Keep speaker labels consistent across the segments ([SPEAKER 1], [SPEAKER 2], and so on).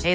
[SPEAKER 1] Hey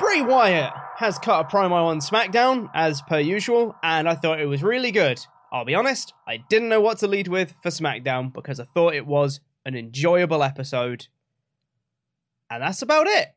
[SPEAKER 2] Bray Wyatt has cut a promo on SmackDown, as per usual, and I thought it was really good. I'll be honest, I didn't know what to lead with for SmackDown because I thought it was an enjoyable episode. And that's about it.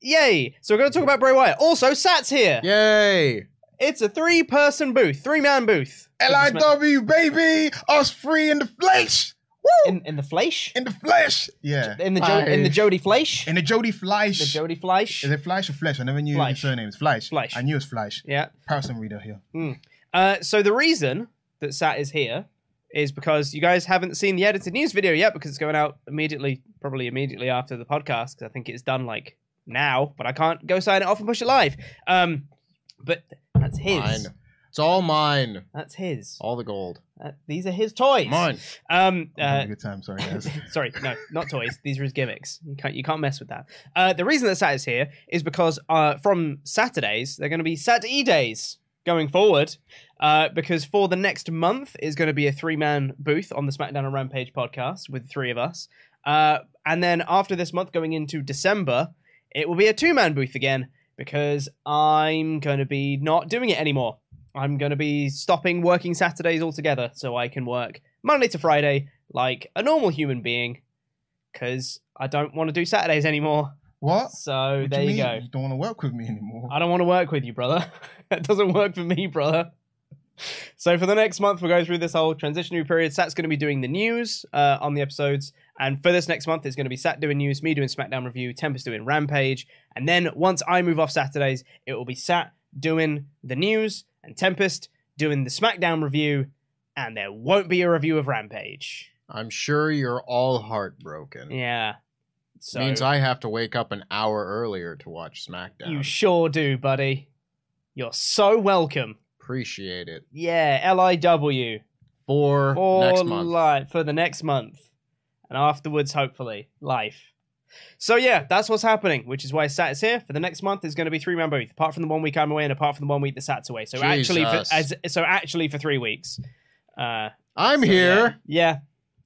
[SPEAKER 2] Yay! So we're going to talk about Bray Wyatt. Also, Sat's here.
[SPEAKER 3] Yay!
[SPEAKER 2] It's a three person booth, three man booth.
[SPEAKER 3] LIW, baby! Us free in the flesh! Woo!
[SPEAKER 2] In, in the Fleisch?
[SPEAKER 3] In the flesh! Yeah.
[SPEAKER 2] In the, jo- in the Jody Fleisch?
[SPEAKER 3] In the Jody Fleisch.
[SPEAKER 2] The Jody Fleisch?
[SPEAKER 3] Is it Fleisch or Flesh? I never knew
[SPEAKER 2] Fleisch.
[SPEAKER 3] his surname. It's Fleisch.
[SPEAKER 2] Fleisch.
[SPEAKER 3] I knew it's Fleisch.
[SPEAKER 2] Yeah.
[SPEAKER 3] Person reader here.
[SPEAKER 2] Uh, so the reason that Sat is here is because you guys haven't seen the edited news video yet because it's going out immediately, probably immediately after the podcast because I think it's done like now, but I can't go sign it off and push it live. Um, but that's his.
[SPEAKER 3] Mine. Oh. It's all mine.
[SPEAKER 2] That's his.
[SPEAKER 3] All the gold.
[SPEAKER 2] Uh, these are his toys. Um,
[SPEAKER 3] I'm
[SPEAKER 2] uh,
[SPEAKER 3] having a good time, sorry guys.
[SPEAKER 2] sorry, no, not toys. These are his gimmicks. You can't you can't mess with that. Uh, the reason that Sat is here is because uh, from Saturdays they're going to be Sat E days going forward. Uh, because for the next month is going to be a three man booth on the SmackDown and Rampage podcast with the three of us. Uh, and then after this month, going into December, it will be a two man booth again because I'm going to be not doing it anymore. I'm going to be stopping working Saturdays altogether so I can work Monday to Friday like a normal human being because I don't want to do Saturdays anymore.
[SPEAKER 3] what?
[SPEAKER 2] So
[SPEAKER 3] What
[SPEAKER 2] there
[SPEAKER 3] do
[SPEAKER 2] you,
[SPEAKER 3] mean?
[SPEAKER 2] go.
[SPEAKER 3] You don't want to work with me anymore.
[SPEAKER 2] I don't want to work with you, brother. that doesn't work for me, brother. So for the next month, we're going through this whole transitionary period. Sat's going to be doing the news uh, on the episodes, and for this next month, it's going to be Sat doing news, me doing SmackDown review, Tempest doing Rampage, and then once I move off Saturdays, it will be Sat doing the news and Tempest doing the SmackDown review, and there won't be a review of Rampage.
[SPEAKER 4] I'm sure you're all heartbroken.
[SPEAKER 2] Yeah. So
[SPEAKER 4] Means I have to wake up an hour earlier to watch SmackDown.
[SPEAKER 2] you sure do, buddy. You're so welcome.
[SPEAKER 4] Appreciate it.
[SPEAKER 2] Yeah, L I W.
[SPEAKER 4] For,
[SPEAKER 2] for
[SPEAKER 4] next month.
[SPEAKER 2] li- for the next month, and afterwards, hopefully, life. So yeah, that's what's happening, which is why Sat is here for the next month. Is going to be three man booth, apart from the one week I'm away, and apart from the one week that Sat's away. So actually, for,
[SPEAKER 4] Jesus.
[SPEAKER 2] as so actually for three weeks. Uh,
[SPEAKER 4] I'm
[SPEAKER 2] so,
[SPEAKER 4] here.
[SPEAKER 2] Yeah, yeah.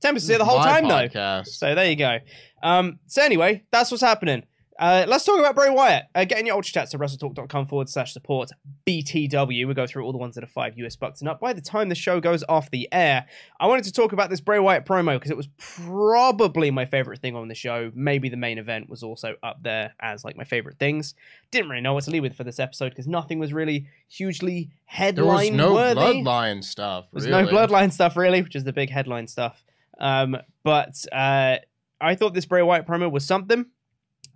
[SPEAKER 2] Tempest is here the whole
[SPEAKER 4] My
[SPEAKER 2] time though.
[SPEAKER 4] podcast.
[SPEAKER 2] So there you go. Um, so anyway, that's what's happening. Uh, let's talk about Bray Wyatt. Uh, get in your ultra chats at wrestletalk.com forward slash support BTW. We'll go through all the ones that are five US bucks and up. By the time the show goes off the air, I wanted to talk about this Bray Wyatt promo because it was probably my favorite thing on the show. Maybe the main event was also up there as like my favorite things. Didn't really know what to leave with for this episode because nothing was really hugely
[SPEAKER 4] There
[SPEAKER 2] headline
[SPEAKER 4] was no
[SPEAKER 2] worthy.
[SPEAKER 4] bloodline stuff.
[SPEAKER 2] There's
[SPEAKER 4] really.
[SPEAKER 2] no bloodline stuff really, which is the big headline stuff. Um, but uh, I thought this Bray Wyatt promo was something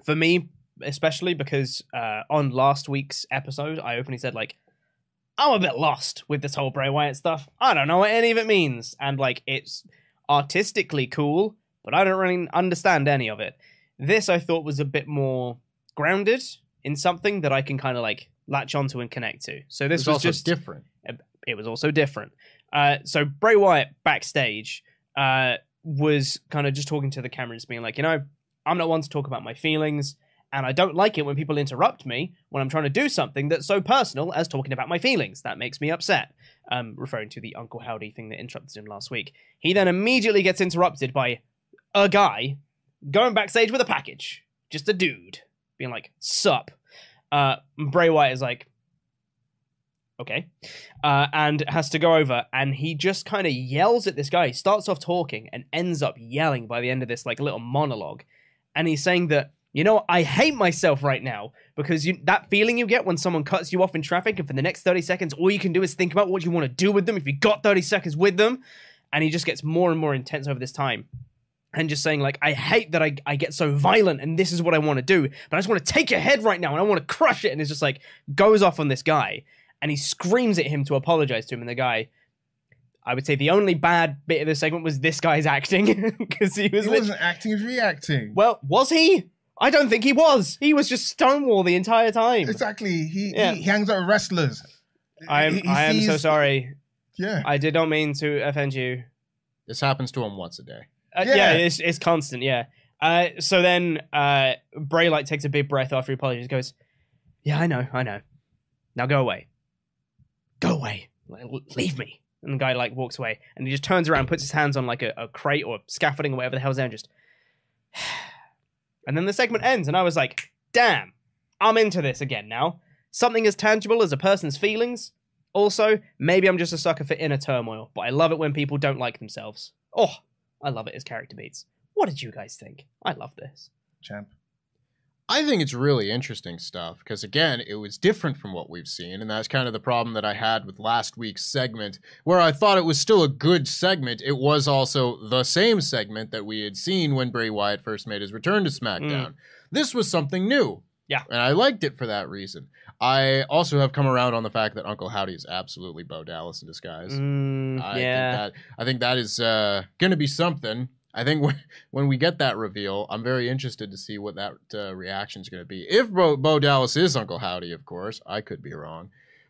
[SPEAKER 2] for me, especially because uh, on last week's episode, I openly said like, I'm a bit lost with this whole Bray Wyatt stuff. I don't know what any of it means, and like it's artistically cool, but I don't really understand any of it. This I thought was a bit more grounded in something that I can kind of like latch onto and connect to. So this
[SPEAKER 4] This was
[SPEAKER 2] was
[SPEAKER 4] also
[SPEAKER 2] just
[SPEAKER 4] different.
[SPEAKER 2] it was also different. Uh, so Bray Wyatt backstage uh, was kind of just talking to the camera, just being like, you know, I'm not one to talk about my feelings, and I don't like it when people interrupt me when I'm trying to do something that's so personal as talking about my feelings. That makes me upset. Um, referring to the Uncle Howdy thing that interrupted him last week. He then immediately gets interrupted by a guy going backstage with a package, just a dude being like, "Sup." Uh, Bray Wyatt is like, okay, uh, and has to go over, and he just kind of yells at this guy. He starts off talking and ends up yelling by the end of this like little monologue, and he's saying that you know I hate myself right now because you, that feeling you get when someone cuts you off in traffic, and for the next thirty seconds, all you can do is think about what you want to do with them if you got thirty seconds with them, and he just gets more and more intense over this time and just saying like i hate that I, I get so violent and this is what i want to do but i just want to take your head right now and i want to crush it and it's just like goes off on this guy and he screams at him to apologize to him and the guy i would say the only bad bit of the segment was this guy's acting because he was
[SPEAKER 3] He
[SPEAKER 2] lit-
[SPEAKER 3] wasn't acting, he was reacting.
[SPEAKER 2] well was he i don't think he was he was just stonewall the entire time
[SPEAKER 3] exactly. He,
[SPEAKER 2] Yeah.
[SPEAKER 3] he he hangs out with wrestlers.
[SPEAKER 2] i am
[SPEAKER 3] He- he
[SPEAKER 2] i am so
[SPEAKER 3] sees-
[SPEAKER 2] sorry
[SPEAKER 3] Yeah.
[SPEAKER 2] i did not mean to offend you
[SPEAKER 4] This happens to him once a day.
[SPEAKER 2] Uh, yeah.
[SPEAKER 3] Yeah.
[SPEAKER 2] it's it's constant. Yeah. Uh, so then uh, Bray like takes a big breath after he apologizes. Goes, yeah, I know, I know. Now go away. Go away. Like, l- Leave me. And the guy like walks away, and he just turns around, puts his hands on like a, a crate or scaffolding or whatever the hell's there, and just. and then the segment ends, and I was like, damn, I'm into this again now. Something as tangible as a person's feelings. Also, maybe I'm just a sucker for inner turmoil, but I love it when people don't like themselves. Oh, I love it as character beats. What did you guys think? I love this.
[SPEAKER 3] Champ.
[SPEAKER 4] I think it's really interesting stuff because, again, it was different from what we've seen. And that's kind of the problem that I had with last week's segment, where I thought it was still a good segment. It was also the same segment that we had seen when Bray Wyatt first made his return to SmackDown. This was something new.
[SPEAKER 2] Yeah.
[SPEAKER 4] And I liked it for that reason. I also have come around on the fact that Uncle Howdy is absolutely Bo Dallas in disguise.
[SPEAKER 2] Mm.
[SPEAKER 3] Mm,
[SPEAKER 4] I
[SPEAKER 2] yeah.
[SPEAKER 4] think that I think that is uh, going to be something. I think when, when we get that reveal, I'm very interested to see what that uh, reaction is going to be. If Bo, Bo Dallas is Uncle Howdy, of course, I could be wrong,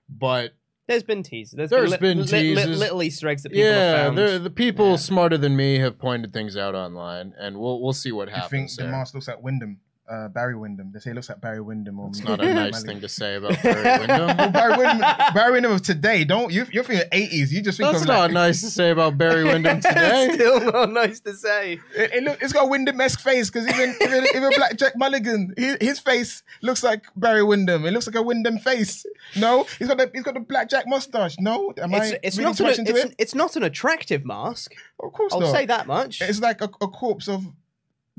[SPEAKER 4] but
[SPEAKER 2] There's been teasers.
[SPEAKER 4] There's
[SPEAKER 2] lit-
[SPEAKER 4] been
[SPEAKER 2] lit-
[SPEAKER 4] teasers.
[SPEAKER 2] little Easter eggs that people have
[SPEAKER 4] yeah,
[SPEAKER 2] found.
[SPEAKER 4] the the people
[SPEAKER 2] Yeah.
[SPEAKER 4] smarter than me have pointed things out online, and we'll we'll see what
[SPEAKER 3] You think
[SPEAKER 4] happens.
[SPEAKER 3] the
[SPEAKER 4] there.
[SPEAKER 3] mask looks like Wyndham? Uh, Barry Wyndham. They say it looks like Barry Wyndham. Or
[SPEAKER 4] It's
[SPEAKER 3] Malik-
[SPEAKER 4] not a nice
[SPEAKER 3] Malik.
[SPEAKER 4] thing to say about Barry Windham.
[SPEAKER 3] Barry Wyndham, Barry Wyndham of today. Don't you? You're thinking eighties. You just think
[SPEAKER 4] That's
[SPEAKER 3] of
[SPEAKER 4] not
[SPEAKER 3] like,
[SPEAKER 4] nice to say about Barry Windham today.
[SPEAKER 2] Still not nice to say.
[SPEAKER 3] It, it look, it's got a Wyndham-esque face because even even, even Black Jack Mulligan, his, his face looks like Barry Wyndham. It looks like a Wyndham face. No, he's got the he's got the Black Jack mustache. No, am
[SPEAKER 2] It's,
[SPEAKER 3] I
[SPEAKER 2] it's
[SPEAKER 3] reading
[SPEAKER 2] not
[SPEAKER 3] too much
[SPEAKER 2] an,
[SPEAKER 3] into
[SPEAKER 2] it's,
[SPEAKER 3] it?
[SPEAKER 2] it's not an attractive mask.
[SPEAKER 3] Of course
[SPEAKER 2] I'll
[SPEAKER 3] not.
[SPEAKER 2] say that much.
[SPEAKER 3] It's like a, a corpse of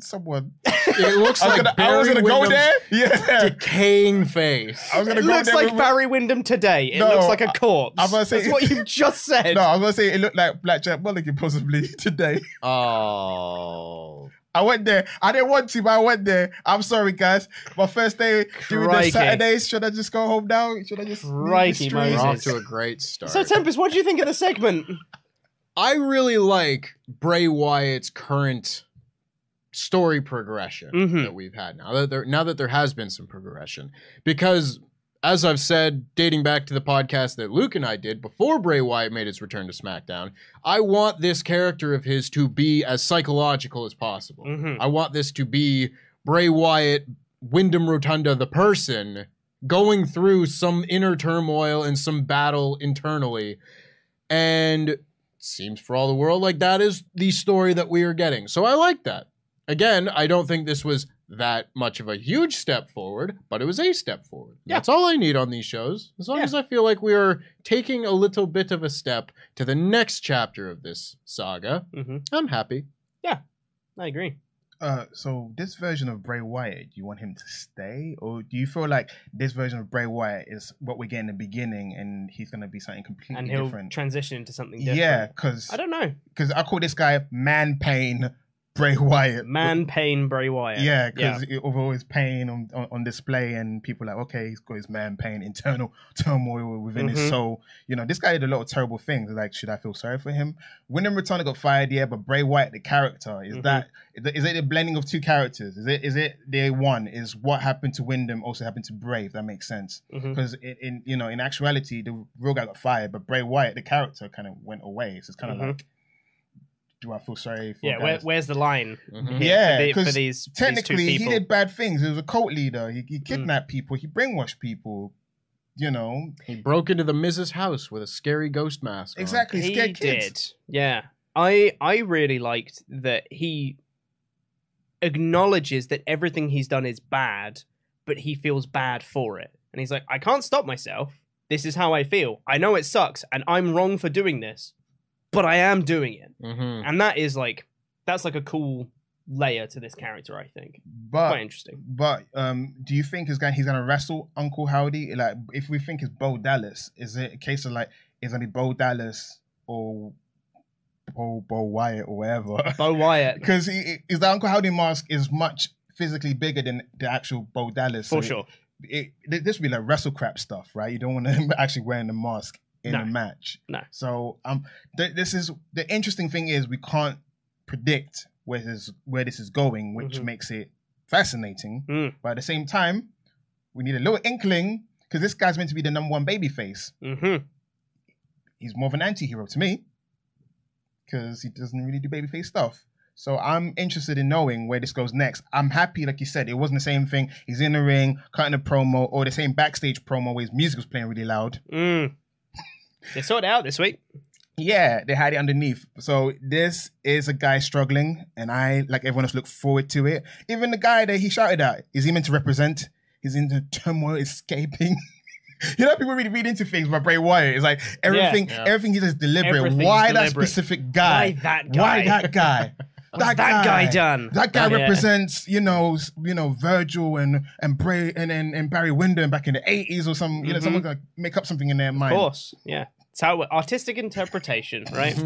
[SPEAKER 3] someone.
[SPEAKER 4] It looks
[SPEAKER 3] I was
[SPEAKER 4] like
[SPEAKER 3] gonna,
[SPEAKER 4] Barry
[SPEAKER 3] I was gonna go
[SPEAKER 4] Windham's
[SPEAKER 3] there. Yeah,
[SPEAKER 4] decaying face.
[SPEAKER 3] I was gonna
[SPEAKER 2] it
[SPEAKER 3] go
[SPEAKER 2] looks
[SPEAKER 3] there.
[SPEAKER 2] like
[SPEAKER 3] with-
[SPEAKER 2] Barry Windham today. It
[SPEAKER 3] No,
[SPEAKER 2] looks like a
[SPEAKER 3] I-
[SPEAKER 2] corpse.
[SPEAKER 3] I'm gonna say-
[SPEAKER 2] That's what you just said.
[SPEAKER 3] No, I was gonna say it looked like Black Jack Mulligan possibly today.
[SPEAKER 4] Oh.
[SPEAKER 3] I went there. I didn't want to, but I went there. I'm sorry, guys. My first day during the
[SPEAKER 2] Crikey.
[SPEAKER 3] Saturdays. Should I just go home now? Should I just leave the
[SPEAKER 2] Crikey,
[SPEAKER 3] streets?
[SPEAKER 2] Moses.
[SPEAKER 4] We're off to a great start.
[SPEAKER 2] So Tempest, what do you think of the segment?
[SPEAKER 4] I really like Bray Wyatt's current story progression
[SPEAKER 2] Mhm.
[SPEAKER 4] that we've had now that there now that there has been some progression because as I've said dating back to the podcast that Luke and I did before Bray Wyatt made his return to SmackDown I want this character of his to be as psychological as possible
[SPEAKER 2] Mhm.
[SPEAKER 4] I want this to be Bray Wyatt Wyndham Rotunda the person going through some inner turmoil and some battle internally and seems for all the world like that is the story that we are getting. So I like that. Again, I don't think this was that much of a huge step forward, but it was a step forward.
[SPEAKER 2] Yeah.
[SPEAKER 4] That's all I need on these shows. As long
[SPEAKER 2] Yeah.
[SPEAKER 4] as I feel like we are taking a little bit of a step to the next chapter of this saga,
[SPEAKER 2] Mm-hmm.
[SPEAKER 4] I'm happy.
[SPEAKER 2] I agree.
[SPEAKER 3] Uh, so this version of Bray Wyatt, do you want him to stay, or do you feel like this version of Bray Wyatt is what we get in the beginning, and he's gonna be something completely
[SPEAKER 2] And he'll
[SPEAKER 3] different?
[SPEAKER 2] transition into something different.
[SPEAKER 3] yeah, because
[SPEAKER 2] I don't know.
[SPEAKER 3] because I call this guy Man Pain Bray Wyatt.
[SPEAKER 2] Man, pain, Bray Wyatt.
[SPEAKER 3] Yeah, because of all his pain on, on, on display, and people like, okay, he's got his man pain, internal turmoil within his
[SPEAKER 2] Mhm.
[SPEAKER 3] soul. You know, this guy did a lot of terrible things. Like, should I feel sorry for him? Wyndham Rotunda got fired, yeah, but Bray Wyatt, the character, is
[SPEAKER 2] Mhm.
[SPEAKER 3] that is that is it the blending of two characters? Is it is it they one? Is what happened to Wyndham also happened to Bray? If that makes sense,
[SPEAKER 2] Mhm.
[SPEAKER 3] because in, in you know in actuality, the real guy got fired, but Bray Wyatt, the character, kind of went away. So it's kind of
[SPEAKER 2] Mhm.
[SPEAKER 3] like, do I feel sorry? For
[SPEAKER 2] yeah.
[SPEAKER 3] guys?
[SPEAKER 2] Where, where's the line?
[SPEAKER 4] Mhm.
[SPEAKER 3] Yeah,
[SPEAKER 2] for, the- for these
[SPEAKER 3] 'cause
[SPEAKER 2] these two
[SPEAKER 3] technically he
[SPEAKER 2] people. Mm.
[SPEAKER 3] did bad things. He was a cult leader. He, he kidnapped people. He brainwashed people. You know
[SPEAKER 4] He broke into the Mrs. house with a scary ghost mask. on.
[SPEAKER 3] exactly.
[SPEAKER 2] he
[SPEAKER 3] scared kids.
[SPEAKER 2] did. Yeah, I I really liked that he acknowledges that everything he's done is bad, but he feels bad for it, and he's like, I can't stop myself. This is how I feel. I know it sucks, and I'm wrong for doing this, but I am doing it,
[SPEAKER 4] Mhm.
[SPEAKER 2] and that is like that's like a cool layer to this character. I think quite
[SPEAKER 3] But
[SPEAKER 2] interesting.
[SPEAKER 3] but um, do you think he's going he's going to wrestle Uncle Howdy? Like if we think it's Bo Dallas, is it a case of like is going to be Bo Dallas or Bo Bo Wyatt or whatever?
[SPEAKER 2] Bo Wyatt,
[SPEAKER 3] Because is the Uncle Howdy mask is much physically bigger than the actual Bo Dallas.
[SPEAKER 2] for
[SPEAKER 3] So
[SPEAKER 2] sure.
[SPEAKER 3] it, th- this would be like wrestle crap stuff, right? You don't want to actually wearing the mask in
[SPEAKER 2] No.
[SPEAKER 3] a match.
[SPEAKER 2] No.
[SPEAKER 3] So um, th- this is the interesting thing is we can't predict where this where this is going, which
[SPEAKER 2] Mhm.
[SPEAKER 3] makes it fascinating.
[SPEAKER 2] Mm.
[SPEAKER 3] But at the same time, we need a little inkling because this guy's meant to be the number one baby face.
[SPEAKER 2] hmm
[SPEAKER 3] He's more of an anti-hero to me because he doesn't really do babyface stuff. So I'm interested in knowing where this goes next. I'm happy, like you said, it wasn't the same thing. He's in the ring, cutting a promo, or the same backstage promo where his music was playing really loud.
[SPEAKER 2] Mm. they sorted out this week.
[SPEAKER 3] Yeah, they had it underneath. So this is a guy struggling, and I, like everyone else, look forward to it. Even the guy that he shouted at, is he meant to represent? He's in the turmoil, escaping. you know, people really read into things by Bray Wyatt. It's like everything,
[SPEAKER 4] Yeah.
[SPEAKER 3] everything he does is deliberate.
[SPEAKER 2] Everything's
[SPEAKER 3] Why that
[SPEAKER 2] deliberate.
[SPEAKER 3] specific guy?
[SPEAKER 2] Why that
[SPEAKER 3] Why
[SPEAKER 2] guy?
[SPEAKER 3] that guy?
[SPEAKER 2] What's that guy done?
[SPEAKER 3] That guy
[SPEAKER 2] Yeah.
[SPEAKER 3] represents, you know, s- you know, Virgil and and Bray and and, and Barry Windham back in the eighties or some. You know,
[SPEAKER 2] Mhm.
[SPEAKER 3] someone's gonna make up something in their mind.
[SPEAKER 2] Of course, yeah. It's how artistic interpretation, right?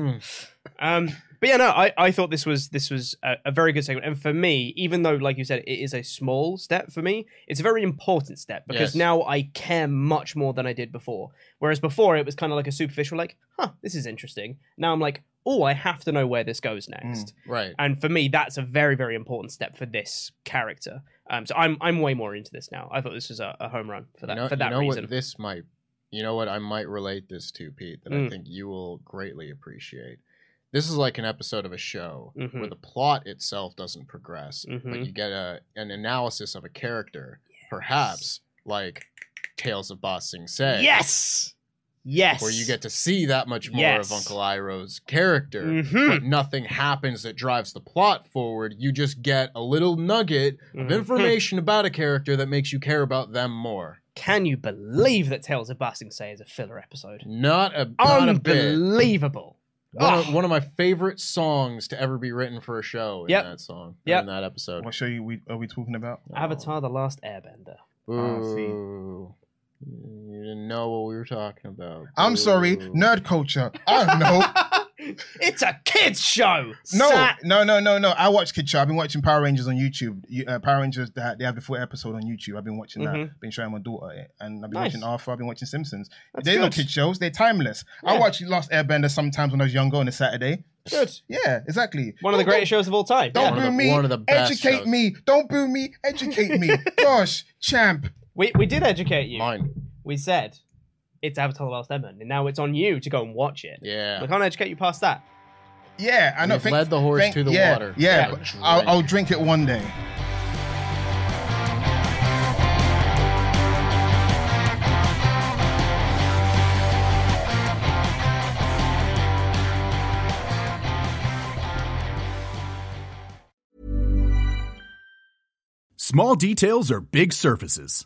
[SPEAKER 2] um, but yeah, no, I, I thought this was this was a, a very good segment, and for me, even though, like you said, it is a small step for me, it's a very important step because
[SPEAKER 4] Yes.
[SPEAKER 2] now I care much more than I did before. Whereas before, it was kind of like a superficial, like, huh, this is interesting. Now I'm like, oh, I have to know where this goes next.
[SPEAKER 4] Right.
[SPEAKER 2] And for me, that's a very, very important step for this character. Um, so I'm I'm way more into this now. I thought this was a, a home run for that
[SPEAKER 4] you know,
[SPEAKER 2] for that
[SPEAKER 4] you know
[SPEAKER 2] reason.
[SPEAKER 4] what this might you know what I might relate this to, Pete, that I
[SPEAKER 2] Mm.
[SPEAKER 4] think you will greatly appreciate. This is like an episode of a show where
[SPEAKER 2] Mhm.
[SPEAKER 4] the plot itself doesn't progress, but
[SPEAKER 2] Mhm.
[SPEAKER 4] you get a an analysis of a character, perhaps like Tales of Ba Sing Se.
[SPEAKER 2] Yes, yes.
[SPEAKER 4] Where you get to see that much more
[SPEAKER 2] Yes.
[SPEAKER 4] of Uncle Iroh's character.
[SPEAKER 2] Mhm.
[SPEAKER 4] But nothing happens that drives the plot forward. You just get a little nugget of
[SPEAKER 2] Mhm.
[SPEAKER 4] information about a character that makes you care about them more.
[SPEAKER 2] Can you believe that Tales of Basing Say is a filler episode?
[SPEAKER 4] Not a, not a bit.
[SPEAKER 2] Unbelievable.
[SPEAKER 4] One of,
[SPEAKER 2] Ugh.
[SPEAKER 4] one of my favorite songs to ever be written for a show in
[SPEAKER 2] Yep.
[SPEAKER 4] that song,
[SPEAKER 2] Yep.
[SPEAKER 4] in that episode.
[SPEAKER 3] What show you we, are we talking about?
[SPEAKER 2] Avatar The Last Airbender.
[SPEAKER 3] Oh, see.
[SPEAKER 4] Boo. You didn't know what we were talking about.
[SPEAKER 3] I'm sorry,
[SPEAKER 4] Boo.
[SPEAKER 3] nerd culture. I don't know.
[SPEAKER 2] it's a kids show.
[SPEAKER 3] No,
[SPEAKER 2] Sat-
[SPEAKER 3] no, no, no, no. I watch Kid Show. I've been watching Power Rangers on YouTube. You- Uh, Power Rangers, they ha- they have the full episode on YouTube. I've been watching that.
[SPEAKER 2] Mhm.
[SPEAKER 3] Been showing my daughter it, and I've been
[SPEAKER 2] Nice.
[SPEAKER 3] watching Arthur. I've been watching Simpsons.
[SPEAKER 2] That's
[SPEAKER 3] They're not
[SPEAKER 2] good.
[SPEAKER 3] kid shows. They're timeless. I
[SPEAKER 2] Yeah.
[SPEAKER 3] watched Last Airbender sometimes when I was younger on a Saturday.
[SPEAKER 2] Good.
[SPEAKER 3] Yeah, exactly.
[SPEAKER 2] One of the
[SPEAKER 3] Don't-
[SPEAKER 2] greatest shows of all time.
[SPEAKER 3] Don't,
[SPEAKER 4] One
[SPEAKER 3] don't
[SPEAKER 4] of
[SPEAKER 3] boo
[SPEAKER 4] the-
[SPEAKER 3] me.
[SPEAKER 4] one of the best
[SPEAKER 3] educate
[SPEAKER 4] shows.
[SPEAKER 3] me. Don't boo me. Educate me. Gosh, champ.
[SPEAKER 2] We, we did educate you.
[SPEAKER 4] Mine.
[SPEAKER 2] We said it's Avatar The Last Airbender, and now it's on you to go and watch it. We
[SPEAKER 4] Yeah.
[SPEAKER 2] can't educate you past that.
[SPEAKER 3] Yeah, I know.
[SPEAKER 4] You've led the horse to the
[SPEAKER 3] yeah,
[SPEAKER 4] water.
[SPEAKER 3] Yeah,
[SPEAKER 4] Yeah,
[SPEAKER 3] but
[SPEAKER 4] drink.
[SPEAKER 3] I'll, I'll drink it one day.
[SPEAKER 5] Small details are big surfaces.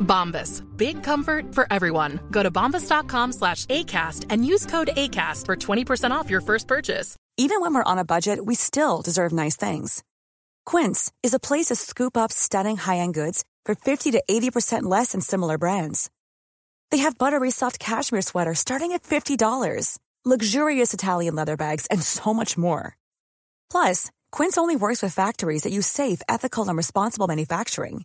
[SPEAKER 6] Bombas. Big comfort for everyone. Go to bombas.com slash ACAST and use code ACAST for 20% off your first purchase.
[SPEAKER 7] Even when we're on a budget, we still deserve nice things. Quince is a place to scoop up stunning high end goods for 50 to 80% less than similar brands. They have buttery soft cashmere sweaters starting at $50, luxurious Italian leather bags, and so much more. Plus, Quince only works with factories that use safe, ethical, and responsible manufacturing.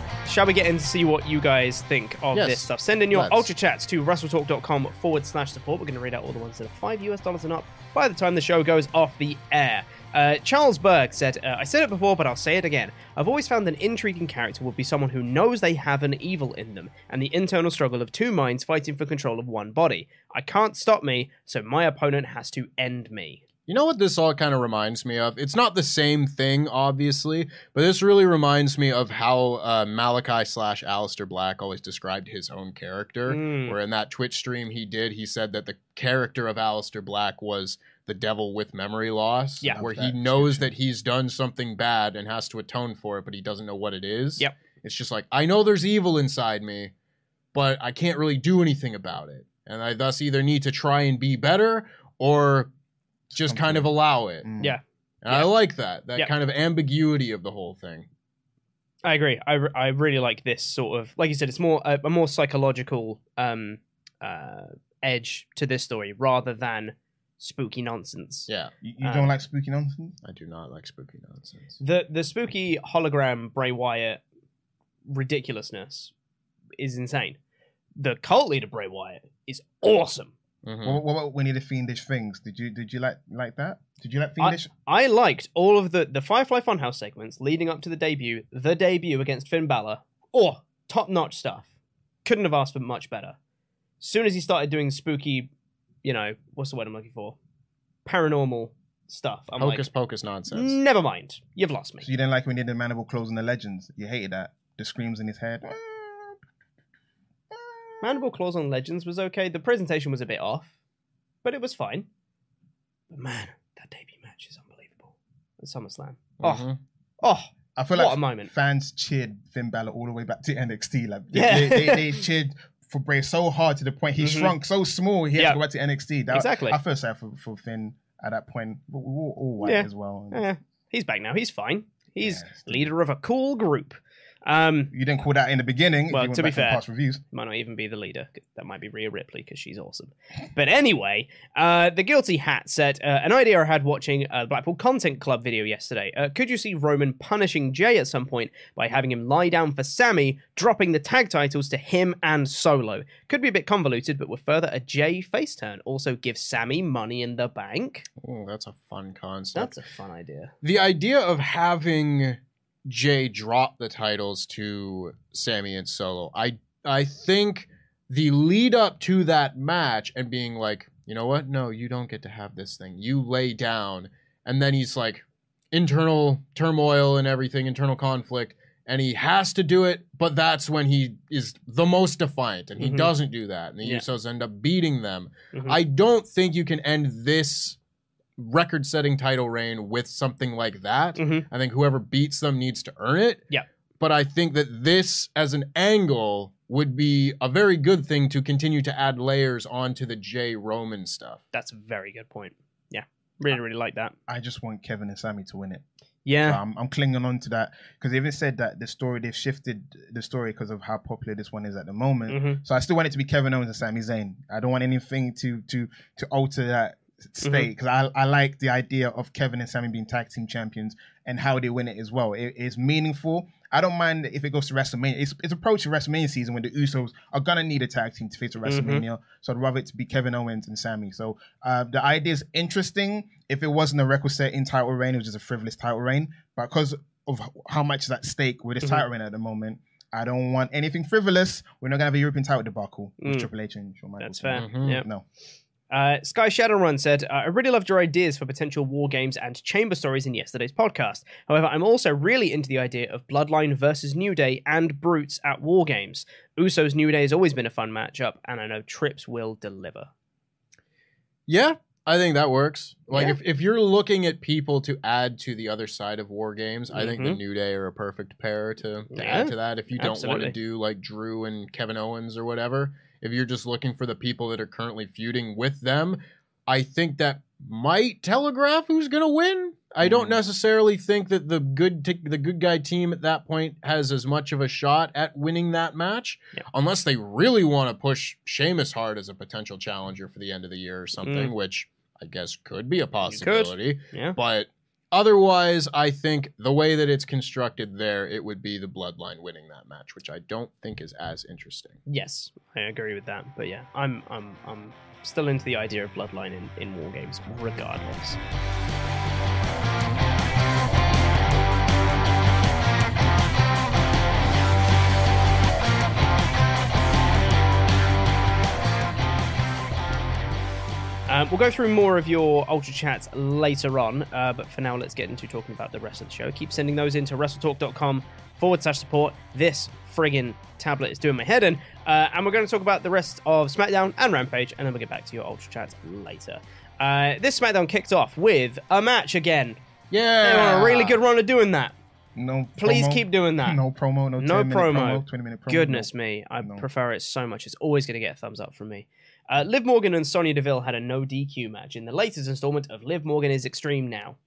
[SPEAKER 2] shall we get in to see what you guys think of
[SPEAKER 4] Yes.
[SPEAKER 2] this stuff? Send in your
[SPEAKER 4] Let's.
[SPEAKER 2] ultra chats to russelltalk.com forward slash support. We're going to read out all the ones that are five US dollars and up by the time the show goes off the air. Uh, Charles Berg said, uh, I said it before, but I'll say it again. I've always found an intriguing character would be someone who knows they have an evil in them and the internal struggle of two minds fighting for control of one body. I can't stop me, so my opponent has to end me.
[SPEAKER 4] You know what this all kind of reminds me of? It's not the same thing, obviously, but this really reminds me of how uh, Malachi slash Alistair Black always described his own character.
[SPEAKER 2] Mm.
[SPEAKER 4] Where in that Twitch stream he did, he said that the character of Alistair Black was the devil with memory loss.
[SPEAKER 2] Yeah.
[SPEAKER 4] Where
[SPEAKER 3] Love
[SPEAKER 4] he
[SPEAKER 3] that
[SPEAKER 4] knows that he's done something bad and has to atone for it, but he doesn't know what it is.
[SPEAKER 2] Yep.
[SPEAKER 4] It's just like, I know there's evil inside me, but I can't really do anything about it. And I thus either need to try and be better or just kind of allow it.
[SPEAKER 3] Mm.
[SPEAKER 2] Yeah.
[SPEAKER 4] And I like that, that
[SPEAKER 2] Yeah.
[SPEAKER 4] kind of ambiguity of the whole thing.
[SPEAKER 2] I agree. I, re- I really like this sort of like you said. It's more a, a more psychological um uh edge to this story rather than spooky nonsense.
[SPEAKER 4] Yeah.
[SPEAKER 3] You, you
[SPEAKER 2] Um,
[SPEAKER 3] don't like spooky nonsense?
[SPEAKER 4] I do not like spooky nonsense.
[SPEAKER 2] The the spooky hologram Bray Wyatt ridiculousness is insane. The cult leader Bray Wyatt is awesome.
[SPEAKER 4] Mhm.
[SPEAKER 3] What, what about Winnie the Fiendish things? Did you did you like like that? Did you like
[SPEAKER 2] I,
[SPEAKER 3] Fiendish?
[SPEAKER 2] I liked all of the the Firefly Funhouse segments leading up to the debut. The debut against Finn Balor. Oh, top notch stuff. Couldn't have asked for much better. Soon as he started doing spooky, you know, what's the word I'm looking for? Paranormal stuff. I'm like,
[SPEAKER 4] Hocus
[SPEAKER 2] Mm.
[SPEAKER 4] pocus nonsense.
[SPEAKER 2] never mind. You've lost me.
[SPEAKER 3] so you didn't like when he did the mandible claws and the legends. You hated that. The screams in his head.
[SPEAKER 2] Mandible Claws on Legends was okay. The presentation was a bit off, but it was fine. But man, that debut match is unbelievable. At SummerSlam. Oh,
[SPEAKER 4] Mhm.
[SPEAKER 2] oh,
[SPEAKER 3] Mm-hmm. I feel
[SPEAKER 2] What
[SPEAKER 3] like
[SPEAKER 2] a moment.
[SPEAKER 3] fans cheered Finn Balor all the way back to NXT. Like they,
[SPEAKER 2] Yeah.
[SPEAKER 3] they, they, they cheered for Bray so hard to the point he
[SPEAKER 2] Mhm.
[SPEAKER 3] shrunk so small he had
[SPEAKER 2] Yeah.
[SPEAKER 3] to go back to NXT. That,
[SPEAKER 2] Exactly.
[SPEAKER 3] I feel sad for, for Finn at that point. We we were all white
[SPEAKER 2] Yeah.
[SPEAKER 3] as well.
[SPEAKER 2] Eh, he's back now. He's fine. He's
[SPEAKER 3] Yeah.
[SPEAKER 2] leader of a cool group. Um,
[SPEAKER 3] you didn't call that in the beginning. if
[SPEAKER 2] Well,
[SPEAKER 3] you went
[SPEAKER 2] to be
[SPEAKER 3] back and
[SPEAKER 2] fair,
[SPEAKER 3] past reviews.
[SPEAKER 2] might not even be the leader. That might be Rhea Ripley because she's awesome. But anyway, uh, the Guilty Hat said uh, an idea I had watching uh, the Blackpool Content Club video yesterday. Uh, could you see Roman punishing Jay at some point by having him lie down for Sammy, dropping the tag titles to him and Solo? Could be a bit convoluted, but with further a Jay face turn, also give Sammy money in the bank.
[SPEAKER 4] Oh, that's a fun concept.
[SPEAKER 2] That's a fun idea.
[SPEAKER 4] the idea of having Jay drop the titles to Sammy and Solo, I I think the lead up to that match and being like, you know what? No, you don't get to have this thing. You lay down, and then he's like internal turmoil and everything, internal conflict, and he has to do it. But that's when he is the most defiant, and he
[SPEAKER 8] Mhm.
[SPEAKER 4] doesn't do that, and the
[SPEAKER 8] Yeah.
[SPEAKER 4] Usos end up beating them.
[SPEAKER 8] Mhm.
[SPEAKER 2] Mm-hmm.
[SPEAKER 4] I don't think you can end this record setting title reign with something like that.
[SPEAKER 2] Mm-hmm.
[SPEAKER 4] I think whoever beats them needs to earn it.
[SPEAKER 2] Mm. Yeah.
[SPEAKER 4] But I think that this, as an angle, would be a very good thing to continue to add layers onto the J Roman stuff.
[SPEAKER 2] That's a very good point. Yeah, really, really like that.
[SPEAKER 3] I just want Kevin and Sammy to win it.
[SPEAKER 2] Yeah.
[SPEAKER 3] So I'm, I'm clinging on to that because they even said that the story they've shifted the story because of how popular this one is at the moment.
[SPEAKER 2] Mhm.
[SPEAKER 3] So I still want it to be Kevin Owens and Sami Zayn. I don't want anything to to to alter that state
[SPEAKER 2] Mhm.
[SPEAKER 3] because I I like the idea of Kevin and Sammy being tag team champions and how they win it as well. It is meaningful. I don't mind if it goes to WrestleMania. It's, it's approaching WrestleMania season when the Usos are gonna need a tag team to face at
[SPEAKER 2] Mhm.
[SPEAKER 3] WrestleMania. So I'd rather it to be Kevin Owens and Sammy. So uh, the idea is interesting. If it wasn't a record setting title reign, it was just a frivolous title reign. But because of h- how much is at stake with this
[SPEAKER 2] Mhm.
[SPEAKER 3] title reign at the moment, I don't want anything frivolous. We're not gonna have a European title debacle with
[SPEAKER 2] Mm.
[SPEAKER 3] Triple H and Shawn
[SPEAKER 2] That's
[SPEAKER 3] Michaels.
[SPEAKER 2] fair.
[SPEAKER 3] No.
[SPEAKER 2] Yep.
[SPEAKER 3] No.
[SPEAKER 2] Uh, Sky Shadowrun said, uh, I really loved your ideas for potential war games and chamber stories in yesterday's podcast. However, I'm also really into the idea of Bloodline versus New Day and Brutes at war games. Usos New Day has always been a fun matchup, and I know Trips will deliver.
[SPEAKER 4] Yeah, I think that works. Like
[SPEAKER 2] Yeah.
[SPEAKER 4] if, if you're looking at people to add to the other side of war games, I think the
[SPEAKER 2] Mhm.
[SPEAKER 4] New Day are a perfect pair to, to
[SPEAKER 2] Yeah,
[SPEAKER 4] add to that. If you don't want
[SPEAKER 2] absolutely.
[SPEAKER 4] to do like Drew and Kevin Owens or whatever, if you're just looking for the people that are currently feuding with them, I think that might telegraph who's gonna win. I don't
[SPEAKER 2] Mm.
[SPEAKER 4] necessarily think that the good t- the good guy team at that point has as much of a shot at winning that match, unless they really want to push Sheamus hard as a potential challenger for the end of the year or something,
[SPEAKER 8] Mm.
[SPEAKER 4] which I guess could be a possibility.
[SPEAKER 2] Yeah.
[SPEAKER 4] But otherwise, I think the way that it's constructed there, it would be the Bloodline winning that match, which I don't think is as interesting.
[SPEAKER 2] Yes, I agree with that. But yeah, I'm I'm I'm still into the idea of Bloodline in, in war games, regardless. Um, we'll go through more of your Ultra Chats later on, uh, but for now, let's get into talking about the rest of the show. Keep sending those into wrestletalk.com forward slash support. This friggin' tablet is doing my head in. Uh, and we're going to talk about the rest of SmackDown and Rampage, and then we'll get back to your Ultra Chats later. Uh, this SmackDown kicked off with a match again.
[SPEAKER 4] Yeah.
[SPEAKER 2] They were on a really good run of doing that.
[SPEAKER 3] No.
[SPEAKER 2] Please
[SPEAKER 3] promo.
[SPEAKER 2] keep doing that.
[SPEAKER 3] No promo. No.
[SPEAKER 2] No
[SPEAKER 3] 10 minute
[SPEAKER 2] promo.
[SPEAKER 3] Twenty minute promo.
[SPEAKER 2] Goodness me, I prefer it so much. It's always going to get a thumbs up from me. Uh, Liv Morgan and Sonya Deville had a no DQ match in the latest installment of Liv Morgan is Extreme Now.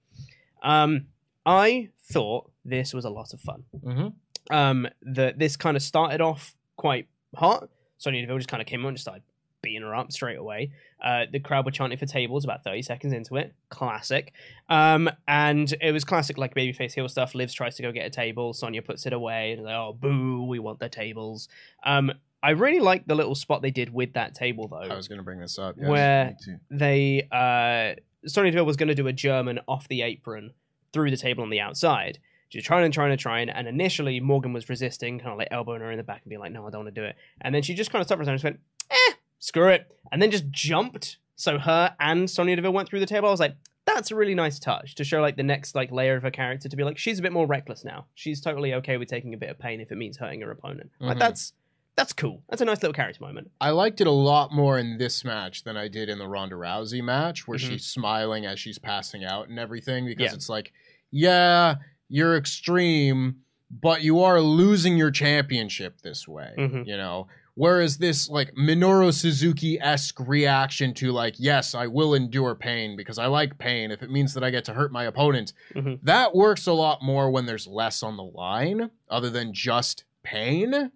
[SPEAKER 2] Um, I thought this was a lot of fun.
[SPEAKER 4] Mm-hmm.
[SPEAKER 2] Um, that this kind of started off quite hot. Sonya Deville just kind of came on and started beating her up straight away. Uh, the crowd were chanting for tables about 30 seconds into it. Classic. Um, and it was classic, like babyface heel stuff. Liv tries to go get a table. Sonya puts it away. And they're like, oh, boo, we want the tables. Um, I really like the little spot they did with that table, though.
[SPEAKER 4] I was going to bring this up.
[SPEAKER 2] where they, uh, Sonya Deville was going to do a German off the apron through the table on the outside. She was trying and trying and trying, and initially Morgan was resisting, kind of like elbowing her in the back and being like, "No, I don't want to do it." And then she just kind of stopped for a second and just went, "Eh, screw it, and then just jumped. So her and Sonya Deville went through the table. I was like, that's a really nice touch to show like the next like layer of her character to be like she's a bit more reckless now. She's totally okay with taking a bit of pain if it means hurting her opponent. Like
[SPEAKER 4] Mhm.
[SPEAKER 2] that's that's cool. That's a nice little character moment.
[SPEAKER 4] I liked it a lot more in this match than I did in the Ronda Rousey match, where
[SPEAKER 2] Mhm.
[SPEAKER 4] she's smiling as she's passing out and everything, because
[SPEAKER 2] Yeah.
[SPEAKER 4] it's like, yeah, you're extreme, but you are losing your championship this way,
[SPEAKER 2] Mhm.
[SPEAKER 4] you know? Whereas this like Minoru Suzuki esque reaction to like, yes, I will endure pain because I like pain if it means that I get to hurt my opponent.
[SPEAKER 2] Mhm.
[SPEAKER 4] That works a lot more when there's less on the line other than just pain.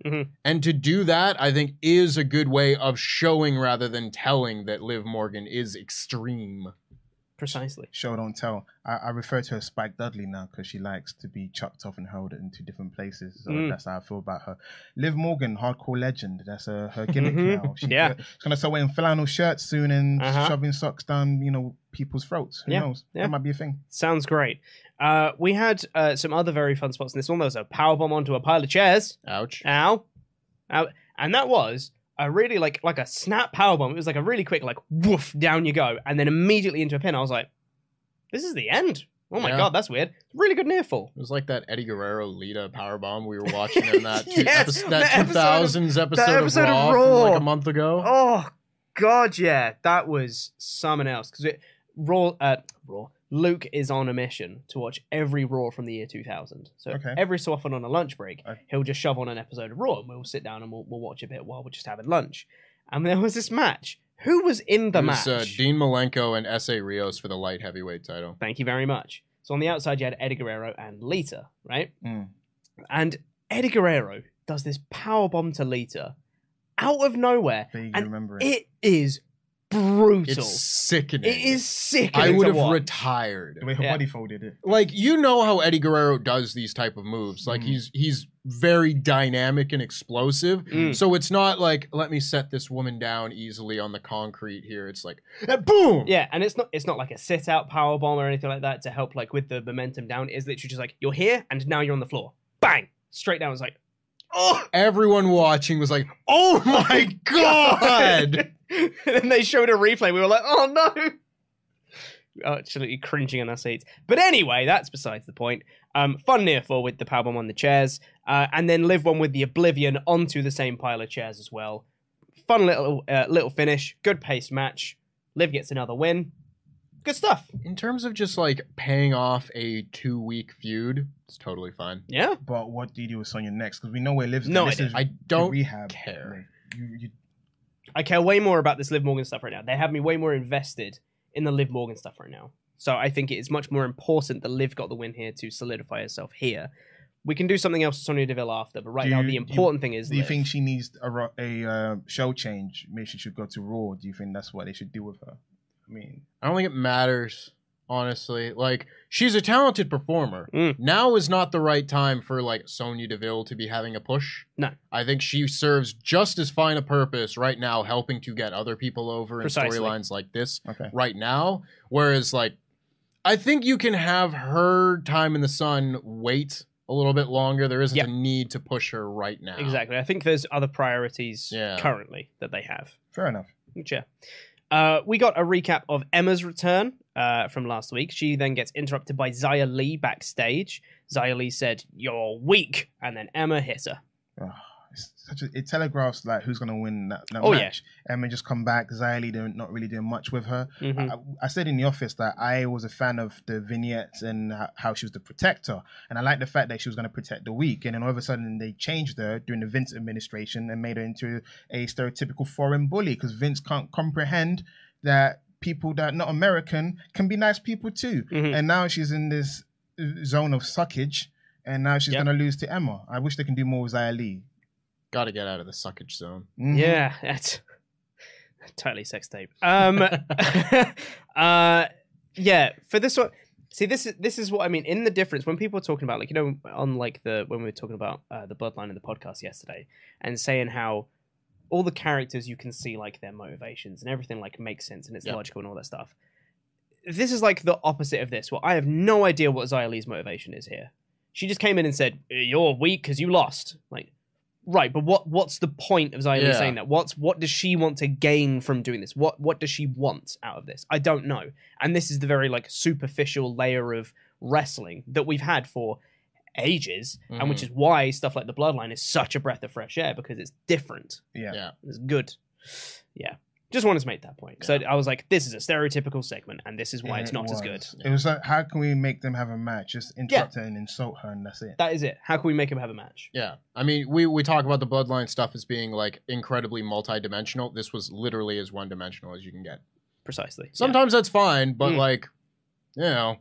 [SPEAKER 4] And to do that, I think is a good way of showing rather than telling that Liv Morgan is extreme.
[SPEAKER 2] Precisely.
[SPEAKER 3] Show don't tell. I, I refer to her as Spike Dudley now because she likes to be chopped off and held in two different places. So
[SPEAKER 2] Mm.
[SPEAKER 3] that's how I feel about her. Liv Morgan, hardcore legend. That's her, her gimmick
[SPEAKER 2] Mhm.
[SPEAKER 3] now. She,
[SPEAKER 2] Yeah.
[SPEAKER 3] She's gonna start wearing flannel shirts soon and
[SPEAKER 2] Uh-huh.
[SPEAKER 3] shoving socks down, you know, people's throats. Who
[SPEAKER 2] Yeah,
[SPEAKER 3] knows?
[SPEAKER 2] yeah.
[SPEAKER 3] That might be a thing.
[SPEAKER 2] Sounds great. Uh, we had uh, some other very fun spots in this one. There was a power bomb onto a pile of chairs.
[SPEAKER 4] Ouch.
[SPEAKER 2] Ow. Ow. And that was a really like like a snap power bomb. It was like a really quick like woof down you go, and then immediately into a pin. I was like, this is the end. Oh my
[SPEAKER 4] Yeah.
[SPEAKER 2] god, that's weird. Really good near fall.
[SPEAKER 4] It was like that Eddie Guerrero Lita powerbomb we were watching in that, two,
[SPEAKER 2] Yes,
[SPEAKER 4] epi-
[SPEAKER 2] that
[SPEAKER 4] that,
[SPEAKER 2] episode of-
[SPEAKER 4] 2000s episode,
[SPEAKER 2] that episode
[SPEAKER 4] of
[SPEAKER 2] of
[SPEAKER 4] Raw, from,
[SPEAKER 2] Raw.
[SPEAKER 4] like a month ago.
[SPEAKER 2] Oh god, yeah, that was someone else because it raw uh, raw. Luke is on a mission to watch every Raw from the year 2000. So
[SPEAKER 3] Okay.
[SPEAKER 2] every so often on a lunch break,
[SPEAKER 3] Okay.
[SPEAKER 2] he'll just shove on an episode of Raw, and we'll sit down and we'll, we'll watch a bit while we're just having lunch. And there was this match. Who was in the
[SPEAKER 4] It
[SPEAKER 2] match?
[SPEAKER 4] was, uh, Dean Malenko and S.A. Rios for the light heavyweight title.
[SPEAKER 2] Thank you very much. So on the outside, you had Eddie Guerrero and Lita, right?
[SPEAKER 3] Mm.
[SPEAKER 2] And Eddie Guerrero does this power bomb to Lita out of nowhere,
[SPEAKER 3] Vaguely
[SPEAKER 2] and
[SPEAKER 3] remember it.
[SPEAKER 2] it is brutal.
[SPEAKER 4] It's sickening.
[SPEAKER 2] It is sick.
[SPEAKER 4] I would
[SPEAKER 2] to
[SPEAKER 4] have
[SPEAKER 2] watch.
[SPEAKER 4] retired.
[SPEAKER 3] The way her
[SPEAKER 2] Yeah.
[SPEAKER 3] body folded it.
[SPEAKER 4] Like you know how Eddie Guerrero does these type of moves. Like
[SPEAKER 3] Mhm.
[SPEAKER 4] he's he's very dynamic and explosive.
[SPEAKER 2] Mm.
[SPEAKER 4] So it's not like let me set this woman down easily on the concrete here. It's like "Ah, boom.
[SPEAKER 2] Yeah, and it's not it's not like a sit out power bomb or anything like that to help like with the momentum down. It's literally just like you're here and now you're on the floor. Bang! Straight down. It's like oh
[SPEAKER 4] Everyone watching was like, "Oh my god!"
[SPEAKER 2] and then they showed a replay. We were like, oh no. Absolutely cringing on our seats. But anyway, that's besides the point. Um, fun near four with the powerbomb on the chairs, uh, and then live one with the oblivion onto the same pile of chairs as well. Fun little uh, little finish. Good paced match. Liv gets another win. Good stuff.
[SPEAKER 4] In terms of just like paying off a two week feud, it's totally fine.
[SPEAKER 2] Yeah.
[SPEAKER 3] But what do you do with Sonya next? Because we know where it lives.
[SPEAKER 2] No
[SPEAKER 3] this
[SPEAKER 2] idea.
[SPEAKER 3] is
[SPEAKER 4] I
[SPEAKER 3] the
[SPEAKER 4] don't
[SPEAKER 3] rehab.
[SPEAKER 4] care.
[SPEAKER 3] You, you,
[SPEAKER 2] I care way more about this Liv Morgan stuff right now. They have me way more invested in the Liv Morgan stuff right now. So I think it is much more important that Liv got the win here to solidify herself here. We can do something else to Sonya Deville after, but right
[SPEAKER 3] Do
[SPEAKER 2] now
[SPEAKER 3] you-
[SPEAKER 2] the
[SPEAKER 3] you-
[SPEAKER 2] important thing is
[SPEAKER 3] do you
[SPEAKER 2] Liv.
[SPEAKER 3] think she needs a, ro- a uh, show change? Maybe she should go to Raw. Do you think that's what they should do with her? I mean,
[SPEAKER 4] I don't think it matters, honestly. Like, she's a talented performer.
[SPEAKER 2] Mm.
[SPEAKER 4] Now is not the right time for like Sonya Deville to be having a push.
[SPEAKER 2] No.
[SPEAKER 4] I think she serves just as fine a purpose right now, helping to get other people over in
[SPEAKER 2] Precisely.
[SPEAKER 4] storylines like this
[SPEAKER 3] okay.
[SPEAKER 4] right now. Whereas, like, I think you can have her time in the sun wait a little bit longer. There isn't
[SPEAKER 2] Yep.
[SPEAKER 4] a need to push her right now.
[SPEAKER 2] Exactly. I think there's other priorities
[SPEAKER 4] Yeah.
[SPEAKER 2] currently that they have.
[SPEAKER 3] Fair enough.
[SPEAKER 2] Which, yeah. Uh, we got a recap of Emma's return uh, from last week. She then gets interrupted by Zaya Lee backstage. Zaya Lee said, You're weak. And then Emma hit her.
[SPEAKER 3] Ugh, it's such a, it telegraphs like who's gonna win that, that
[SPEAKER 2] Oh, yeah.
[SPEAKER 3] match. Emma just come back. Xylee they're not really doing much with her.
[SPEAKER 2] Mhm.
[SPEAKER 3] I, I said in the office that I was a fan of the vignettes and ho- how she was the protector, and I liked the fact that she was gonna protect the weak. And then all of a sudden they changed her during the Vince administration and made her into a stereotypical foreign bully because Vince can't comprehend that people that are not American can be nice people too.
[SPEAKER 2] Mhm.
[SPEAKER 3] And now she's in this uh, zone of suckage. And now she's
[SPEAKER 2] Yep.
[SPEAKER 3] gonna lose to Emma. I wish they can do more with Xia Lee.
[SPEAKER 4] Got to get out of the suckage zone.
[SPEAKER 3] Mhm.
[SPEAKER 2] Yeah, that's totally sex tape. Um, uh, yeah, for this one, see, this is this is what I mean. In the difference, when people are talking about, like, you know, on like the when we were talking about uh, the bloodline in the podcast yesterday, and saying how all the characters you can see like their motivations and everything like makes sense and it's
[SPEAKER 4] Yeah.
[SPEAKER 2] logical and all that stuff. This is like the opposite of this. Well, I have no idea what Xia Lee's motivation is here. She just came in and said, "Eh, "You're weak because you lost." Like, right? But what what's the point of Xia Li
[SPEAKER 4] Yeah.
[SPEAKER 2] saying that? What's what does she want to gain from doing this? What what does she want out of this? I don't know. And this is the very like superficial layer of wrestling that we've had for ages, and which
[SPEAKER 4] Mhm.
[SPEAKER 2] is why stuff like the Bloodline is such a breath of fresh air because it's different.
[SPEAKER 3] Yeah.
[SPEAKER 4] Yeah.
[SPEAKER 2] It's good. Yeah. Just wanted to make that point. So I was like, this is a stereotypical segment, and this is why it's not as good.
[SPEAKER 3] It was like, how can we make them have a match? Just interrupt her and insult her, and that's it.
[SPEAKER 2] That is it. How can we make him have a match?
[SPEAKER 4] Yeah. I mean, we, we talk about the bloodline stuff as being like incredibly multidimensional. This was literally as one dimensional as you can get.
[SPEAKER 2] Precisely.
[SPEAKER 4] Sometimes that's fine, but
[SPEAKER 2] Mm.
[SPEAKER 4] like, you know.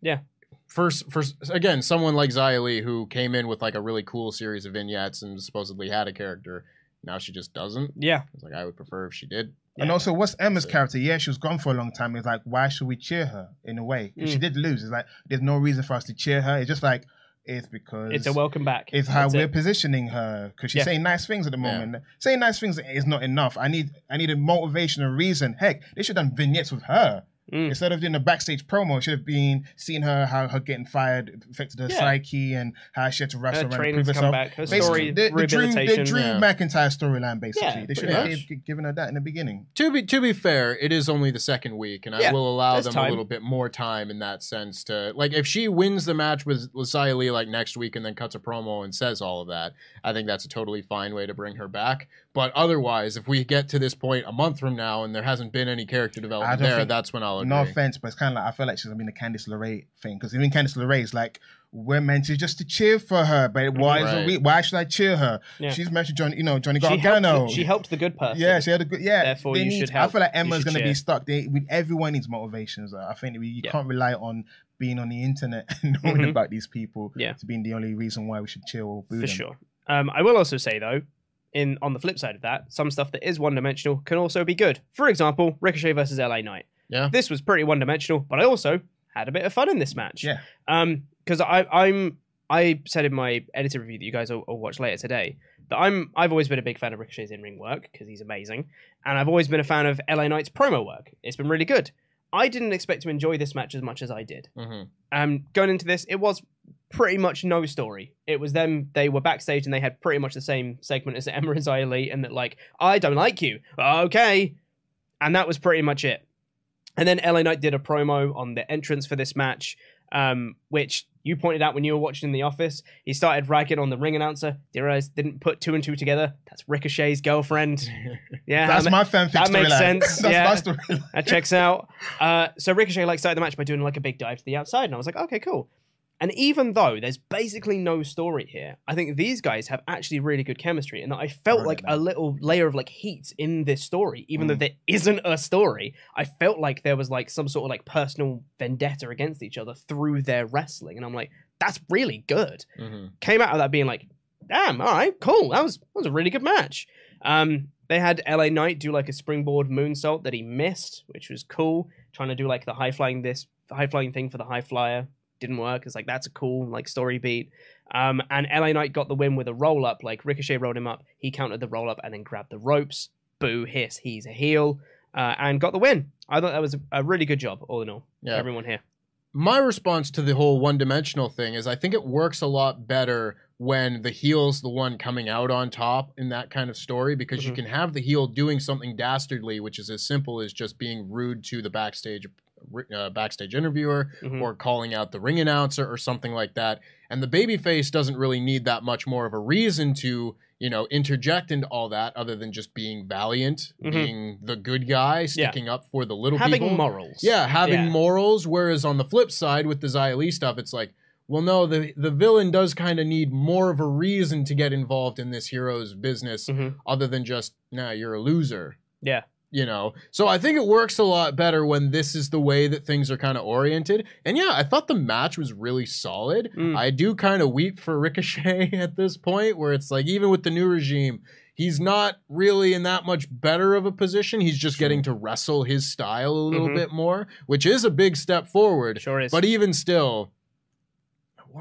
[SPEAKER 2] Yeah.
[SPEAKER 4] First, first again, someone like Xia Li who came in with like a really cool series of vignettes and supposedly had a character. Now she just doesn't.
[SPEAKER 2] Yeah.
[SPEAKER 4] It's like I would prefer if she did.
[SPEAKER 3] And also, what's Emma's character? Yeah, she was gone for a long time. It's like, why should we cheer her in a way? If she
[SPEAKER 2] Mm.
[SPEAKER 3] did lose, it's like, there's no reason for us to cheer her. It's just like, it's because.
[SPEAKER 2] It's a welcome back.
[SPEAKER 3] It's how
[SPEAKER 2] That's
[SPEAKER 3] we're
[SPEAKER 2] it.
[SPEAKER 3] positioning her because she's
[SPEAKER 2] Yeah.
[SPEAKER 3] saying nice things at the
[SPEAKER 2] Yeah.
[SPEAKER 3] moment. Saying nice things is not enough. I need I need a motivation, a reason. Heck, they should have done vignettes with her.
[SPEAKER 2] Mm.
[SPEAKER 3] Instead of doing a backstage promo, it should have been seeing her how her getting fired affected her
[SPEAKER 2] Yeah.
[SPEAKER 3] psyche and how she had to
[SPEAKER 2] Her
[SPEAKER 3] wrestle around and
[SPEAKER 2] training
[SPEAKER 3] prove
[SPEAKER 2] to come
[SPEAKER 3] herself.
[SPEAKER 2] back, her
[SPEAKER 3] Basically,
[SPEAKER 2] story,
[SPEAKER 3] the, the Drew, the
[SPEAKER 2] rehabilitation.
[SPEAKER 3] Drew
[SPEAKER 2] Yeah.
[SPEAKER 3] McIntyre storyline, basically.
[SPEAKER 2] Yeah,
[SPEAKER 3] they should
[SPEAKER 4] pretty
[SPEAKER 3] have
[SPEAKER 4] much.
[SPEAKER 3] gi- given her that in the beginning.
[SPEAKER 4] To be to be fair, it is only the second week, and
[SPEAKER 3] Yeah,
[SPEAKER 4] I will allow
[SPEAKER 3] there's
[SPEAKER 4] them
[SPEAKER 3] time.
[SPEAKER 4] a little bit more time in that sense to like if she wins the match with Lasaya Lee like next week and then cuts a promo and says all of that, I think that's a totally fine way to bring her back. But otherwise, if we get to this point a month from now and there hasn't been any character
[SPEAKER 3] I
[SPEAKER 4] development
[SPEAKER 3] don't
[SPEAKER 4] there,
[SPEAKER 3] think-
[SPEAKER 4] that's when I'll agree.
[SPEAKER 3] No offense, but it's kind of like I feel like she's gonna be in the Candice LeRae thing because even Candice LeRae is like we're meant to just to cheer for her, but why is
[SPEAKER 2] Right.
[SPEAKER 3] we, why should I cheer her?
[SPEAKER 2] Yeah.
[SPEAKER 3] She's meant to Johnny, you know Johnny
[SPEAKER 2] She helped,
[SPEAKER 3] Gargano.
[SPEAKER 2] the, she helped the good person.
[SPEAKER 3] Yeah, she had a good. Yeah,
[SPEAKER 2] Therefore,
[SPEAKER 3] they
[SPEAKER 2] you
[SPEAKER 3] need-
[SPEAKER 2] should help.
[SPEAKER 3] I feel like
[SPEAKER 2] You
[SPEAKER 3] Emma's
[SPEAKER 2] should
[SPEAKER 3] gonna
[SPEAKER 2] cheer.
[SPEAKER 3] be stuck. They, we, everyone needs motivations. uh, I think we, you
[SPEAKER 2] Yeah.
[SPEAKER 3] can't rely on being on the internet and knowing
[SPEAKER 2] Mhm.
[SPEAKER 3] about these people
[SPEAKER 2] Yeah.
[SPEAKER 3] to being the only reason why we should cheer or boo
[SPEAKER 2] for
[SPEAKER 3] them.
[SPEAKER 2] sure. Um, I will also say though, in on the flip side of that, some stuff that is one dimensional can also be good. For example, Ricochet versus LA Knight.
[SPEAKER 4] Yeah.
[SPEAKER 2] This was pretty one dimensional, but I also had a bit of fun in this match.
[SPEAKER 3] Yeah.
[SPEAKER 2] Um, because I I'm I said in my editor review that you guys will, will watch later today that I'm I've always been a big fan of Ricochet's in ring work because he's amazing, and I've always been a fan of LA Knight's promo work. It's been really good. I didn't expect to enjoy this match as much as I did.
[SPEAKER 4] Mm-hmm.
[SPEAKER 2] Um, going into this, it was pretty much no story. It was them. They were backstage and they had pretty much the same segment as Emma and Xia Li, and that like, I don't like you. Okay, and that was pretty much it. And then LA Knight did a promo on the entrance for this match, um, which you pointed out when you were watching in the office. He started ragging on the ring announcer. Did realize didn't put two and two together. That's Ricochet's girlfriend. Yeah,
[SPEAKER 3] That's
[SPEAKER 2] that ma-
[SPEAKER 3] my fanfic
[SPEAKER 2] That makes
[SPEAKER 3] storyline.
[SPEAKER 2] sense.
[SPEAKER 3] That's
[SPEAKER 2] yeah.
[SPEAKER 3] my storyline.
[SPEAKER 2] That checks out. Uh, so Ricochet like started the match by doing like a big dive to the outside, and I was like, okay, cool. And even though there's basically no story here, I think these guys have actually really good chemistry, and I felt like a little layer of like heat in this story, even though
[SPEAKER 9] Mm.
[SPEAKER 2] there isn't a story. I felt like there was like some sort of like personal vendetta against each other through their wrestling, and I'm like, that's really good
[SPEAKER 4] Mm-hmm.
[SPEAKER 2] came out of that being like, damn, all right, cool. That was that was a really good match. Um, they had LA Knight do like a springboard moonsault that he missed, which was cool. Trying to do like the high flying this high flying thing for the high flyer didn't work. It's like that's a cool like story beat. Um, and LA Knight got the win with a roll up. Like Ricochet rolled him up. He countered the roll up and then grabbed the ropes. Boo hiss. He's a heel. Uh, and got the win. I thought that was a, a really good job, all in all.
[SPEAKER 4] Yeah.
[SPEAKER 2] Everyone here.
[SPEAKER 4] my response to the whole one dimensional thing is I think it works a lot better when the heel's the one coming out on top in that kind of story because you
[SPEAKER 8] Mhm.
[SPEAKER 4] can have the heel doing something dastardly, which is as simple as just being rude to the backstage uh, backstage interviewer
[SPEAKER 2] Mm-hmm.
[SPEAKER 4] or calling out the ring announcer or something like that. And the babyface doesn't really need that much more of a reason to, you know, interject into all that other than just being valiant,
[SPEAKER 2] Mhm.
[SPEAKER 4] being the good guy, sticking up for the little
[SPEAKER 2] Having
[SPEAKER 4] people.
[SPEAKER 2] morals.
[SPEAKER 4] Yeah, having
[SPEAKER 2] Yeah.
[SPEAKER 4] morals. Whereas on the flip side with the Xylee stuff, it's like, well, no, the the villain does kind of need more of a reason to get involved in this hero's business
[SPEAKER 2] Mm.
[SPEAKER 4] other than just, nah, you're a loser
[SPEAKER 2] Mm-hmm. Yeah.
[SPEAKER 4] you know so i think it works a lot better when this is the way that things are kind of oriented and yeah i thought the match was really solid
[SPEAKER 2] Hmm. Mm.
[SPEAKER 4] i do kind of weep for ricochet at this point where it's like even with the new regime he's not really in that much better of a position he's just getting to wrestle his style a little
[SPEAKER 8] Mhm.
[SPEAKER 4] bit more which is a big step forward
[SPEAKER 2] Mm-hmm. sure is
[SPEAKER 4] but even still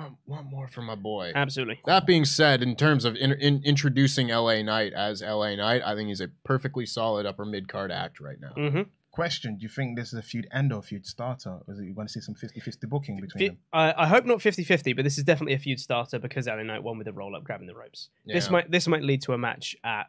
[SPEAKER 4] One, one more for my boy.
[SPEAKER 2] Absolutely.
[SPEAKER 4] that being said, in terms of in, in, introducing LA Knight as LA Knight, I think he's a perfectly solid upper mid card act right now.
[SPEAKER 2] Mm-hmm.
[SPEAKER 3] Question: Do you think this is a feud end or feud starter? Or is it you want to see some 50-50 booking between
[SPEAKER 2] Fe-
[SPEAKER 3] them?
[SPEAKER 2] I I hope not 50 50, but this is definitely a feud starter because LA Knight won with a roll up grabbing the ropes. This
[SPEAKER 3] Yeah.
[SPEAKER 2] might this might lead to a match at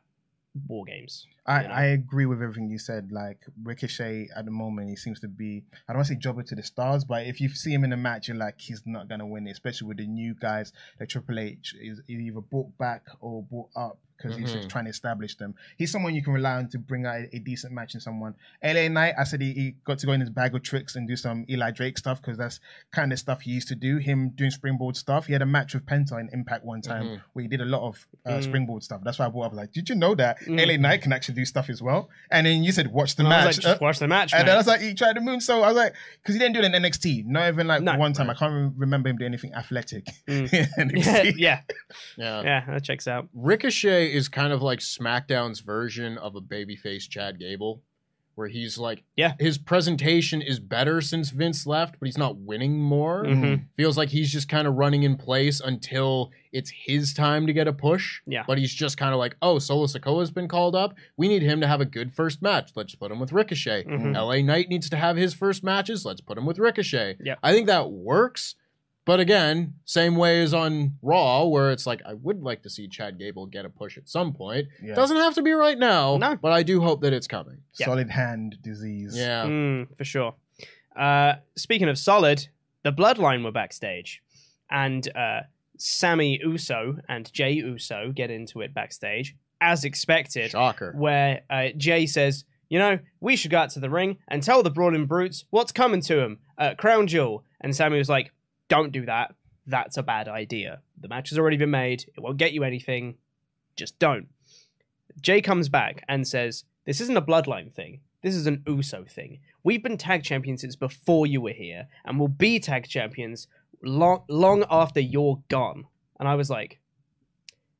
[SPEAKER 2] War Games.
[SPEAKER 3] I, I agree with everything you said. Like Ricochet at the moment, he seems to be I don't want to say jobber to the stars, but if you see him in a match, you're like he's not gonna win it, especially with the new guys that Triple H is either brought back or brought up because he's
[SPEAKER 4] Mhm.
[SPEAKER 3] just trying to establish them. He's someone you can rely on to bring out a, a decent match in someone. LA Knight, I said he, he got to go in his bag of tricks and do some Eli Drake stuff because that's kind of stuff he used to do. Him doing springboard stuff. He had a match with Penta in Impact one time
[SPEAKER 2] Mm-hmm.
[SPEAKER 4] Mhm.
[SPEAKER 3] where he did a lot of uh,
[SPEAKER 4] Mm.
[SPEAKER 3] springboard stuff. That's why I brought up like, did you know that
[SPEAKER 4] Mm.
[SPEAKER 3] LA Knight can actually do stuff as well? And then you said watch the
[SPEAKER 2] And I
[SPEAKER 3] match.
[SPEAKER 2] was like, just
[SPEAKER 3] Uh,
[SPEAKER 2] watch the match,
[SPEAKER 3] And
[SPEAKER 2] mate.
[SPEAKER 3] then I was like, he tried the moon. So I was like, because he didn't do it in NXT. Not even like one time. I can't re- remember him doing anything athletic.
[SPEAKER 2] Mm.
[SPEAKER 3] in NXT.
[SPEAKER 2] yeah.
[SPEAKER 4] Yeah.
[SPEAKER 2] Yeah, that checks out.
[SPEAKER 4] Ricochet is kind of like SmackDown's version of a babyface Chad Gable, where he's like,
[SPEAKER 2] yeah,
[SPEAKER 4] his presentation is better since Vince left, but he's not winning more.
[SPEAKER 2] Mhm.
[SPEAKER 4] Feels like he's just kind of running in place until it's his time to get a push.
[SPEAKER 2] Yeah.
[SPEAKER 4] But he's just kind of like, oh, Solo Sokoa's been called up. We need him to have a good first match. Let's put him with Ricochet.
[SPEAKER 2] Mhm.
[SPEAKER 4] LA Knight needs to have his first matches. Let's put him with Ricochet.
[SPEAKER 2] Yep.
[SPEAKER 4] I think that works. But again, same way as on Raw, where it's like I would like to see Chad Gable get a push at some point.
[SPEAKER 3] Yeah.
[SPEAKER 4] Doesn't have to be right now, but I do hope that it's coming.
[SPEAKER 3] Solid hand disease.
[SPEAKER 4] Yeah.
[SPEAKER 2] Mm, for sure. Uh, speaking of solid, the Bloodline were backstage, and uh, Sammy Uso and Jay Uso get into it backstage as expected.
[SPEAKER 4] Shocker.
[SPEAKER 2] Where uh, Jay says, "You know, we should go out to the ring and tell the brawling brutes what's coming to them at Crown Jewel." And Sammy was like, "Don't do that. That's a bad idea. The match has already been made. It won't get you anything. Just don't." Jay comes back and says, This isn't a bloodline thing. This is an Uso thing. We've been tag champions since before you were here, and we'll be tag champions long, long after you're gone. And I was like,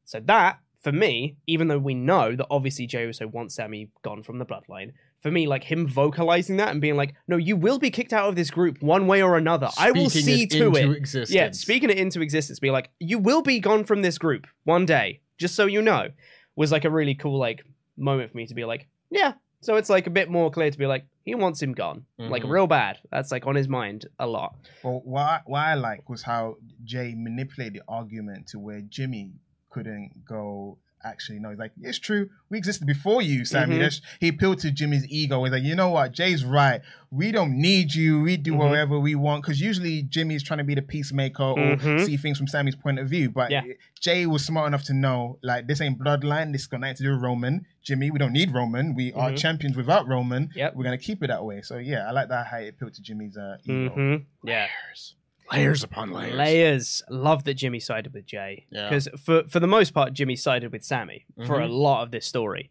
[SPEAKER 2] So that, for me, even though we know that obviously Jay Uso wants Sammy gone from the bloodline, for me, like him vocalizing that and being like, No, you will be kicked out of this group one way or another. I will
[SPEAKER 4] Speaking
[SPEAKER 2] see
[SPEAKER 4] it
[SPEAKER 2] to
[SPEAKER 4] into
[SPEAKER 2] it. Yeah,
[SPEAKER 4] existence.
[SPEAKER 2] speaking it into existence, be like, You will be gone from this group one day, just so you know was like a really cool like moment for me to be like, yeah. So it's like a bit more clear to be like, he wants him gone, like
[SPEAKER 3] Mhm.
[SPEAKER 2] real bad. That's like on his mind a lot.
[SPEAKER 3] Well, what I, what I like was how Jay manipulated the argument to where Jimmy couldn't go. Actually, no. He's like, it's true. We existed before you, Sammy.
[SPEAKER 4] Mhm.
[SPEAKER 3] That's- He appealed to Jimmy's ego. He's like, you know what? Jay's right. We don't need you. We do
[SPEAKER 4] Mhm.
[SPEAKER 3] whatever we want. Because usually Jimmy's trying to be the peacemaker or
[SPEAKER 4] Mhm.
[SPEAKER 3] see things from Sammy's point of view. But
[SPEAKER 4] Yeah.
[SPEAKER 3] Jay was smart enough to know, like, this ain't bloodline. This got nothing to do with Roman. Jimmy, we don't need Roman. We are
[SPEAKER 2] Mhm.
[SPEAKER 3] champions without Roman.
[SPEAKER 2] Yep.
[SPEAKER 3] We're gonna keep it that way. So yeah, I like that how it appealed to Jimmy's uh, ego.
[SPEAKER 2] Mhm. Yeah.
[SPEAKER 4] Layers. Layers upon layers.
[SPEAKER 2] Layers. Love that Jimmy sided with Jay.
[SPEAKER 4] Yeah.
[SPEAKER 2] Because for, for the most part, Jimmy sided with Sammy for a
[SPEAKER 4] Mhm.
[SPEAKER 2] lot of this story.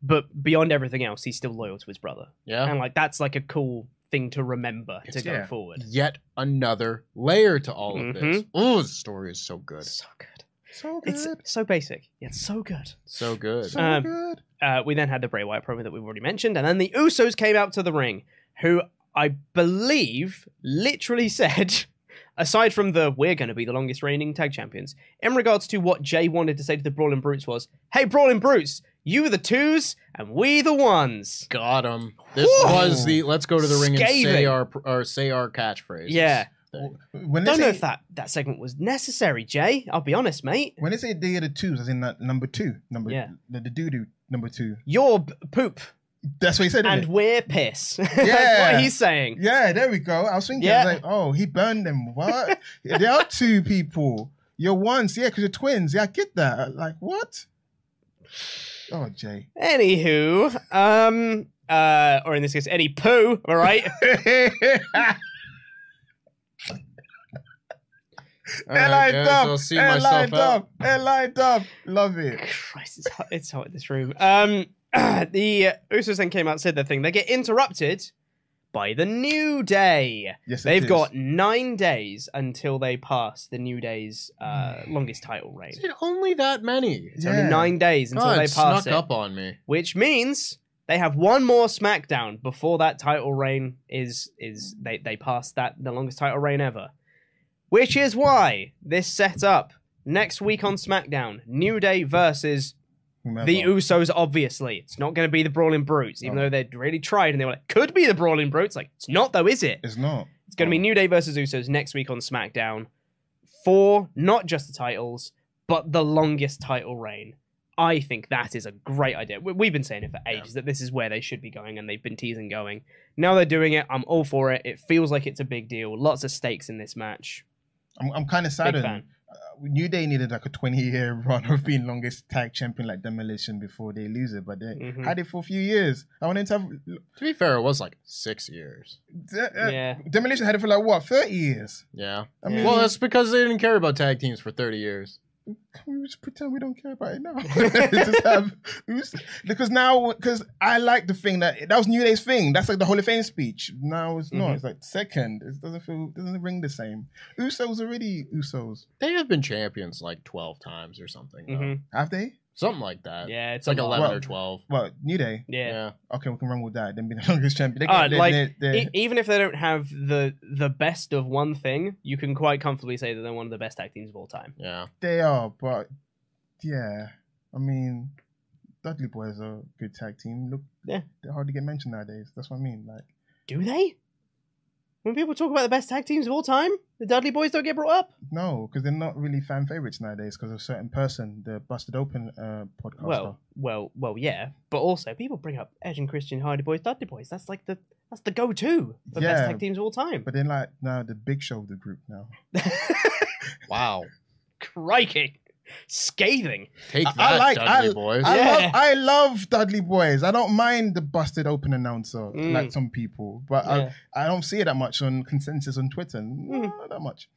[SPEAKER 2] But beyond everything else, he's still loyal to his brother.
[SPEAKER 4] Yeah.
[SPEAKER 2] And like that's like a cool thing to remember to go
[SPEAKER 4] yeah.
[SPEAKER 2] forward.
[SPEAKER 4] Yet another layer to all of this.
[SPEAKER 2] Mhm.
[SPEAKER 4] Oh, the story is so good.
[SPEAKER 2] So good.
[SPEAKER 3] So
[SPEAKER 2] It's so basic, yet so good.
[SPEAKER 4] So good.
[SPEAKER 2] Um, uh, we then had the Bray Wyatt promo that we've already mentioned, and then the Usos came out to the ring, who I believe literally said, aside from the we're going to be the longest reigning tag champions, in regards to what Jay wanted to say to the Brawling Brutes was, "Hey Brawling Brutes, you the twos and we the ones."
[SPEAKER 4] Got him. This
[SPEAKER 2] Whoa.
[SPEAKER 4] was the let's go to the ring and say
[SPEAKER 2] Scathing.
[SPEAKER 4] our pr- or say our catchphrase.
[SPEAKER 2] Yeah.
[SPEAKER 3] When they
[SPEAKER 2] Don't know
[SPEAKER 3] say-
[SPEAKER 2] if that, that segment was necessary, Jay. I'll be honest, mate.
[SPEAKER 3] When they say they are the twos, as in that number two, number
[SPEAKER 2] Yeah.
[SPEAKER 3] the, the doo doo number two.
[SPEAKER 2] Your b- poop.
[SPEAKER 3] That's what he said.
[SPEAKER 2] And
[SPEAKER 3] innit?
[SPEAKER 2] we're piss. That's
[SPEAKER 3] Yeah.
[SPEAKER 2] what he's saying.
[SPEAKER 3] Yeah, there we go. I was thinking, I was like, oh, he burned them. What? they are two people. You're ones, yeah, because you're twins. Yeah, I get that. Like what? Oh, Jay.
[SPEAKER 2] Anywho, um, uh, or in this case, any poo, all right?
[SPEAKER 4] All right,
[SPEAKER 3] Eli
[SPEAKER 4] guys,
[SPEAKER 3] Dub,
[SPEAKER 4] I'll see
[SPEAKER 3] Eli
[SPEAKER 4] myself out.
[SPEAKER 3] Dub, Eli Dub. Love it.
[SPEAKER 2] Christ, it's hot, it's hot in this room. Um, the uh, Usos then came out and said their thing. They get interrupted by the New Day.
[SPEAKER 3] Yes, it
[SPEAKER 2] They've
[SPEAKER 3] is.
[SPEAKER 2] got nine days until they pass the New Day's uh, longest title reign.
[SPEAKER 4] Is it only that many?
[SPEAKER 2] It's only nine days until
[SPEAKER 4] God,
[SPEAKER 2] they
[SPEAKER 4] it
[SPEAKER 2] pass
[SPEAKER 4] Oh, snuck
[SPEAKER 2] it.
[SPEAKER 4] up on me.
[SPEAKER 2] which means they have one more SmackDown before that title reign is is they they pass that the longest title reign ever, which is why this set up next week on SmackDown New Day versus. The Usos, obviously, it's not going to be the Brawling Brutes, even
[SPEAKER 3] No.
[SPEAKER 2] though they'd really tried and they were like, could be the Brawling Brutes. Like, it's not though, is it?
[SPEAKER 3] It's not.
[SPEAKER 2] It's going to be New Day versus Usos next week on SmackDown for not just the titles, but the longest title reign. I think that is a great idea. We- We've been saying it for ages that this is where they should be going, and they've been teasing going. Now they're doing it. I'm all for it. It feels like it's a big deal. Lots of stakes in this match.
[SPEAKER 3] I'm, I'm kind of saddened.
[SPEAKER 2] fan.
[SPEAKER 3] Uh, New Day needed like a 20 year run of being longest tag champion like Demolition before they lose it, but they
[SPEAKER 4] Mhm.
[SPEAKER 3] had it for a few years. I wanted to have.
[SPEAKER 4] To be fair, it was like six years.
[SPEAKER 3] yeah. uh, Demolition had it for like what, 30 years?
[SPEAKER 4] Yeah.
[SPEAKER 3] I mean-
[SPEAKER 4] well, that's because they didn't care about tag teams for 30 years.
[SPEAKER 3] Can we just pretend we don't care about it now? Just have- we just- because now, because I like the thing that that was New Day's thing. That's like the Hall of Fame speech. Now it's not.
[SPEAKER 4] Mhm.
[SPEAKER 3] It's like second. It doesn't feel. Doesn't ring the same. Usos already Usos.
[SPEAKER 4] They have been champions like 12 times or something. though.
[SPEAKER 3] Mhm. Have they?
[SPEAKER 4] Something like that.
[SPEAKER 2] Mm-hmm. Yeah,
[SPEAKER 4] like
[SPEAKER 2] a lot.
[SPEAKER 4] 11 or
[SPEAKER 2] Well-
[SPEAKER 4] 12.
[SPEAKER 3] Well, New Day.
[SPEAKER 2] Yeah.
[SPEAKER 3] Okay, we can run with that. Then be the longest champion. They
[SPEAKER 2] Ah,
[SPEAKER 3] can- they-
[SPEAKER 2] like
[SPEAKER 3] they- they-
[SPEAKER 2] e- even if they don't have the the best of one thing, you can quite comfortably say that they're one of the best tag teams of all time.
[SPEAKER 4] Yeah.
[SPEAKER 3] They are, but yeah, I mean, Dudley Boys are a good tag team. Look,
[SPEAKER 2] yeah,
[SPEAKER 3] they're hard to get mentioned nowadays. That's what I mean. Like,
[SPEAKER 2] do they? When people talk about the best tag teams of all time, the Dudley Boys don't get brought up.
[SPEAKER 3] No, because they're not really fan favorites nowadays. Because of a certain person, the Busted Open uh, podcaster.
[SPEAKER 2] Well, well, well, yeah. But also, people bring up Edge and Christian, Hardy Boys, Dudley Boys. That's like the that's the go-to for best tag teams of all time.
[SPEAKER 3] But then, like now, the Big Show of the group now.
[SPEAKER 4] wow,
[SPEAKER 2] Crikey, scathing.
[SPEAKER 4] Take
[SPEAKER 3] I like I, I
[SPEAKER 2] Yeah.
[SPEAKER 3] love I love Dudley Boys. I don't mind the Busted Open announcer like some people, but
[SPEAKER 2] Mm. Yeah. Mm.
[SPEAKER 3] I, I don't see it that much on consensus on Twitter. Not that much.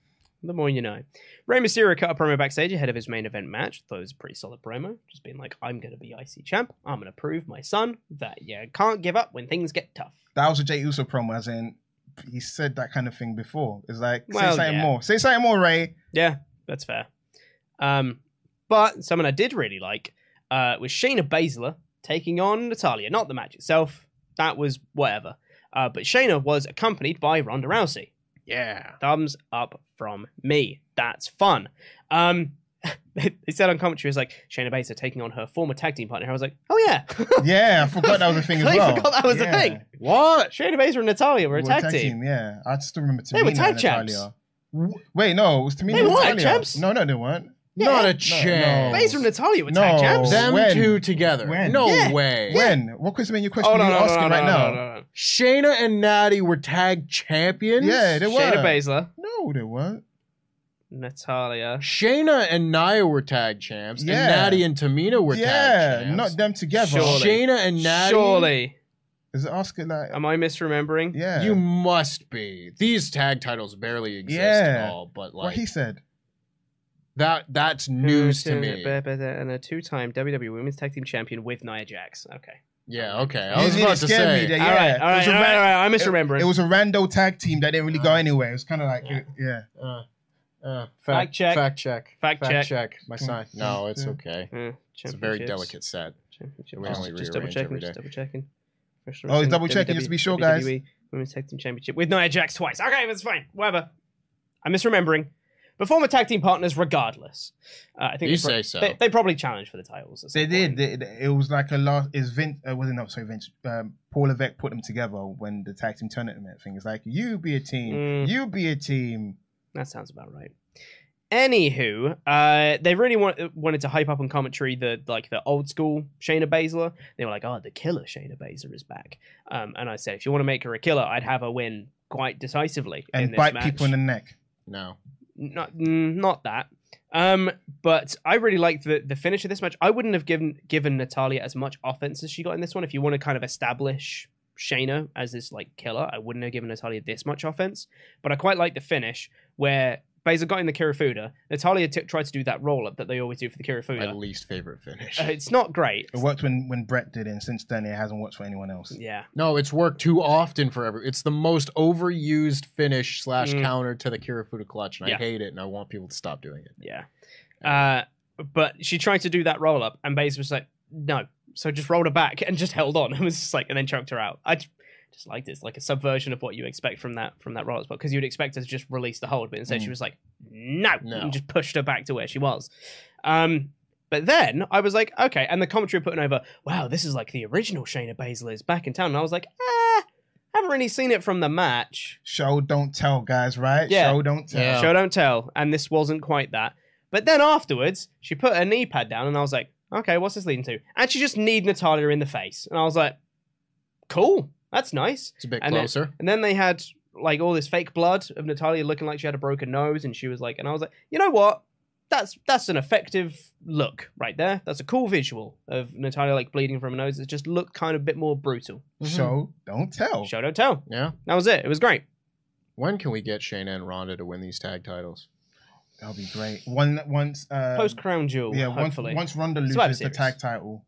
[SPEAKER 2] The more you know. Rey Mysterio cut a promo backstage ahead of his main event match. Thought it was a pretty solid promo. Just being like, I'm going to be IC champ. I'm going to prove my son that you can't give up when things get tough.
[SPEAKER 3] That was a Jay Uso promo, as in he said that kind of thing before. It's like say
[SPEAKER 2] Well,
[SPEAKER 3] something
[SPEAKER 2] yeah.
[SPEAKER 3] more, say something more, Ray.
[SPEAKER 2] Yeah, that's fair. Um, but someone I did really like uh, was Shayna Baszler taking on Natalia. Not the match itself. That was whatever. Uh, but Shayna was accompanied by Ronda Rousey.
[SPEAKER 4] Yeah.
[SPEAKER 2] Thumbs up from me. That's fun. Um, they said on commentary, it's like Shayna Baszler taking on her former tag team partner. I was like, oh yeah,
[SPEAKER 3] Yeah, I forgot that was a thing as
[SPEAKER 2] I
[SPEAKER 3] well.
[SPEAKER 2] forgot that was
[SPEAKER 3] Yeah.
[SPEAKER 2] a thing.
[SPEAKER 4] What?
[SPEAKER 2] Shayna Baszler and Natalia were a tag, team.
[SPEAKER 3] Yeah, I just remember Tamina
[SPEAKER 2] They were tag
[SPEAKER 3] and
[SPEAKER 2] champs.
[SPEAKER 3] Natalia. Wait, no, it was Tamina
[SPEAKER 2] They
[SPEAKER 3] and
[SPEAKER 2] were tag
[SPEAKER 3] Natalia.
[SPEAKER 2] champs.
[SPEAKER 3] No, no, they weren't.
[SPEAKER 2] Yeah. Not a
[SPEAKER 3] chance.
[SPEAKER 2] Baszler and Natalia were tag champs.
[SPEAKER 4] Them two together.
[SPEAKER 3] Oh, When?
[SPEAKER 4] No Yeah. way.
[SPEAKER 3] When? What question are you
[SPEAKER 4] Oh,
[SPEAKER 3] question
[SPEAKER 4] no,
[SPEAKER 3] are you
[SPEAKER 4] no, no,
[SPEAKER 3] asking
[SPEAKER 4] no,
[SPEAKER 3] right
[SPEAKER 4] no,
[SPEAKER 3] now?
[SPEAKER 4] no, no, no. Shayna and Natty were tag champions?
[SPEAKER 3] Yeah, they were. Shayna
[SPEAKER 2] Baszler.
[SPEAKER 3] No, they weren't.
[SPEAKER 2] Natalia.
[SPEAKER 4] Shayna and Naya were tag champs,
[SPEAKER 3] Yeah.
[SPEAKER 4] and Natty and Tamina were
[SPEAKER 3] Yeah,
[SPEAKER 4] tag champs.
[SPEAKER 3] not them together.
[SPEAKER 4] Surely. Shayna and Natty.
[SPEAKER 2] Surely.
[SPEAKER 3] Is it Oscar like?
[SPEAKER 2] Am I misremembering?
[SPEAKER 3] Yeah.
[SPEAKER 4] You must be. These tag titles barely exist
[SPEAKER 2] Yeah.
[SPEAKER 4] at all, but like
[SPEAKER 2] What he
[SPEAKER 3] said.
[SPEAKER 4] That that's news to me.
[SPEAKER 2] And a two-time WWE Women's Tag Team Champion with Nia Jax. Okay.
[SPEAKER 4] Yeah, okay. I
[SPEAKER 3] You
[SPEAKER 4] was
[SPEAKER 3] really
[SPEAKER 4] about to
[SPEAKER 3] scared
[SPEAKER 4] say.
[SPEAKER 3] me there,
[SPEAKER 2] All right,
[SPEAKER 3] yeah.
[SPEAKER 2] all
[SPEAKER 3] It
[SPEAKER 2] right,
[SPEAKER 3] was
[SPEAKER 2] all
[SPEAKER 3] a
[SPEAKER 2] right,
[SPEAKER 3] ran-
[SPEAKER 2] all right, I'm
[SPEAKER 3] it-
[SPEAKER 2] misremembering.
[SPEAKER 3] It was a rando tag team that didn't really go anywhere. It was kind of like, yeah.
[SPEAKER 4] Uh, uh,
[SPEAKER 3] Fact check.
[SPEAKER 4] Fact check.
[SPEAKER 3] Fact check.
[SPEAKER 4] My
[SPEAKER 3] Mm,
[SPEAKER 4] sign. No,
[SPEAKER 3] mm,
[SPEAKER 4] it's
[SPEAKER 3] mm.
[SPEAKER 4] okay.
[SPEAKER 3] Yeah,
[SPEAKER 4] It's a very
[SPEAKER 3] championships.
[SPEAKER 4] delicate set.
[SPEAKER 2] Championship.
[SPEAKER 4] We
[SPEAKER 2] Uh, Just,
[SPEAKER 4] only
[SPEAKER 2] just double
[SPEAKER 4] rearrange
[SPEAKER 2] checking.
[SPEAKER 4] every
[SPEAKER 2] Just
[SPEAKER 4] day.
[SPEAKER 2] double checking.
[SPEAKER 3] Oh, he's double checking, just to be sure, guys.
[SPEAKER 2] WWE E Women's Tag Team Championship with Nia Jax twice. Okay, that's fine. Whatever. I'm misremembering. But former tag team partners, regardless. Uh, I think
[SPEAKER 3] You
[SPEAKER 2] they
[SPEAKER 3] say so.
[SPEAKER 2] They, they probably challenged for the titles.
[SPEAKER 3] They did. They, they- it was like a last. Is Vince? Uh, wasn't no, sorry, Vince. Um, Paul Levesque put them together when the tag team tournament thing. It's like you be a team. You be a team.
[SPEAKER 2] That sounds about right. Anywho, uh, they really want, wanted to hype up on commentary the like the old school Shayna Baszler. They were like, "Oh, the killer Shayna Baszler is back," um, and I said, "If you want to make her a killer, I'd have her win quite decisively in
[SPEAKER 3] and
[SPEAKER 2] this
[SPEAKER 3] bite
[SPEAKER 2] match.
[SPEAKER 3] people in the neck.
[SPEAKER 4] No.
[SPEAKER 2] not mm, not that. Um, but I really liked the the finish of this match. I wouldn't have given given Natalia as much offense as she got in this one. If you want to kind of establish Shayna as this like killer, I wouldn't have given Natalia this much offense. But I quite like the finish where Baszler got in the Kirifuda. Natalia t- tried to do that roll up that they always do for the Kirifuda.
[SPEAKER 4] My least favorite finish.
[SPEAKER 2] Uh, it's not great.
[SPEAKER 3] It worked when when Brett did it, and since then it hasn't worked for anyone else.
[SPEAKER 2] Yeah.
[SPEAKER 4] No, it's worked too often for every. It's the most overused finish slash
[SPEAKER 2] Mm.
[SPEAKER 4] counter to the Kirifuda clutch, and
[SPEAKER 2] Yeah.
[SPEAKER 4] I hate it, and I want people to stop doing it.
[SPEAKER 2] Yeah. Uh, but she tried to do that roll up, and Baze was like, no. So just rolled her back and just held on. It was just like, and then choked her out. I j- just liked it. It's like a subversion of what you expect from that from that roll up spot because you'd expect her to just release the hold, but instead she
[SPEAKER 4] Mm.
[SPEAKER 2] was like, no,
[SPEAKER 4] No.
[SPEAKER 2] and just pushed her back to where she was. Um, but then I was like, okay, and the commentary were putting over, wow, this is like the original Shayna Baszler is back in town, and I was like, ah, haven't really seen it from the match.
[SPEAKER 3] Show don't tell, guys. Right? Show don't tell.
[SPEAKER 2] Show don't tell. And this wasn't quite that. But then afterwards, she put her knee pad down, and I was like, okay, what's this leading to? And she just kneed Natalia in the face. And I was like, cool, that's nice. It's
[SPEAKER 4] a bit
[SPEAKER 2] and then-
[SPEAKER 4] closer.
[SPEAKER 2] and then they had like all this fake blood of Natalia looking like she had a broken nose. And she was like, and I was like, you know what? That's that's an effective look right there. That's a cool visual of Natalia like bleeding from her nose. It just looked kind of a bit more brutal.
[SPEAKER 3] Mm-hmm. Show, don't tell.
[SPEAKER 2] Show, don't tell.
[SPEAKER 4] Yeah.
[SPEAKER 2] That was it. It was great.
[SPEAKER 4] When can we get Shayna and Ronda to win these tag titles?
[SPEAKER 3] That'll be great. One once uh,
[SPEAKER 2] Post Crown Jewel.
[SPEAKER 3] Yeah, once,
[SPEAKER 2] hopefully.
[SPEAKER 3] once Ronda
[SPEAKER 2] Survivor
[SPEAKER 3] loses the
[SPEAKER 2] Series.
[SPEAKER 3] tag title,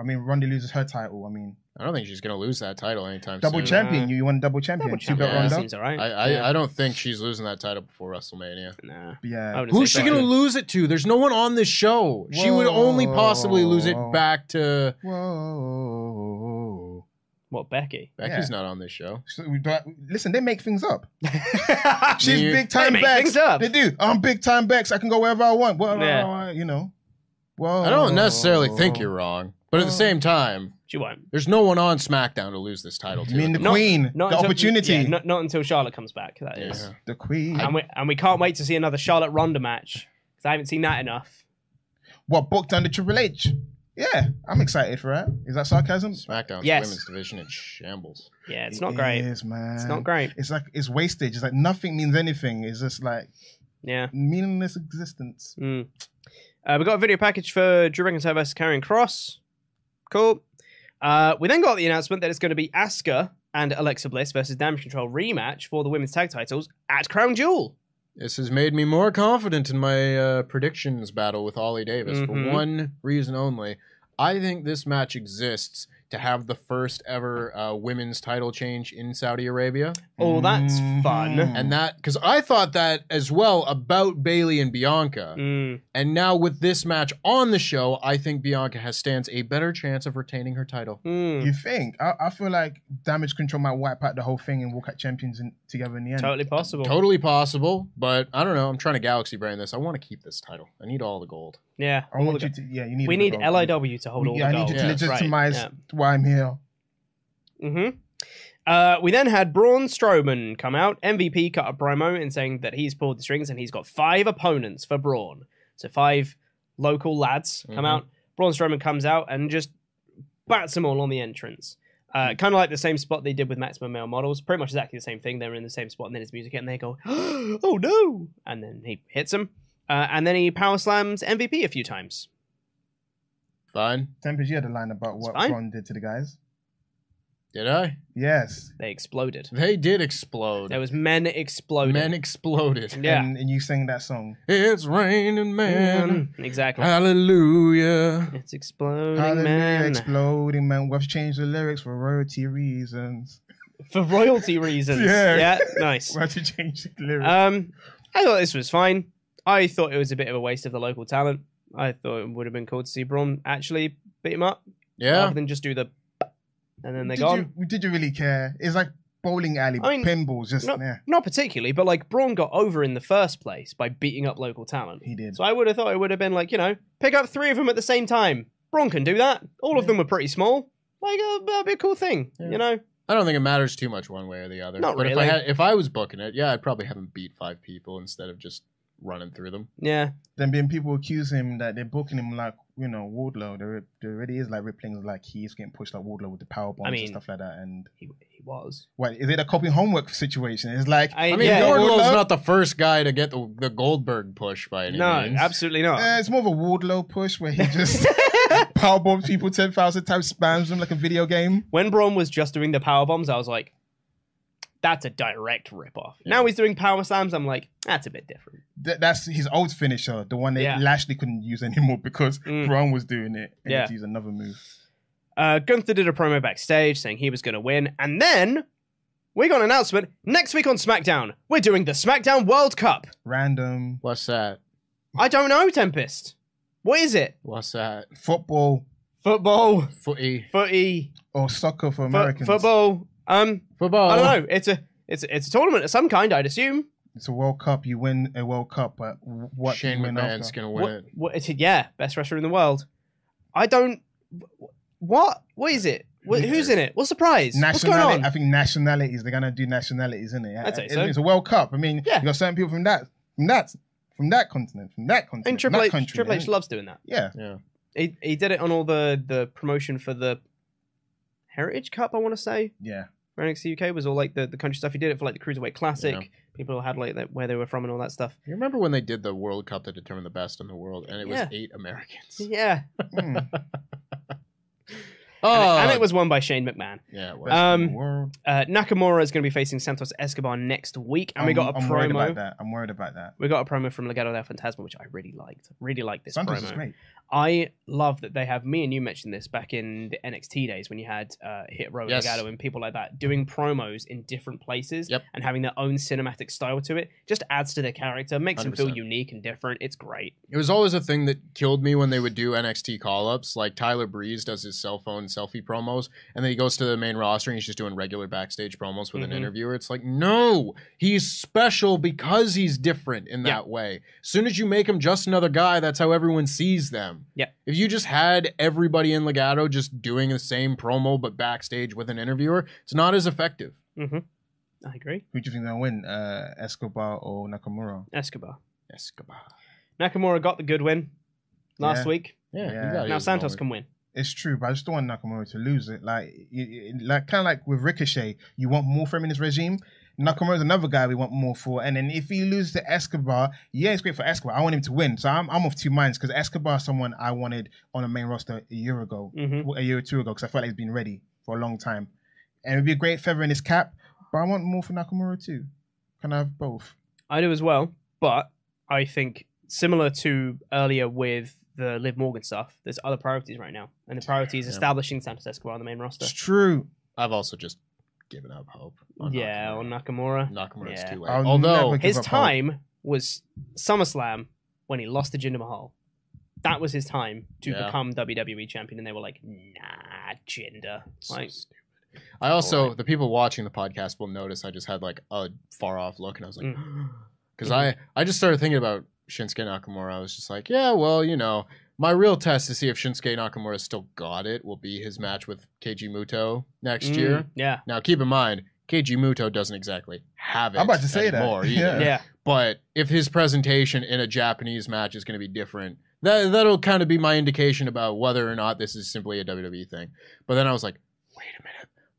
[SPEAKER 3] I mean Ronda loses her title. I mean
[SPEAKER 4] I don't think she's gonna lose that title anytime
[SPEAKER 3] double
[SPEAKER 4] soon.
[SPEAKER 3] champion. You, you want double champion?
[SPEAKER 4] Double
[SPEAKER 3] Two belt
[SPEAKER 4] champion.
[SPEAKER 3] Ronda.
[SPEAKER 4] Yeah, seems
[SPEAKER 2] alright.
[SPEAKER 4] I, I,
[SPEAKER 3] Yeah.
[SPEAKER 4] I don't think she's losing that title before WrestleMania.
[SPEAKER 2] Nah.
[SPEAKER 3] Yeah.
[SPEAKER 4] Who's she gonna lose it to? There's no one on this show. She would only possibly lose it back to
[SPEAKER 3] Whoa.
[SPEAKER 2] What Becky?
[SPEAKER 4] Becky's
[SPEAKER 3] Yeah.
[SPEAKER 4] not on this show.
[SPEAKER 3] So we don't- listen, they make things up. She's
[SPEAKER 4] You-
[SPEAKER 3] big time
[SPEAKER 4] They make
[SPEAKER 3] Bex.
[SPEAKER 4] things up.
[SPEAKER 3] They do. I'm big time Bex. I can go wherever I want. Well,
[SPEAKER 4] Yeah.
[SPEAKER 3] uh, you know. Whoa.
[SPEAKER 4] I don't necessarily think you're wrong, but at the same time,
[SPEAKER 2] she won't.
[SPEAKER 4] There's no one on SmackDown to lose this title. to.
[SPEAKER 3] mean the
[SPEAKER 4] Not-
[SPEAKER 3] Queen, the
[SPEAKER 2] until-
[SPEAKER 3] opportunity.
[SPEAKER 2] yeah, not, not until Charlotte comes back. That is.
[SPEAKER 3] Yeah. The Queen.
[SPEAKER 2] And we, and we can't wait to see another Charlotte Ronda match because I haven't seen that enough.
[SPEAKER 3] What booked under Triple H? Yeah, I'm excited for that. Is that sarcasm?
[SPEAKER 4] SmackDown's
[SPEAKER 2] Yes.
[SPEAKER 4] women's division in shambles.
[SPEAKER 2] Yeah, it's not great.
[SPEAKER 3] It is, man.
[SPEAKER 2] It's not great.
[SPEAKER 3] It's like it's wastage. It's like nothing means anything. It's just like
[SPEAKER 2] Yeah.
[SPEAKER 3] meaningless existence.
[SPEAKER 2] Mm. Uh, we got a video package for Drew McIntyre versus Karrion Cross. Cool. Uh, we then got the announcement that it's going to be Asuka and Alexa Bliss versus Damage Control rematch for the women's tag titles at Crown Jewel.
[SPEAKER 4] This has made me more confident in my uh, predictions battle with Ollie Davis
[SPEAKER 2] Mhm.
[SPEAKER 4] for one reason only. I think this match exists to have the first ever uh, women's title change in Saudi Arabia.
[SPEAKER 2] Oh, that's
[SPEAKER 3] Mm-hmm.
[SPEAKER 2] fun.
[SPEAKER 4] And that because I thought that as well about Bailey and Bianca.
[SPEAKER 2] Mm.
[SPEAKER 4] And now with this match on the show, I think Bianca has stands a better chance of retaining her title.
[SPEAKER 2] Hmm.
[SPEAKER 3] You think? I, I feel like damage control might wipe out the whole thing and walk out champions in, together in the end.
[SPEAKER 2] Totally possible.
[SPEAKER 4] Totally possible, but I don't know. I'm trying to galaxy brain this. I want to keep this title. I need all the gold.
[SPEAKER 2] Yeah.
[SPEAKER 3] I want you to. Yeah, you need.
[SPEAKER 2] we
[SPEAKER 3] all the
[SPEAKER 2] need
[SPEAKER 3] gold.
[SPEAKER 2] LIW to hold all
[SPEAKER 3] Yeah,
[SPEAKER 2] the
[SPEAKER 3] I need
[SPEAKER 2] gold.
[SPEAKER 3] you to
[SPEAKER 2] That's right,
[SPEAKER 3] legitimize
[SPEAKER 2] yeah.
[SPEAKER 3] why I'm here.
[SPEAKER 2] hmm Uh, we then had Braun Strowman come out. MVP cut a promo and saying that he's pulled the strings and he's got five opponents for Braun. So five local lads come
[SPEAKER 9] Mhm.
[SPEAKER 2] out. Braun Strowman comes out and just bats them all on the entrance. Uh, kind of like the same spot they did with Maximum Male Models. Pretty much exactly the same thing. They were in the same spot and then his music hit and they go, oh no! And then he hits him. Uh, and then he power slams MVP a few times.
[SPEAKER 4] Fine.
[SPEAKER 3] Tempers, you had a line about what
[SPEAKER 2] fine.
[SPEAKER 3] Ron did to the guys.
[SPEAKER 4] Did I?
[SPEAKER 3] Yes.
[SPEAKER 2] They exploded.
[SPEAKER 4] They did explode.
[SPEAKER 2] There was men exploding.
[SPEAKER 4] Mm-hmm. Men exploded.
[SPEAKER 2] Yeah.
[SPEAKER 3] And, and you sang that song.
[SPEAKER 4] It's raining men.
[SPEAKER 2] Mm,
[SPEAKER 4] Ah.
[SPEAKER 2] exactly.
[SPEAKER 4] Hallelujah.
[SPEAKER 2] It's exploding
[SPEAKER 3] Hallelujah,
[SPEAKER 2] man.
[SPEAKER 3] exploding man. We've changed the lyrics for royalty reasons.
[SPEAKER 2] For royalty reasons.
[SPEAKER 3] Yeah.
[SPEAKER 2] nice.
[SPEAKER 3] We had to change the lyrics.
[SPEAKER 2] Um, I thought this was fine. I thought it was a bit of a waste of the local talent. I thought it would have been cool to see Braun actually beat him up.
[SPEAKER 3] Yeah.
[SPEAKER 2] Rather than just do the and then they're
[SPEAKER 3] did
[SPEAKER 2] gone.
[SPEAKER 3] You, did you really care? It's like bowling alley
[SPEAKER 2] I mean,
[SPEAKER 3] pinballs. Just
[SPEAKER 2] Not,
[SPEAKER 3] yeah.
[SPEAKER 2] not particularly, but like Braun got over in the first place by beating up local talent. He
[SPEAKER 3] did.
[SPEAKER 2] So I would have thought it would have been like, you know, pick up three of them at the same time. Braun can do that. All of them were pretty small. Like, uh, that'd be a cool thing, you know?
[SPEAKER 4] I don't think it matters too much one way or the other.
[SPEAKER 2] Not
[SPEAKER 4] but if I
[SPEAKER 2] really.
[SPEAKER 4] had, if I was booking it, yeah, I'd probably have him beat five people instead of just running through them.
[SPEAKER 2] Yeah.
[SPEAKER 3] Then being people accuse him that they're booking him like you know Wardlow. There, there already is like ripplings like he's getting pushed like Wardlow with the power bombs
[SPEAKER 2] mean,
[SPEAKER 3] and stuff like that. And
[SPEAKER 2] he, he was.
[SPEAKER 3] What is it a copying homework situation? It's like
[SPEAKER 2] I-
[SPEAKER 4] I mean, Wardlow's not the first guy to get the, the Goldberg push by any
[SPEAKER 2] No,
[SPEAKER 4] means.
[SPEAKER 2] absolutely not.
[SPEAKER 3] Uh, it's more of a Wardlow push where he just power bombs people ten thousand times, spams them like a video game.
[SPEAKER 2] When Braun was just doing the power bombs, I was like, that's a direct ripoff. Now he's doing power slams. I'm like, that's a bit different.
[SPEAKER 3] Th- that's his old finisher, the one that
[SPEAKER 2] Yeah. Mm.
[SPEAKER 3] Lashley couldn't use anymore because Braun was doing it. And
[SPEAKER 2] Yeah.
[SPEAKER 3] yeah, used another move.
[SPEAKER 2] Uh, Gunther did a promo backstage saying he was going to win. And then we got an announcement next week on SmackDown. We're doing the SmackDown World Cup.
[SPEAKER 3] Random.
[SPEAKER 4] What's that?
[SPEAKER 2] I don't know, Tempest. What is it?
[SPEAKER 4] What's that? eh,
[SPEAKER 3] Football.
[SPEAKER 2] Football.
[SPEAKER 4] Footy.
[SPEAKER 2] Footy.
[SPEAKER 3] Or Oh, soccer
[SPEAKER 2] Fo-
[SPEAKER 3] for Americans.
[SPEAKER 2] football. Um,
[SPEAKER 4] football.
[SPEAKER 2] I don't know. It's a it's a, it's a tournament of some kind, I'd assume.
[SPEAKER 3] It's a World Cup. You win a World Cup, but w- what
[SPEAKER 4] Shane
[SPEAKER 3] you win
[SPEAKER 4] McMahon's
[SPEAKER 3] after?
[SPEAKER 4] gonna win
[SPEAKER 2] What,
[SPEAKER 4] it.
[SPEAKER 2] what is it? Yeah, best wrestler in the world. I don't. What? What is it? Wh- who's in it? What's the prize? What's going
[SPEAKER 3] Nationality.
[SPEAKER 2] on?
[SPEAKER 3] I think nationalities. They're gonna do nationalities, isn't it?
[SPEAKER 2] I'd say
[SPEAKER 3] It-
[SPEAKER 2] so.
[SPEAKER 3] It's a World Cup. I mean, you got certain people from that, from that, from that continent, from that continent,
[SPEAKER 2] And
[SPEAKER 3] from
[SPEAKER 2] Triple
[SPEAKER 3] that
[SPEAKER 2] H,
[SPEAKER 3] country.
[SPEAKER 2] Triple
[SPEAKER 3] and-
[SPEAKER 2] H loves doing that.
[SPEAKER 3] Yeah.
[SPEAKER 4] Yeah.
[SPEAKER 2] He, he did it on all the, the promotion for the Heritage Cup, I want to say.
[SPEAKER 3] Yeah.
[SPEAKER 2] Where NXT UK was all like the, the country stuff. He did it for like the Cruiserweight Classic.
[SPEAKER 4] Yeah.
[SPEAKER 2] People had like that, where they were from and all that stuff.
[SPEAKER 4] You remember when they did the World Cup that determined the best in the world, and it was
[SPEAKER 2] Yeah.
[SPEAKER 4] eight Americans.
[SPEAKER 2] Yeah.
[SPEAKER 3] Hmm.
[SPEAKER 4] Oh,
[SPEAKER 2] and it was won by Shane McMahon.
[SPEAKER 4] Yeah, it was.
[SPEAKER 2] Um, uh, Nakamura is going to be facing Santos Escobar next week, and we
[SPEAKER 3] I'm-
[SPEAKER 2] got a
[SPEAKER 3] I'm
[SPEAKER 2] promo.
[SPEAKER 3] worried about that. I'm worried about that.
[SPEAKER 2] We got a promo from Legado del Fantasma, which I really liked. Really liked this
[SPEAKER 3] Santos
[SPEAKER 2] promo.
[SPEAKER 3] is great.
[SPEAKER 2] I love that they have me and you mentioned this back in the NXT days when you had uh, Hit Row
[SPEAKER 4] Yes.
[SPEAKER 2] Legado and people like that doing promos in different places
[SPEAKER 4] Yep.
[SPEAKER 2] and having their own cinematic style to it. Just adds to their character, makes them feel
[SPEAKER 4] 100%.
[SPEAKER 2] unique and different. It's great.
[SPEAKER 4] It was always a thing that killed me when they would do NXT call ups. Like Tyler Breeze does his cell phone selfie promos, and then he goes to the main roster and he's just doing regular backstage promos with an
[SPEAKER 2] Mhm.
[SPEAKER 4] interviewer. It's like, no, he's special because he's different in that way. As soon as you make him just another guy, that's how everyone sees them.
[SPEAKER 2] Yeah.
[SPEAKER 4] If you just had everybody in Legato just doing the same promo but backstage with an interviewer, it's not as effective.
[SPEAKER 2] Mm-hmm. I agree.
[SPEAKER 3] Who do you think gonna win? Uh, Escobar or Nakamura?
[SPEAKER 2] Escobar.
[SPEAKER 4] Escobar.
[SPEAKER 2] Nakamura got the good win last
[SPEAKER 3] Yeah.
[SPEAKER 2] week.
[SPEAKER 4] Yeah,
[SPEAKER 3] Yeah.
[SPEAKER 2] Now Santos can win.
[SPEAKER 3] It's true, but I just don't want Nakamura to lose it. Like, you- you- like kind of like with Ricochet, you want more from him in his regime. Nakamura's another guy we want more for. And then if he loses to Escobar, yeah, it's great for Escobar. I want him to win. So I'm, I'm of two minds because Escobar is someone I wanted on the main roster a year ago,
[SPEAKER 2] Mhm.
[SPEAKER 3] a year or two ago, because I felt like he's been ready for a long time. And it'd be a great feather in his cap, but I want more for Nakamura too. Can I have both?
[SPEAKER 2] I do as well, but I think similar to earlier with the Liv Morgan stuff, there's other priorities right now, and the priority is
[SPEAKER 4] Yeah.
[SPEAKER 2] establishing Santos Escobar on the main roster.
[SPEAKER 3] It's true.
[SPEAKER 4] I've also just given up hope. on
[SPEAKER 2] yeah, on Nakamura.
[SPEAKER 4] Nakamura's
[SPEAKER 2] Yeah.
[SPEAKER 4] too late.
[SPEAKER 3] I'll
[SPEAKER 4] Although
[SPEAKER 3] never give
[SPEAKER 2] His
[SPEAKER 3] up hope.
[SPEAKER 2] time was SummerSlam when he lost to Jinder Mahal. That was his time to
[SPEAKER 4] Yeah.
[SPEAKER 2] become WWE champion, and they were like, "Nah, Jinder." Like,
[SPEAKER 4] I also the people watching the podcast will notice I just had like a far off look, and I was
[SPEAKER 2] Mm.
[SPEAKER 4] like, because
[SPEAKER 3] Mm-hmm.
[SPEAKER 4] I I just started thinking about Shinsuke Nakamura. I was just like, yeah, well, you know, my real test to see if Shinsuke Nakamura still got it will be his match with Keiji Muto next
[SPEAKER 2] Mm,
[SPEAKER 4] year.
[SPEAKER 2] yeah.
[SPEAKER 4] Now keep in mind, Keiji Muto doesn't exactly have it.
[SPEAKER 3] I'm about to say that.
[SPEAKER 4] anymore
[SPEAKER 3] Yeah.
[SPEAKER 4] Either.
[SPEAKER 2] Yeah.
[SPEAKER 4] But if his presentation in a Japanese match is going to be different, that that'll kind of be my indication about whether or not this is simply a WWE thing. But then I was like,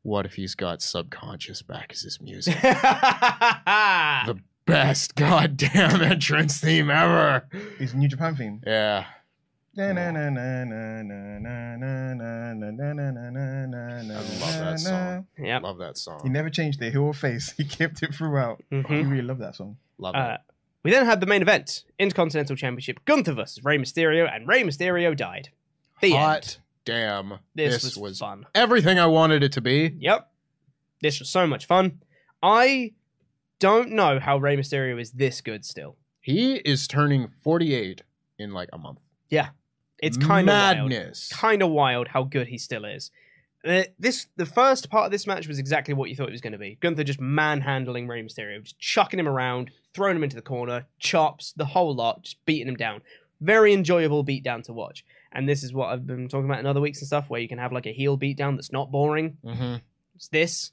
[SPEAKER 4] what if he's got subconscious back as his music? the best goddamn entrance theme ever.
[SPEAKER 3] His New Japan theme.
[SPEAKER 4] Yeah.
[SPEAKER 3] I love that
[SPEAKER 4] that song.
[SPEAKER 2] yeah,
[SPEAKER 4] Love that
[SPEAKER 3] He
[SPEAKER 4] song.
[SPEAKER 3] never changed it, heel or face. He kept it throughout. He
[SPEAKER 2] Mhm.
[SPEAKER 3] really loved that song.
[SPEAKER 4] Love it.
[SPEAKER 2] Uh, we then had the main event: Intercontinental Championship, Gunther versus Rey Mysterio, and Rey Mysterio died. The
[SPEAKER 4] Hot
[SPEAKER 2] end.
[SPEAKER 4] damn.
[SPEAKER 2] This, was,
[SPEAKER 4] This, was,
[SPEAKER 2] fun.
[SPEAKER 4] everything I wanted it to be.
[SPEAKER 2] Yep, this was so much fun. I don't know how Rey Mysterio is this good still.
[SPEAKER 4] He is turning 48 in like a month.
[SPEAKER 2] Yeah, it's kind of
[SPEAKER 4] madness.
[SPEAKER 2] Kind of wild how good he still is. Uh, This the first part of this match was exactly what you thought it was going to be. Gunther just manhandling Rey Mysterio, just chucking him around, throwing him into the corner, chops, the whole lot, just beating him down. Very enjoyable beatdown to watch. And this is what I've been talking about in other weeks and stuff, where you can have like a heel beatdown that's not boring.
[SPEAKER 4] Mm-hmm.
[SPEAKER 2] It's this.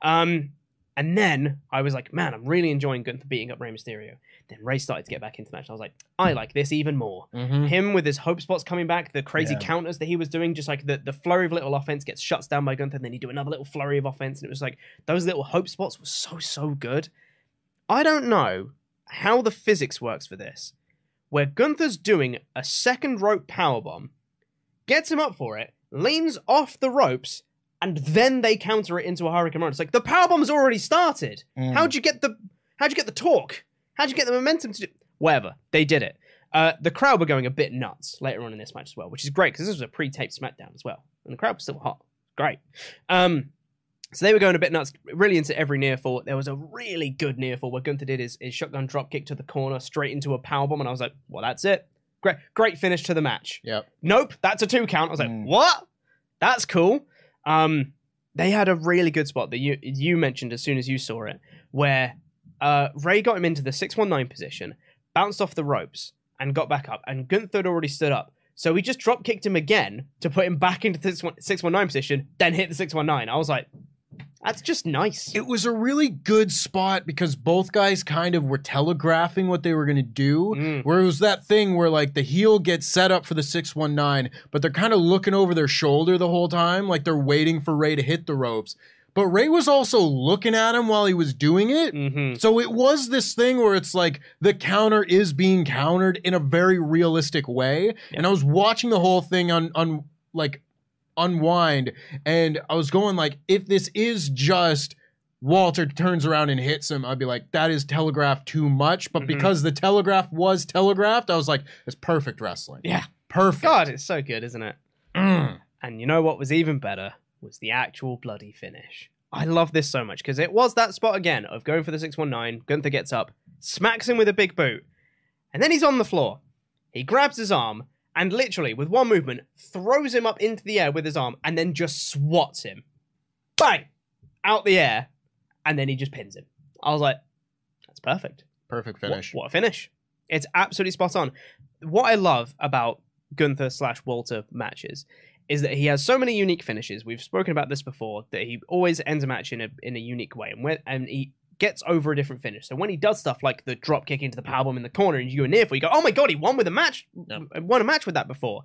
[SPEAKER 2] Um, and then I was like, man, I'm really enjoying Gunther beating up Rey Mysterio. Then Rey started to get back into the match. And I was like, I like this even more.
[SPEAKER 4] Mm-hmm.
[SPEAKER 2] Him with his hope spots coming back, the crazy
[SPEAKER 3] Yeah.
[SPEAKER 2] counters that he was doing, just like the, the flurry of little offense gets shuts down by Gunther, and then he do another little flurry of offense, and it was like those little hope spots were so so good. I don't know how the physics works for this, where Gunther's doing a second rope power bomb, gets him up for it, leans off the ropes, and then they counter it into a hurricane run. It's like the power bomb's already started.
[SPEAKER 3] Mm.
[SPEAKER 2] How'd you get the how'd you get the torque? How'd you get the momentum to do whatever? They did it. Uh, the crowd were going a bit nuts later on in this match as well, which is great because this was a pre-taped SmackDown as well, and the crowd was still hot. Great. Um, so they were going a bit nuts, really into every near fall. There was a really good near fall where Gunther did his, his shotgun drop kick to the corner, straight into a power bomb, and I was like, "Well, that's it. Great, great finish to the match."
[SPEAKER 4] Yep.
[SPEAKER 2] Nope, that's a two count. I was like,
[SPEAKER 3] Mm.
[SPEAKER 2] "What? That's cool." Um, they had a really good spot that you you mentioned as soon as you saw it, where uh, Ray got him into the six one nine position, bounced off the ropes, and got back up. And Gunther had already stood up, so he just drop kicked him again to put him back into the six one nine position, then hit the six one nine. I was like, That's just nice.
[SPEAKER 4] It was a really good spot because both guys kind of were telegraphing what they were going to do. Where it was that thing where like the heel gets set up for the 619, but they're kind of looking over their shoulder the whole time, like they're waiting for Ray to hit the ropes. But Ray was also looking at him while he was doing it. So it was this thing where it's like the counter is being countered in a very realistic way. And I was watching the whole thing on on like unwind and i was going like if this is just walter turns around and hits him i'd be like that is telegraphed too much but because the telegraph was telegraphed i was like it's perfect wrestling
[SPEAKER 2] Yeah.
[SPEAKER 4] perfect
[SPEAKER 2] God, it's so good, isn't it? And you know what was even better was the actual bloody finish. I love this so much because it was that spot again of going for the 619. Gunther gets up, smacks him with a big boot, and then he's on the floor. He grabs his arm and literally, with one movement, throws him up into the air with his arm and then just swats him. Bang! Out the air. And then he just pins him. I was like, that's perfect.
[SPEAKER 4] perfect finish
[SPEAKER 2] What, what a finish. It's absolutely spot on. What I love about Gunther slash Walter matches is that he has so many unique finishes. We've spoken about this before, that he always ends a match in a, in a unique way. And, when, and he gets over a different finish. So when he does stuff like the drop kick into the powerbomb in the corner and you go near for, you go, oh my god, he won with a match, won a match with that before.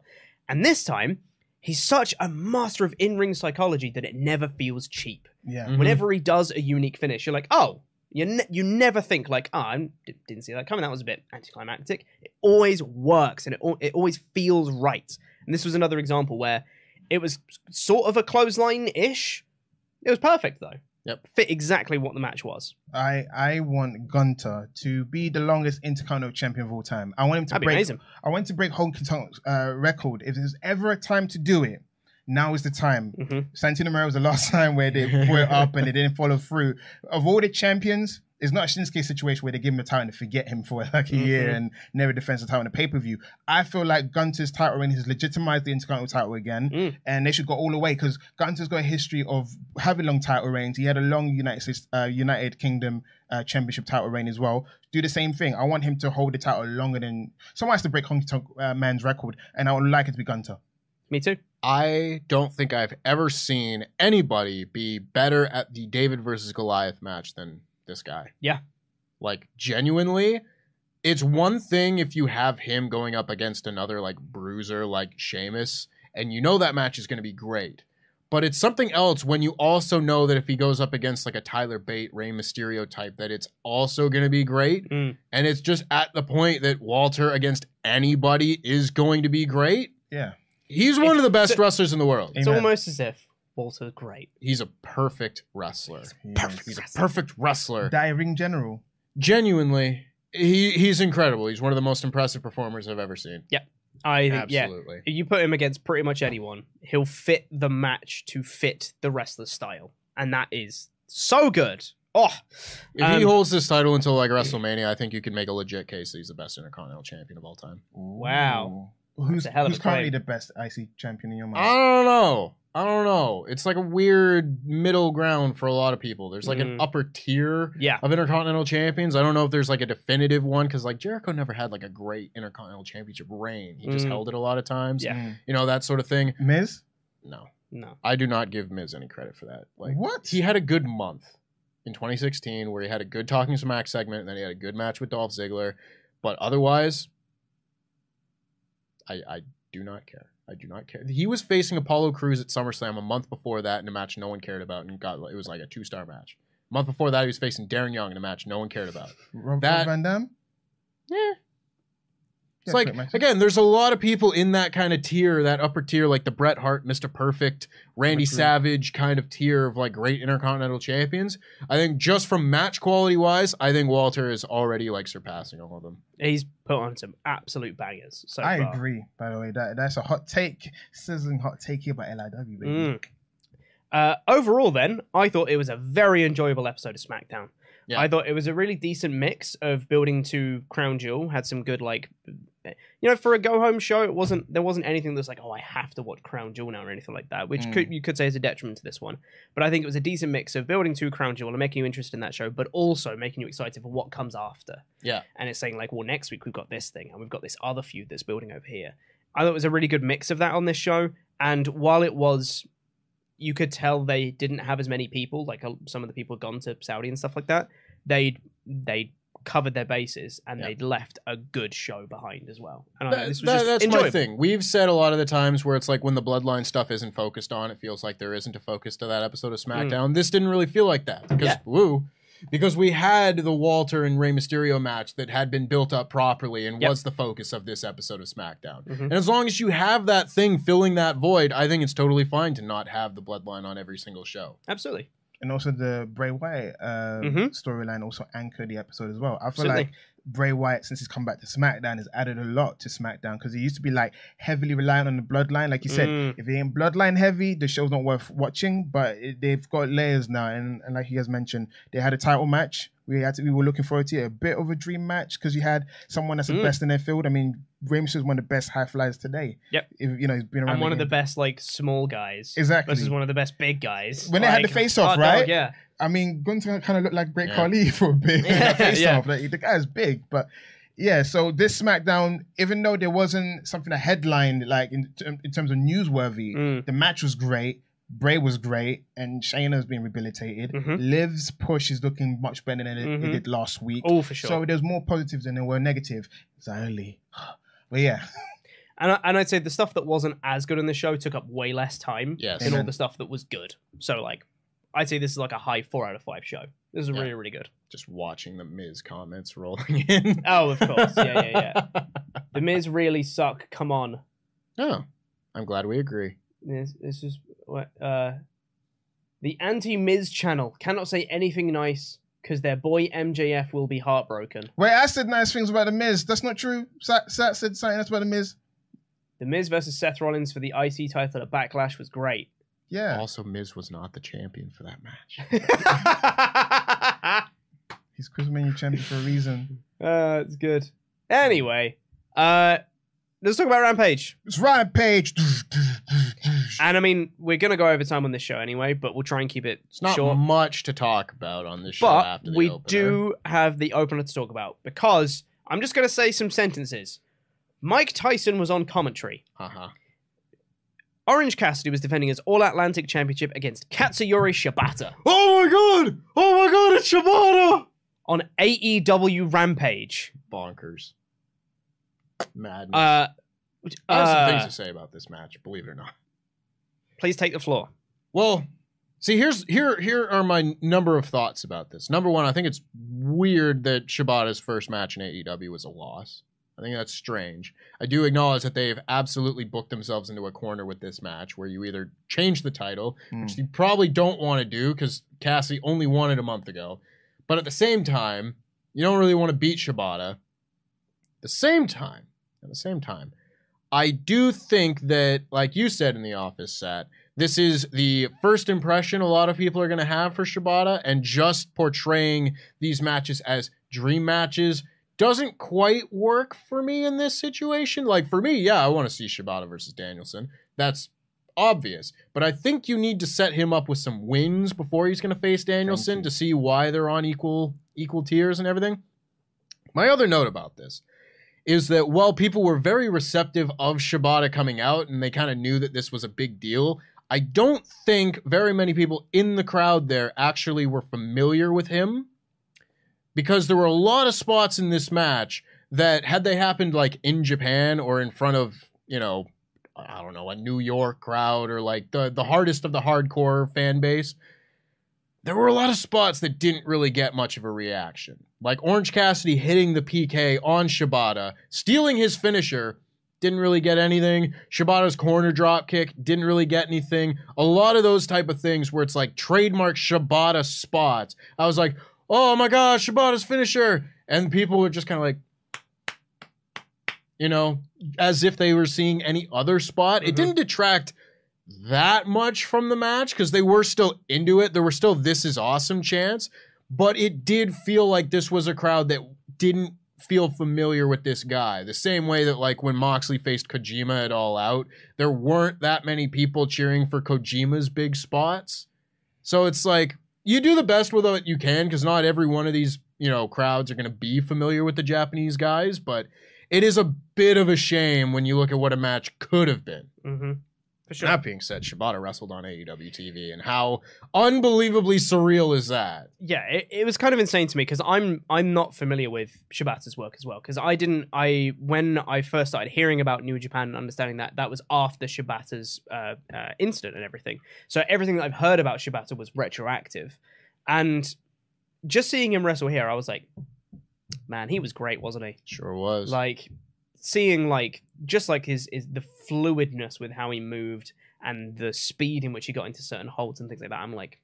[SPEAKER 2] And this time, he's such a master of in-ring psychology that it never feels cheap.
[SPEAKER 3] Yeah.
[SPEAKER 2] Mm-hmm.
[SPEAKER 4] Mm-hmm.
[SPEAKER 2] Whenever he does a unique finish, you're like, oh, you ne- you never think like, oh, I d- didn't see that coming. That was a bit anticlimactic. It always works, and it al- it always feels right. And this was another example where it was sort of a clothesline ish. It was perfect though.
[SPEAKER 4] Yep.
[SPEAKER 2] Fit exactly what the match was.
[SPEAKER 3] I I want Gunter to be the longest intercontinental champion of all time. I want him to
[SPEAKER 2] That'd be
[SPEAKER 3] break.
[SPEAKER 2] amazing.
[SPEAKER 3] I want him to break Honky Tonk's uh, record. If there's ever a time to do it, now is the time.
[SPEAKER 2] Mm-hmm.
[SPEAKER 3] Santino Marella was the last time where they put it up and they didn't follow through. Of all the champions, it's not a Shinsuke situation where they give him a title and forget him for like a year
[SPEAKER 4] Mhm.
[SPEAKER 3] and never defends the title in a pay per view. I feel like Gunter's title reign has legitimized the Intercontinental title again, and they should go all the way because Gunter's got a history of having long title reigns. He had a long United States, uh, United Kingdom uh, Championship title reign as well. Do the same thing. I want him to hold the title longer than someone has to break Honky Tonk uh, Man's record, and I would like it to be Gunter.
[SPEAKER 2] Me too.
[SPEAKER 4] I don't think I've ever seen anybody be better at the David versus Goliath match than this guy.
[SPEAKER 2] Yeah.
[SPEAKER 4] Like genuinely, it's one thing if you have him going up against another like bruiser like Sheamus, and you know that match is going to be great. But it's something else when you also know that if he goes up against like a Tyler Bate, Rey Mysterio type, that it's also going to be great.
[SPEAKER 2] Mm.
[SPEAKER 4] And it's just at the point that Walter against anybody is going to be great.
[SPEAKER 3] Yeah.
[SPEAKER 4] He's one of the best
[SPEAKER 2] So-
[SPEAKER 4] wrestlers in the world.
[SPEAKER 2] It's almost as if Walter's great.
[SPEAKER 4] He's a perfect wrestler.
[SPEAKER 3] perfect
[SPEAKER 4] He's a perfect wrestler.
[SPEAKER 3] Diving general.
[SPEAKER 4] Genuinely, he he's incredible. He's one of the most impressive performers I've ever seen.
[SPEAKER 2] Yeah. I think,
[SPEAKER 4] Absolutely.
[SPEAKER 2] yeah. You put him against pretty much anyone, he'll fit the match to fit the wrestler's style. And that is so good. Oh.
[SPEAKER 4] If
[SPEAKER 2] Um,
[SPEAKER 4] he holds this title until like WrestleMania, I think you could make a legit case that he's the best Intercontinental Champion of all time.
[SPEAKER 2] Wow.
[SPEAKER 3] Who's,
[SPEAKER 2] a hell of
[SPEAKER 3] who's
[SPEAKER 2] a claim.
[SPEAKER 3] currently the best IC champion in your mind?
[SPEAKER 4] I don't know. I don't know. It's like a weird middle ground for a lot of people. There's like an
[SPEAKER 2] Mm.
[SPEAKER 4] upper tier
[SPEAKER 2] Yeah.
[SPEAKER 4] of Intercontinental Champions. I don't know if there's like a definitive one because like Jericho never had like a great Intercontinental Championship reign. He just
[SPEAKER 2] Mm.
[SPEAKER 4] held it a lot of times.
[SPEAKER 2] Yeah.
[SPEAKER 4] You know, that sort of thing.
[SPEAKER 3] Hmm. Miz?
[SPEAKER 4] No.
[SPEAKER 2] No.
[SPEAKER 4] I do not give Miz any credit for that. Like
[SPEAKER 3] What?
[SPEAKER 4] He had a good month in 2016 where he had a good talking smack segment and then he had a good match with Dolph Ziggler, but otherwise I I do not care. I do not care. He was facing Apollo Crews at SummerSlam a month before that in a match no one cared about and got it was like a two-star match. A month before that he was facing Darren Young in a match no one cared about.
[SPEAKER 3] Rob
[SPEAKER 4] That-
[SPEAKER 3] Van Dam?
[SPEAKER 4] Yeah.
[SPEAKER 3] Yeah,
[SPEAKER 4] It's like
[SPEAKER 3] pretty much.
[SPEAKER 4] again, there's a lot of people in that kind of tier, that upper tier, like the Bret Hart, Mr. Perfect, Randy
[SPEAKER 3] Agreed.
[SPEAKER 4] Savage kind of tier of like great intercontinental champions. I think just from match quality wise, I think Walter is already like surpassing all of them.
[SPEAKER 2] He's put on some absolute bangers so
[SPEAKER 3] I
[SPEAKER 2] far.
[SPEAKER 3] agree, by the way. That that's a hot take, sizzling hot take here about LIW, baby.
[SPEAKER 2] Mm. Uh, overall, then, I thought it was a very enjoyable episode of SmackDown.
[SPEAKER 4] Yeah.
[SPEAKER 2] I thought it was a really decent mix of building to Crown Jewel. Had some good like, you know, for a go home show, it wasn't there wasn't anything that's like, oh, I have to watch Crown Jewel now or anything like that, which
[SPEAKER 3] Mm.
[SPEAKER 2] could you could say is a detriment to this one. But I think it was a decent mix of building to Crown Jewel and making you interested in that show, but also making you excited for what comes after
[SPEAKER 4] Yeah.
[SPEAKER 2] and it's saying like, well, next week we've got this thing and we've got this other feud that's building over here. I thought it was a really good mix of that on this show. And while it was you could tell they didn't have as many people. Like uh, some of the people had gone to Saudi and stuff like that. They'd they covered their bases and they'd left a good show behind as well. And I
[SPEAKER 4] That-
[SPEAKER 2] know this was
[SPEAKER 4] that-
[SPEAKER 2] just
[SPEAKER 4] that's
[SPEAKER 2] enjoyable.
[SPEAKER 4] my thing. We've said a lot of the times where it's like when the bloodline stuff isn't focused on, it feels like there isn't a focus to that episode
[SPEAKER 2] Mm.
[SPEAKER 4] of SmackDown. This didn't really feel like that because woo, because we had the Walter and Rey Mysterio match that had been built up properly and
[SPEAKER 9] Yep.
[SPEAKER 4] was the focus of this episode of SmackDown.
[SPEAKER 2] Mm-hmm.
[SPEAKER 4] And as long as you have that thing filling that void, I think it's totally fine to not have the bloodline on every single show.
[SPEAKER 2] Absolutely.
[SPEAKER 3] And also the Bray Wyatt um,
[SPEAKER 2] Mm-hmm.
[SPEAKER 4] Mhm.
[SPEAKER 3] storyline also anchored the episode as well. I feel
[SPEAKER 4] Absolutely.
[SPEAKER 3] like Bray Wyatt, since he's come back to SmackDown, has added a lot to SmackDown because he used to be like heavily reliant on the Bloodline. Like you said,
[SPEAKER 4] Mm.
[SPEAKER 3] if it ain't Bloodline heavy, the show's not worth watching. But it, they've got layers now, and, and like he has mentioned, they had a title match. We had to, we were looking forward to it. a bit of a dream match because you had someone that's the
[SPEAKER 2] Mm.
[SPEAKER 3] best in their field. I mean, Rey Mysterio's one of the best high flyers today.
[SPEAKER 2] Yep.
[SPEAKER 3] If, you know, he's been around.
[SPEAKER 2] and one of the
[SPEAKER 3] game.
[SPEAKER 2] best like small guys.
[SPEAKER 3] Exactly.
[SPEAKER 2] Versus one of the best big guys.
[SPEAKER 3] when they had the
[SPEAKER 2] Like,
[SPEAKER 3] face
[SPEAKER 2] oh,
[SPEAKER 3] off,
[SPEAKER 2] dog,
[SPEAKER 3] right?
[SPEAKER 2] yeah.
[SPEAKER 3] I mean, Gunther kind of looked like Great
[SPEAKER 2] Yeah.
[SPEAKER 3] Khali for a bit.
[SPEAKER 2] Yeah,
[SPEAKER 3] face
[SPEAKER 2] yeah.
[SPEAKER 3] off, like, the guy's big, but yeah. So this SmackDown, even though there wasn't something a headline like in, in terms of newsworthy,
[SPEAKER 2] Mm.
[SPEAKER 3] the match was great. Bray was great, and Shayna's been rehabilitated.
[SPEAKER 2] Mm-hmm.
[SPEAKER 3] Liv's push is looking much better than it, it
[SPEAKER 2] Mhm.
[SPEAKER 3] did last week.
[SPEAKER 2] Oh, for sure.
[SPEAKER 3] So there's more positives than there were negative. It's early, but yeah,
[SPEAKER 2] And, I, and I'd say the stuff that wasn't as good in the show took up way less time
[SPEAKER 3] Yes.
[SPEAKER 2] than all
[SPEAKER 3] Amen.
[SPEAKER 2] the stuff that was good. So, like, I'd say this is like a high four out of five show. This is
[SPEAKER 4] Yeah.
[SPEAKER 2] really, really good.
[SPEAKER 4] Just watching the Miz comments rolling in.
[SPEAKER 2] Oh, of course. Yeah, yeah, yeah. the Miz really suck. Come on.
[SPEAKER 4] Oh, I'm glad we agree.
[SPEAKER 2] This, this is what. Uh, the anti Miz channel cannot say anything nice because their boy MJF will be heartbroken.
[SPEAKER 3] wait, I said nice things about the Miz. That's not true. Sat, Sat said something else about the Miz.
[SPEAKER 2] The Miz versus Seth Rollins for the IC title at Backlash was great.
[SPEAKER 3] Yeah.
[SPEAKER 4] Also, Miz was not the champion for that match.
[SPEAKER 3] He's Chris Mania champion for a reason.
[SPEAKER 2] Uh, it's good. Anyway, uh, let's talk about Rampage.
[SPEAKER 3] It's Rampage.
[SPEAKER 2] and I mean, we're gonna go over time on this show anyway, but we'll try and keep it
[SPEAKER 4] It's not
[SPEAKER 2] short.
[SPEAKER 4] much to talk about on this show
[SPEAKER 2] But
[SPEAKER 4] after the
[SPEAKER 2] we
[SPEAKER 4] opener.
[SPEAKER 2] do have the opener to talk about because I'm just gonna say some sentences. Mike Tyson was on commentary.
[SPEAKER 4] Uh-huh.
[SPEAKER 2] Orange Cassidy was defending his All Atlantic Championship against Katsuyori Shibata
[SPEAKER 4] Oh my god! Oh my god! It's Shibata
[SPEAKER 2] on AEW Rampage.
[SPEAKER 4] Bonkers. Madness.
[SPEAKER 2] Uh, which-
[SPEAKER 4] I have some
[SPEAKER 2] uh,
[SPEAKER 4] things to say about this match, believe it or not.
[SPEAKER 2] Please take the floor.
[SPEAKER 4] Well, see, here's here here are my n- number of thoughts about this. Number one, I think it's weird that Shibata's first match in AEW was a loss. I think that's strange. I do acknowledge that they've absolutely booked themselves into a corner with this match where you either change the title, which
[SPEAKER 9] Mm.
[SPEAKER 4] you probably don't want to do because Cassie only won it a month ago, but at the same time, you don't really want to beat Shibata. At the same time, at the same time, I do think that, like you said in the office, Sat, this is the first impression a lot of people are going to have for Shibata, and just portraying these matches as dream matches doesn't quite work for me in this situation. Like, for me, yeah, I want to see Shibata versus Danielson. That's obvious. But I think you need to set him up with some wins before he's going to face Danielson to see why they're on equal equal tiers and everything. My other note about this is that while people were very receptive of Shibata coming out and they kind of knew that this was a big deal, I don't think very many people in the crowd there actually were familiar with him because there were a lot of spots in this match that had they happened like in Japan or in front of, you know, I don't know, a New York crowd or like the the hardest of the hardcore fan base, there were a lot of spots that didn't really get much of a reaction. Like Orange Cassidy hitting the PK on Shibata, stealing his finisher, didn't really get anything. Shibata's corner drop kick didn't really get anything. A lot of those type of things where it's like trademark Shibata spots. I was like, oh my gosh, Shibata's finisher. And people were just kind of like, you know, as if they were seeing any other spot. It didn't detract that much from the match because they were still into it. There were still this is awesome chants, but it did feel like this was a crowd that didn't feel familiar with this guy. The same way that like when Moxley faced Kojima at All Out, there weren't that many people cheering for Kojima's big spots. So it's like you do the best with what you can because not every one of these you know crowds are going to be familiar with the Japanese guys, but it is a bit of a shame when you look at what a match could have been.
[SPEAKER 2] Mm-hmm. sure.
[SPEAKER 4] That being said, Shibata wrestled on E AEW TV, and how unbelievably surreal is that?
[SPEAKER 2] yeah, it, it was kind of insane to me because I'm I'm not familiar with Shibata's work as well because I didn't I when I first started hearing about New Japan and understanding that that was after Shibata's uh, uh, incident and everything. So everything that I've heard about Shibata was retroactive, and just seeing him wrestle here, I was like, man, he was great, wasn't he?
[SPEAKER 4] Sure was.
[SPEAKER 2] Like seeing like just like his is the fluidness with how he moved and the speed in which he got into certain holds and things like that. I'm like,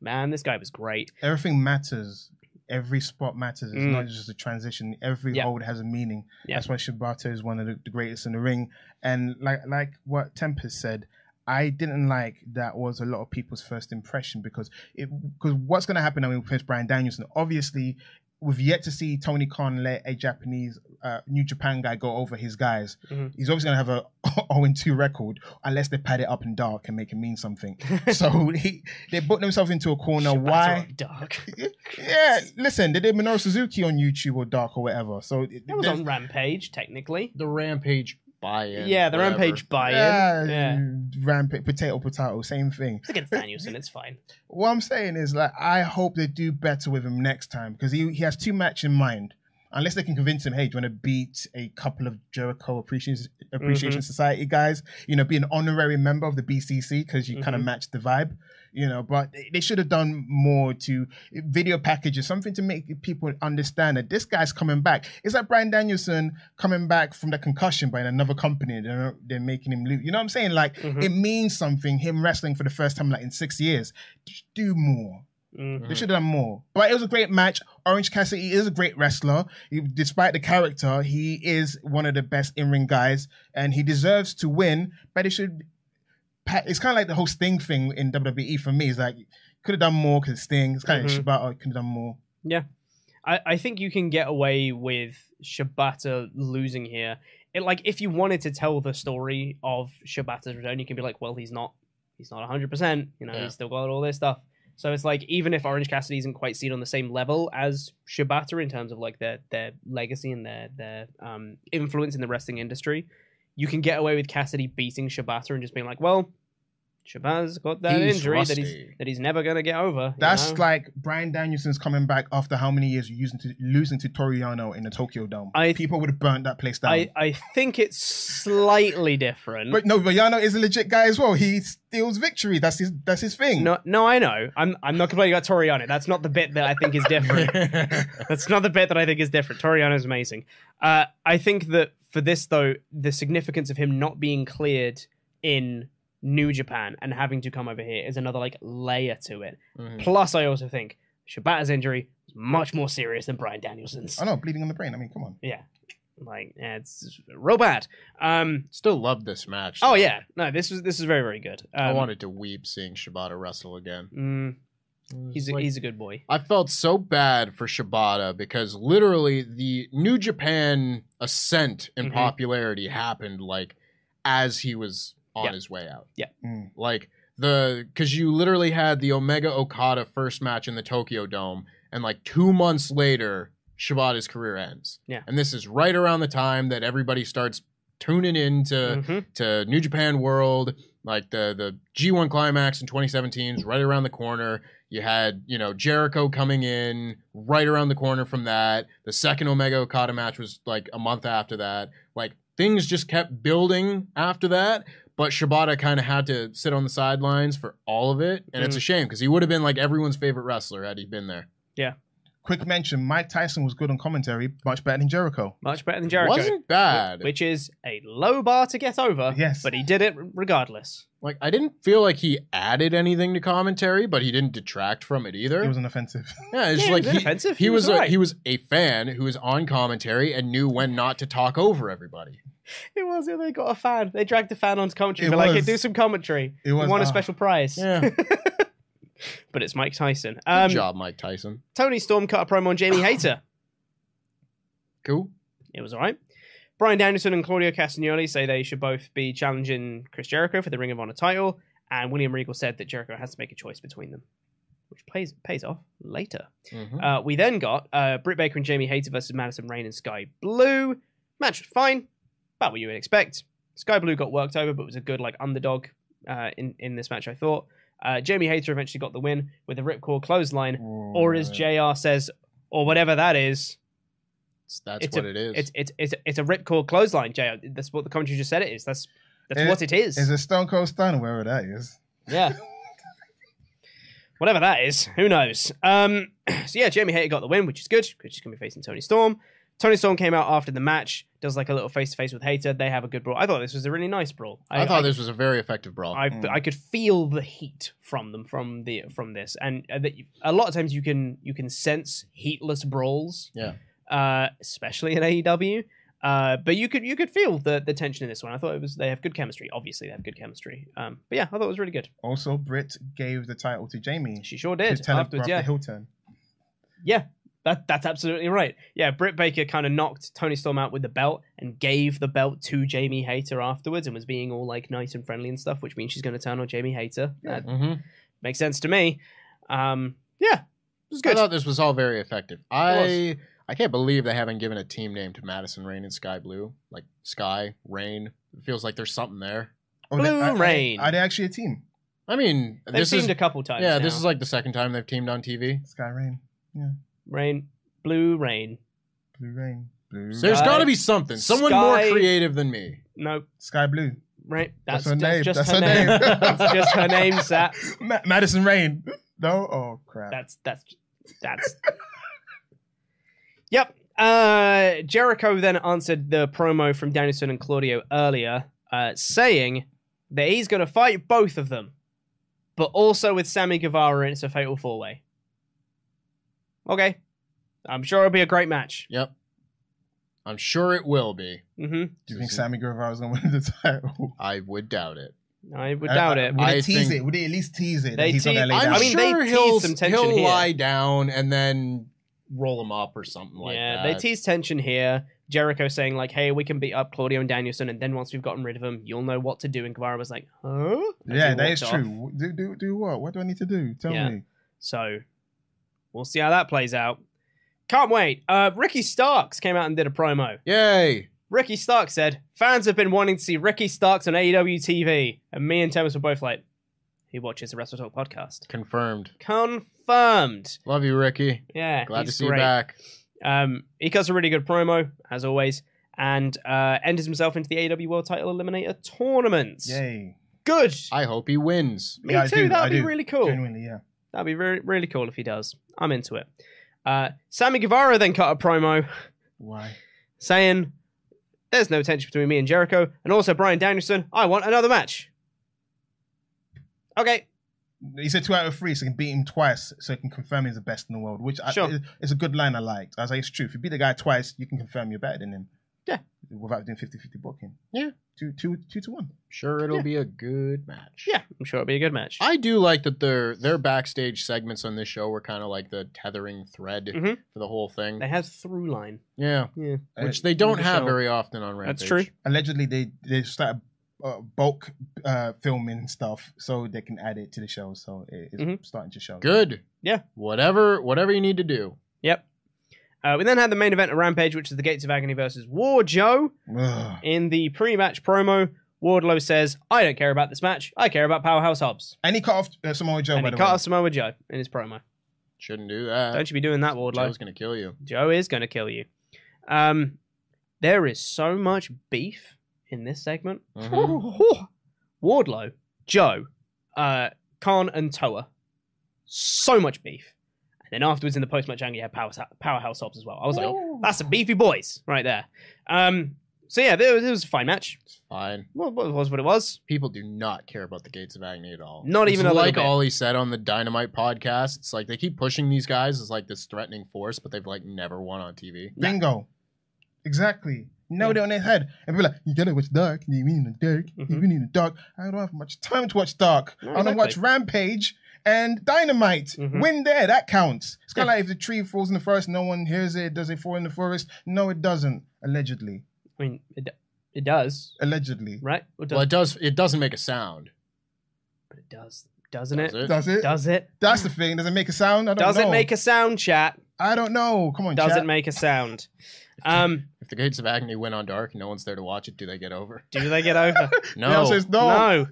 [SPEAKER 2] man, this guy was great.
[SPEAKER 3] Everything matters. Every spot matters. It's
[SPEAKER 2] Mm.
[SPEAKER 3] not just a transition. Every
[SPEAKER 2] Yeah.
[SPEAKER 3] hold has a meaning.
[SPEAKER 2] Yeah.
[SPEAKER 3] That's why Shibata is one of the, the greatest in the ring. And like like what Tempest said, I didn't like that was a lot of people's first impression because it because what's going to happen? I mean, with Brian Danielson, obviously. We've yet to see Tony Khan let a Japanese uh, New Japan guy go over his guys.
[SPEAKER 4] Mm-hmm.
[SPEAKER 2] Mhm.
[SPEAKER 3] He's obviously going to have a 0 2 record unless they pad it up in dark and make it mean something. so he, they booked themselves into a corner. Why?
[SPEAKER 2] Dark.
[SPEAKER 3] Yeah, listen, they did Minoru Suzuki on YouTube or Dark or whatever. So it,
[SPEAKER 2] That was
[SPEAKER 3] there's-
[SPEAKER 2] on Rampage, technically.
[SPEAKER 4] The Rampage buy-in.
[SPEAKER 2] Yeah, the Rampage buy-in.
[SPEAKER 3] Yeah,
[SPEAKER 2] Yeah.
[SPEAKER 3] Rampage, potato, potato, same thing.
[SPEAKER 2] It's against Danielson. It's fine.
[SPEAKER 3] What I'm saying is, like, I hope they do better with him next time because he, he has two match in mind. Unless they can convince him, hey, do you want to beat a couple of Jericho Appreciation, Appreciation
[SPEAKER 9] Mhm.
[SPEAKER 2] Mm-hmm.
[SPEAKER 3] Society guys? You know, be an honorary member of the BCC because you
[SPEAKER 2] Mm-hmm.
[SPEAKER 3] kind of
[SPEAKER 9] Mhm.
[SPEAKER 3] match the vibe. You know, but they- they should have done more to video packages, something to make people understand that this guy's coming back. It's like Brian Danielson coming back from the concussion by another company. They're, they're making him loot. You know what I'm saying? Like, it means something, him wrestling for the first time, like, in six years. Just do more.
[SPEAKER 2] Mm.
[SPEAKER 3] They should have done more. But it was a great match. Orange Cassidy is a great wrestler. He- despite the character, he is one of the best in ring guys, and he deserves to win. But it should. pa- It's kind of like the whole Sting thing in WWE for me. It's like could have done more because Sting. It's kind of
[SPEAKER 2] Mhm.
[SPEAKER 3] Shibata could have done more.
[SPEAKER 2] Yeah. I, I think you can get away with Shibata losing here. It, like, if you wanted to tell the story of Shibata's return, you can be like, well, he's not, he's not 100%. You know,
[SPEAKER 4] Yeah.
[SPEAKER 2] he's still got all this stuff. So it's like, even if Orange Cassidy isn't quite seen on the same level as Shibata in terms of like their, their legacy and their, their um, influence in the wrestling industry, you can get away with Cassidy beating Shibata and just being like, well, Shibata's got that
[SPEAKER 3] He's
[SPEAKER 2] injury that he's,
[SPEAKER 3] rusty.
[SPEAKER 2] that he's never going to get over. you
[SPEAKER 3] That's
[SPEAKER 2] know?
[SPEAKER 3] like Brian Danielson's coming back after how many years using to losing to Toriano in the Tokyo Dome. People would have burnt that place down.
[SPEAKER 2] I, I think it's slightly different.
[SPEAKER 3] but no, Boyano is a legit guy as well. He steals victory. That's his. That's his thing.
[SPEAKER 2] No, no, I know. I'm I'm not complaining about Toriano. That's not the bit that I think is different. That's not the bit that I think is different. Toriano is amazing. Uh, I think that for this though, the significance of him not being cleared in New Japan and having to come over here is another like layer to it.
[SPEAKER 3] Mhm.
[SPEAKER 4] Mm-hmm.
[SPEAKER 2] Plus, I also think Shibata's injury is much more serious than Brian Danielson's.
[SPEAKER 3] I know, bleeding on the brain. I mean, come on.
[SPEAKER 2] Yeah. Like yeah, it's real bad. Um,
[SPEAKER 4] still love this match.
[SPEAKER 2] Oh yeah, no, this was this is very very good.
[SPEAKER 4] I
[SPEAKER 2] Um,
[SPEAKER 4] wanted to weep seeing Shibata wrestle again.
[SPEAKER 2] Mm,
[SPEAKER 4] was
[SPEAKER 2] he's a,
[SPEAKER 4] like-
[SPEAKER 2] he's a good boy.
[SPEAKER 4] I felt so bad for Shibata because literally the New Japan ascent in
[SPEAKER 2] Mhm.
[SPEAKER 4] popularity happened like as he was on
[SPEAKER 2] Yeah.
[SPEAKER 4] his way out.
[SPEAKER 2] Yeah.
[SPEAKER 3] Mm.
[SPEAKER 4] Like the because you literally had the Omega Okada first match in the Tokyo Dome, and like two months later, Shibata's career ends.
[SPEAKER 2] Yeah.
[SPEAKER 4] And this is right around the time that everybody starts tuning in
[SPEAKER 2] Mm-hmm.
[SPEAKER 4] to
[SPEAKER 2] Uh,
[SPEAKER 4] to New Japan World, like the the G1 climax in 2017 is right around the corner. You had, you know, Jericho coming in right around the corner from that. The second Omega Okada match was like a month after that. Like things just kept building after that, but Shibata kind of had to sit on the sidelines for all of it, and it's a
[SPEAKER 3] Mm.
[SPEAKER 4] shame because he would have been like everyone's favorite wrestler had he been there.
[SPEAKER 2] Yeah.
[SPEAKER 3] Quick mention: Mike Tyson was good on commentary, much better than Jericho.
[SPEAKER 2] Much better than Jericho.
[SPEAKER 4] Wasn't bad.
[SPEAKER 2] Wh- Which is a low bar to get over.
[SPEAKER 3] Yes.
[SPEAKER 2] But he did it r- regardless.
[SPEAKER 4] Like I didn't feel like he added anything to commentary, but he didn't detract from it either.
[SPEAKER 3] It was unoffensive.
[SPEAKER 4] Yeah, it's
[SPEAKER 2] Yeah, he
[SPEAKER 4] like
[SPEAKER 2] was
[SPEAKER 4] he,
[SPEAKER 2] inoffensive.
[SPEAKER 4] he
[SPEAKER 2] He
[SPEAKER 4] was,
[SPEAKER 2] was
[SPEAKER 4] a,
[SPEAKER 2] alright.
[SPEAKER 4] he was a fan who was on commentary and knew when not to talk over everybody.
[SPEAKER 2] It was, yeah, they got a fan. They dragged a fan onto commentary.
[SPEAKER 4] It
[SPEAKER 2] They're like, hey,
[SPEAKER 4] was.
[SPEAKER 2] do some commentary. It
[SPEAKER 4] It was,
[SPEAKER 2] won a
[SPEAKER 4] ah.
[SPEAKER 2] special prize.
[SPEAKER 4] Yeah.
[SPEAKER 2] but it's Mike Tyson.
[SPEAKER 4] Good
[SPEAKER 2] Um,
[SPEAKER 4] job, Mike Tyson.
[SPEAKER 2] Tony Storm cut a promo on Jamie Hayter.
[SPEAKER 4] Cool.
[SPEAKER 2] It was all right. Brian Danielson and Claudio Castagnoli say they should both be challenging Chris Jericho for the Ring of Honor title. And William Regal said that Jericho has to make a choice between them, which plays, pays off later.
[SPEAKER 4] Mm-hmm.
[SPEAKER 2] Uh, we then got uh, Britt Baker and Jamie Hayter versus Madison Rain and Sky Blue. Match was fine, about what you would expect. Sky Blue got worked over, but was a good like underdog uh, in in this match. I thought. Uh, Jamie Hayter eventually got the win with a ripcord clothesline, or as JR says, or whatever that is.
[SPEAKER 4] That's
[SPEAKER 2] it's
[SPEAKER 4] what
[SPEAKER 2] a,
[SPEAKER 4] it is.
[SPEAKER 2] It's it's it's it's a ripcord clothesline, JR. That's what the commentary just said. It is. That's that's what it is.
[SPEAKER 3] It's a Stone Cold Stunner, wherever that is.
[SPEAKER 2] Yeah. Whatever that is, who knows? Um, so yeah, Jamie Hayter got the win, which is good because she's going to be facing Tony Storm. Tony Storm came out after the match, does like a little face to face with Hayter. They have a good brawl. I thought this was a really nice brawl.
[SPEAKER 4] I, thought this was a very effective brawl. Mm.
[SPEAKER 2] I, I could feel the heat from them from the from this, and uh, that you, a lot of times you can you can sense heatless brawls,
[SPEAKER 4] Yeah.
[SPEAKER 2] uh, especially in AEW. Uh, but you could you could feel the the tension in this one. I thought it was they have good chemistry. Obviously, they have good chemistry. Um, but yeah, I thought it was really good.
[SPEAKER 3] Also, Britt gave the title to Jamie.
[SPEAKER 2] She sure did.
[SPEAKER 3] To tell her
[SPEAKER 2] Afterwards,
[SPEAKER 3] brother
[SPEAKER 2] yeah.
[SPEAKER 3] Hill turn.
[SPEAKER 2] Yeah, that that's absolutely right. Yeah, Britt Baker kind of knocked Tony Storm out with the belt and gave the belt to Jamie Hayter afterwards, and was being all like nice and friendly and stuff, which means she's going to turn on Jamie Hayter. That
[SPEAKER 4] Mm-hmm.
[SPEAKER 2] makes sense to me. Um, yeah, it was
[SPEAKER 4] I
[SPEAKER 2] good.
[SPEAKER 4] thought this was all very effective.
[SPEAKER 2] It
[SPEAKER 4] I I can't believe they haven't given a team name to Madison Rain and Sky Blue. Like Sky Rain, it feels like there's something there.
[SPEAKER 3] Oh, they- Blue are- are they- Rain. are they actually a team?
[SPEAKER 4] I mean,
[SPEAKER 2] They've
[SPEAKER 4] this is
[SPEAKER 2] teamed a couple times
[SPEAKER 4] Yeah,
[SPEAKER 2] now.
[SPEAKER 4] this is like the second time they've teamed on TV.
[SPEAKER 3] Sky Rain. Yeah.
[SPEAKER 2] Rain, blue rain.
[SPEAKER 3] Blue Rain. Blue
[SPEAKER 4] So there's got to be something. Someone more creative than me.
[SPEAKER 2] No.
[SPEAKER 3] Sky Blue.
[SPEAKER 2] Right.
[SPEAKER 3] That's,
[SPEAKER 2] That's,
[SPEAKER 3] her name.
[SPEAKER 2] that's just
[SPEAKER 3] That's
[SPEAKER 2] her name. that's just her name, Sat.
[SPEAKER 3] Ma- Madison Rain. No? Oh, crap.
[SPEAKER 2] That's that's that's. yep. Uh, Jericho then answered the promo from Danielson and Claudio earlier, uh, saying that he's going to fight both of them, but also with Sammy Guevara, and it's a fatal four way. Okay, I'm sure it'll be a great match.
[SPEAKER 4] Yep. I'm sure it will be.
[SPEAKER 2] hmm
[SPEAKER 3] Do you think Sammy Guevara's going to win the title? Uh,
[SPEAKER 4] I would doubt it.
[SPEAKER 2] I would doubt it.
[SPEAKER 3] Would they tease it? Would they at least tease it? that
[SPEAKER 4] They
[SPEAKER 3] he's not
[SPEAKER 4] tea-
[SPEAKER 3] gonna lay
[SPEAKER 4] I'm
[SPEAKER 3] down?
[SPEAKER 4] sure he'll, he'll
[SPEAKER 2] here.
[SPEAKER 4] lie down and then roll him up or something like
[SPEAKER 2] yeah,
[SPEAKER 4] that.
[SPEAKER 2] they tease tension here. Jericho saying like, "Hey, we can beat up Claudio and Danielson, and then once we've gotten rid of them, you'll know what to do." And Guevara was like, "Huh?" As
[SPEAKER 3] Yeah,
[SPEAKER 2] he
[SPEAKER 3] that is
[SPEAKER 2] walked off.
[SPEAKER 3] true. Do, do, do what? What do I need to do? Tell
[SPEAKER 2] Yeah.
[SPEAKER 3] me.
[SPEAKER 2] So we'll see how that plays out. Can't wait. Uh, Ricky Starks came out and did a promo.
[SPEAKER 4] Yay!
[SPEAKER 2] Ricky Starks said, "Fans have been wanting to see Ricky Starks on E AEW TV," and me and Thomas were both like, "He watches the Wrestle Talk podcast."
[SPEAKER 4] Confirmed.
[SPEAKER 2] Confirmed.
[SPEAKER 4] Love you, Ricky.
[SPEAKER 2] Yeah,
[SPEAKER 4] Glad to
[SPEAKER 2] he's
[SPEAKER 4] see
[SPEAKER 2] great.
[SPEAKER 4] you back.
[SPEAKER 2] Um, he cuts a really good promo, as always, and uh, enters himself into the AW World Title Eliminator tournament.
[SPEAKER 3] Yay.
[SPEAKER 2] Good.
[SPEAKER 4] I hope he wins.
[SPEAKER 2] Me
[SPEAKER 3] Yeah, I
[SPEAKER 2] too.
[SPEAKER 3] do,
[SPEAKER 2] That'd
[SPEAKER 3] I
[SPEAKER 2] be
[SPEAKER 3] do.
[SPEAKER 2] really cool.
[SPEAKER 3] Genuinely, yeah.
[SPEAKER 2] That'd be really, really cool if he does. I'm into it. Uh, Sammy Guevara then cut a promo
[SPEAKER 3] Why?
[SPEAKER 2] saying, There's no tension between me and Jericho, and also Brian Danielson. I want another match. Okay.
[SPEAKER 3] He said two out of three, so he can beat him twice, so he can confirm he's the best in the world. Which
[SPEAKER 2] Sure.
[SPEAKER 3] I, it's a good line I liked. I was like, it's true. If you beat the guy twice, you can confirm you're better than him.
[SPEAKER 2] Yeah.
[SPEAKER 3] Without doing 50-50 booking,
[SPEAKER 4] Yeah.
[SPEAKER 3] two two two to one.
[SPEAKER 4] Sure, it'll be a good match.
[SPEAKER 2] Yeah, I'm sure it'll be a good match.
[SPEAKER 4] I do like that their their backstage segments on this show were kind of like the tethering thread
[SPEAKER 2] Mhm.
[SPEAKER 4] for the whole thing.
[SPEAKER 2] They have through line.
[SPEAKER 4] yeah,
[SPEAKER 2] Yeah.
[SPEAKER 4] which
[SPEAKER 3] Uh,
[SPEAKER 4] they don't
[SPEAKER 3] the
[SPEAKER 4] have
[SPEAKER 3] show.
[SPEAKER 4] very often on Rampage.
[SPEAKER 2] That's true.
[SPEAKER 3] Allegedly, they they started uh, bulk uh, filming stuff so they can add it to the show. So it, it's
[SPEAKER 2] Mhm.
[SPEAKER 3] starting to show.
[SPEAKER 4] Good.
[SPEAKER 2] Yeah.
[SPEAKER 4] Whatever whatever you need to do.
[SPEAKER 2] Yep. Uh, we then had the main event of Rampage, which is the Gates of Agony versus War Joe.
[SPEAKER 3] Ugh.
[SPEAKER 2] In the pre-match promo, Wardlow says, "I don't care about this match. I care about Powerhouse Hobbs."
[SPEAKER 3] And he cut off uh, Samoa Joe.
[SPEAKER 2] and
[SPEAKER 3] by
[SPEAKER 2] he
[SPEAKER 3] the
[SPEAKER 2] cut
[SPEAKER 3] way.
[SPEAKER 2] off Samoa Joe in his promo.
[SPEAKER 4] Shouldn't do that.
[SPEAKER 2] don't you be doing that, Wardlow.
[SPEAKER 4] Uh, Joe's gonna kill you.
[SPEAKER 2] Joe is going to kill you. Um, there is so much beef in this segment.
[SPEAKER 3] Mm-hmm.
[SPEAKER 2] Wardlow, Joe, uh, Khan, and Toa. So much beef. And then afterwards in the post match angle, you had Powerhouse, powerhouse Hobbs as well. I was like, oh, that's some beefy boys right there. Um, so yeah, there was, it was a fine match.
[SPEAKER 4] Fine.
[SPEAKER 2] What, what was what it was?
[SPEAKER 4] People do not care about the Gates of Agony at all.
[SPEAKER 2] Not
[SPEAKER 4] It's
[SPEAKER 2] even a little
[SPEAKER 4] like
[SPEAKER 2] bit.
[SPEAKER 4] all he said on the Dynamite podcast. It's like they keep pushing these guys as like this threatening force, but they've like never won on TV.
[SPEAKER 3] Bingo. Exactly. Nailed it on his head. And people are like, you gotta watch Dark. You mean the Dark. You mean the Dark. I don't have much time to watch Dark.
[SPEAKER 2] No,
[SPEAKER 3] I want to watch
[SPEAKER 2] exactly.
[SPEAKER 3] Rampage and Dynamite. Win there. That counts. It's kind of like if the tree falls in the forest, no one hears it. Does it fall in the forest? No, it doesn't. Allegedly.
[SPEAKER 2] I mean, it, it does,
[SPEAKER 3] Allegedly.
[SPEAKER 2] right? It does,
[SPEAKER 4] Well, it does. It doesn't make a sound.
[SPEAKER 2] but it does, doesn't
[SPEAKER 4] Does
[SPEAKER 2] it?
[SPEAKER 4] it?
[SPEAKER 3] Does it?
[SPEAKER 2] Does it?
[SPEAKER 3] That's the thing. Does it make a sound? I don't
[SPEAKER 2] Does
[SPEAKER 3] know.
[SPEAKER 2] it make a sound chat?
[SPEAKER 3] I I don't know. Come on,
[SPEAKER 2] Doesn't
[SPEAKER 3] chat.
[SPEAKER 2] make a sound. Um,
[SPEAKER 4] if the gates of agony went on dark, no one's there to watch it. Do they get over?
[SPEAKER 2] Do they get over?
[SPEAKER 4] No. The answer is no.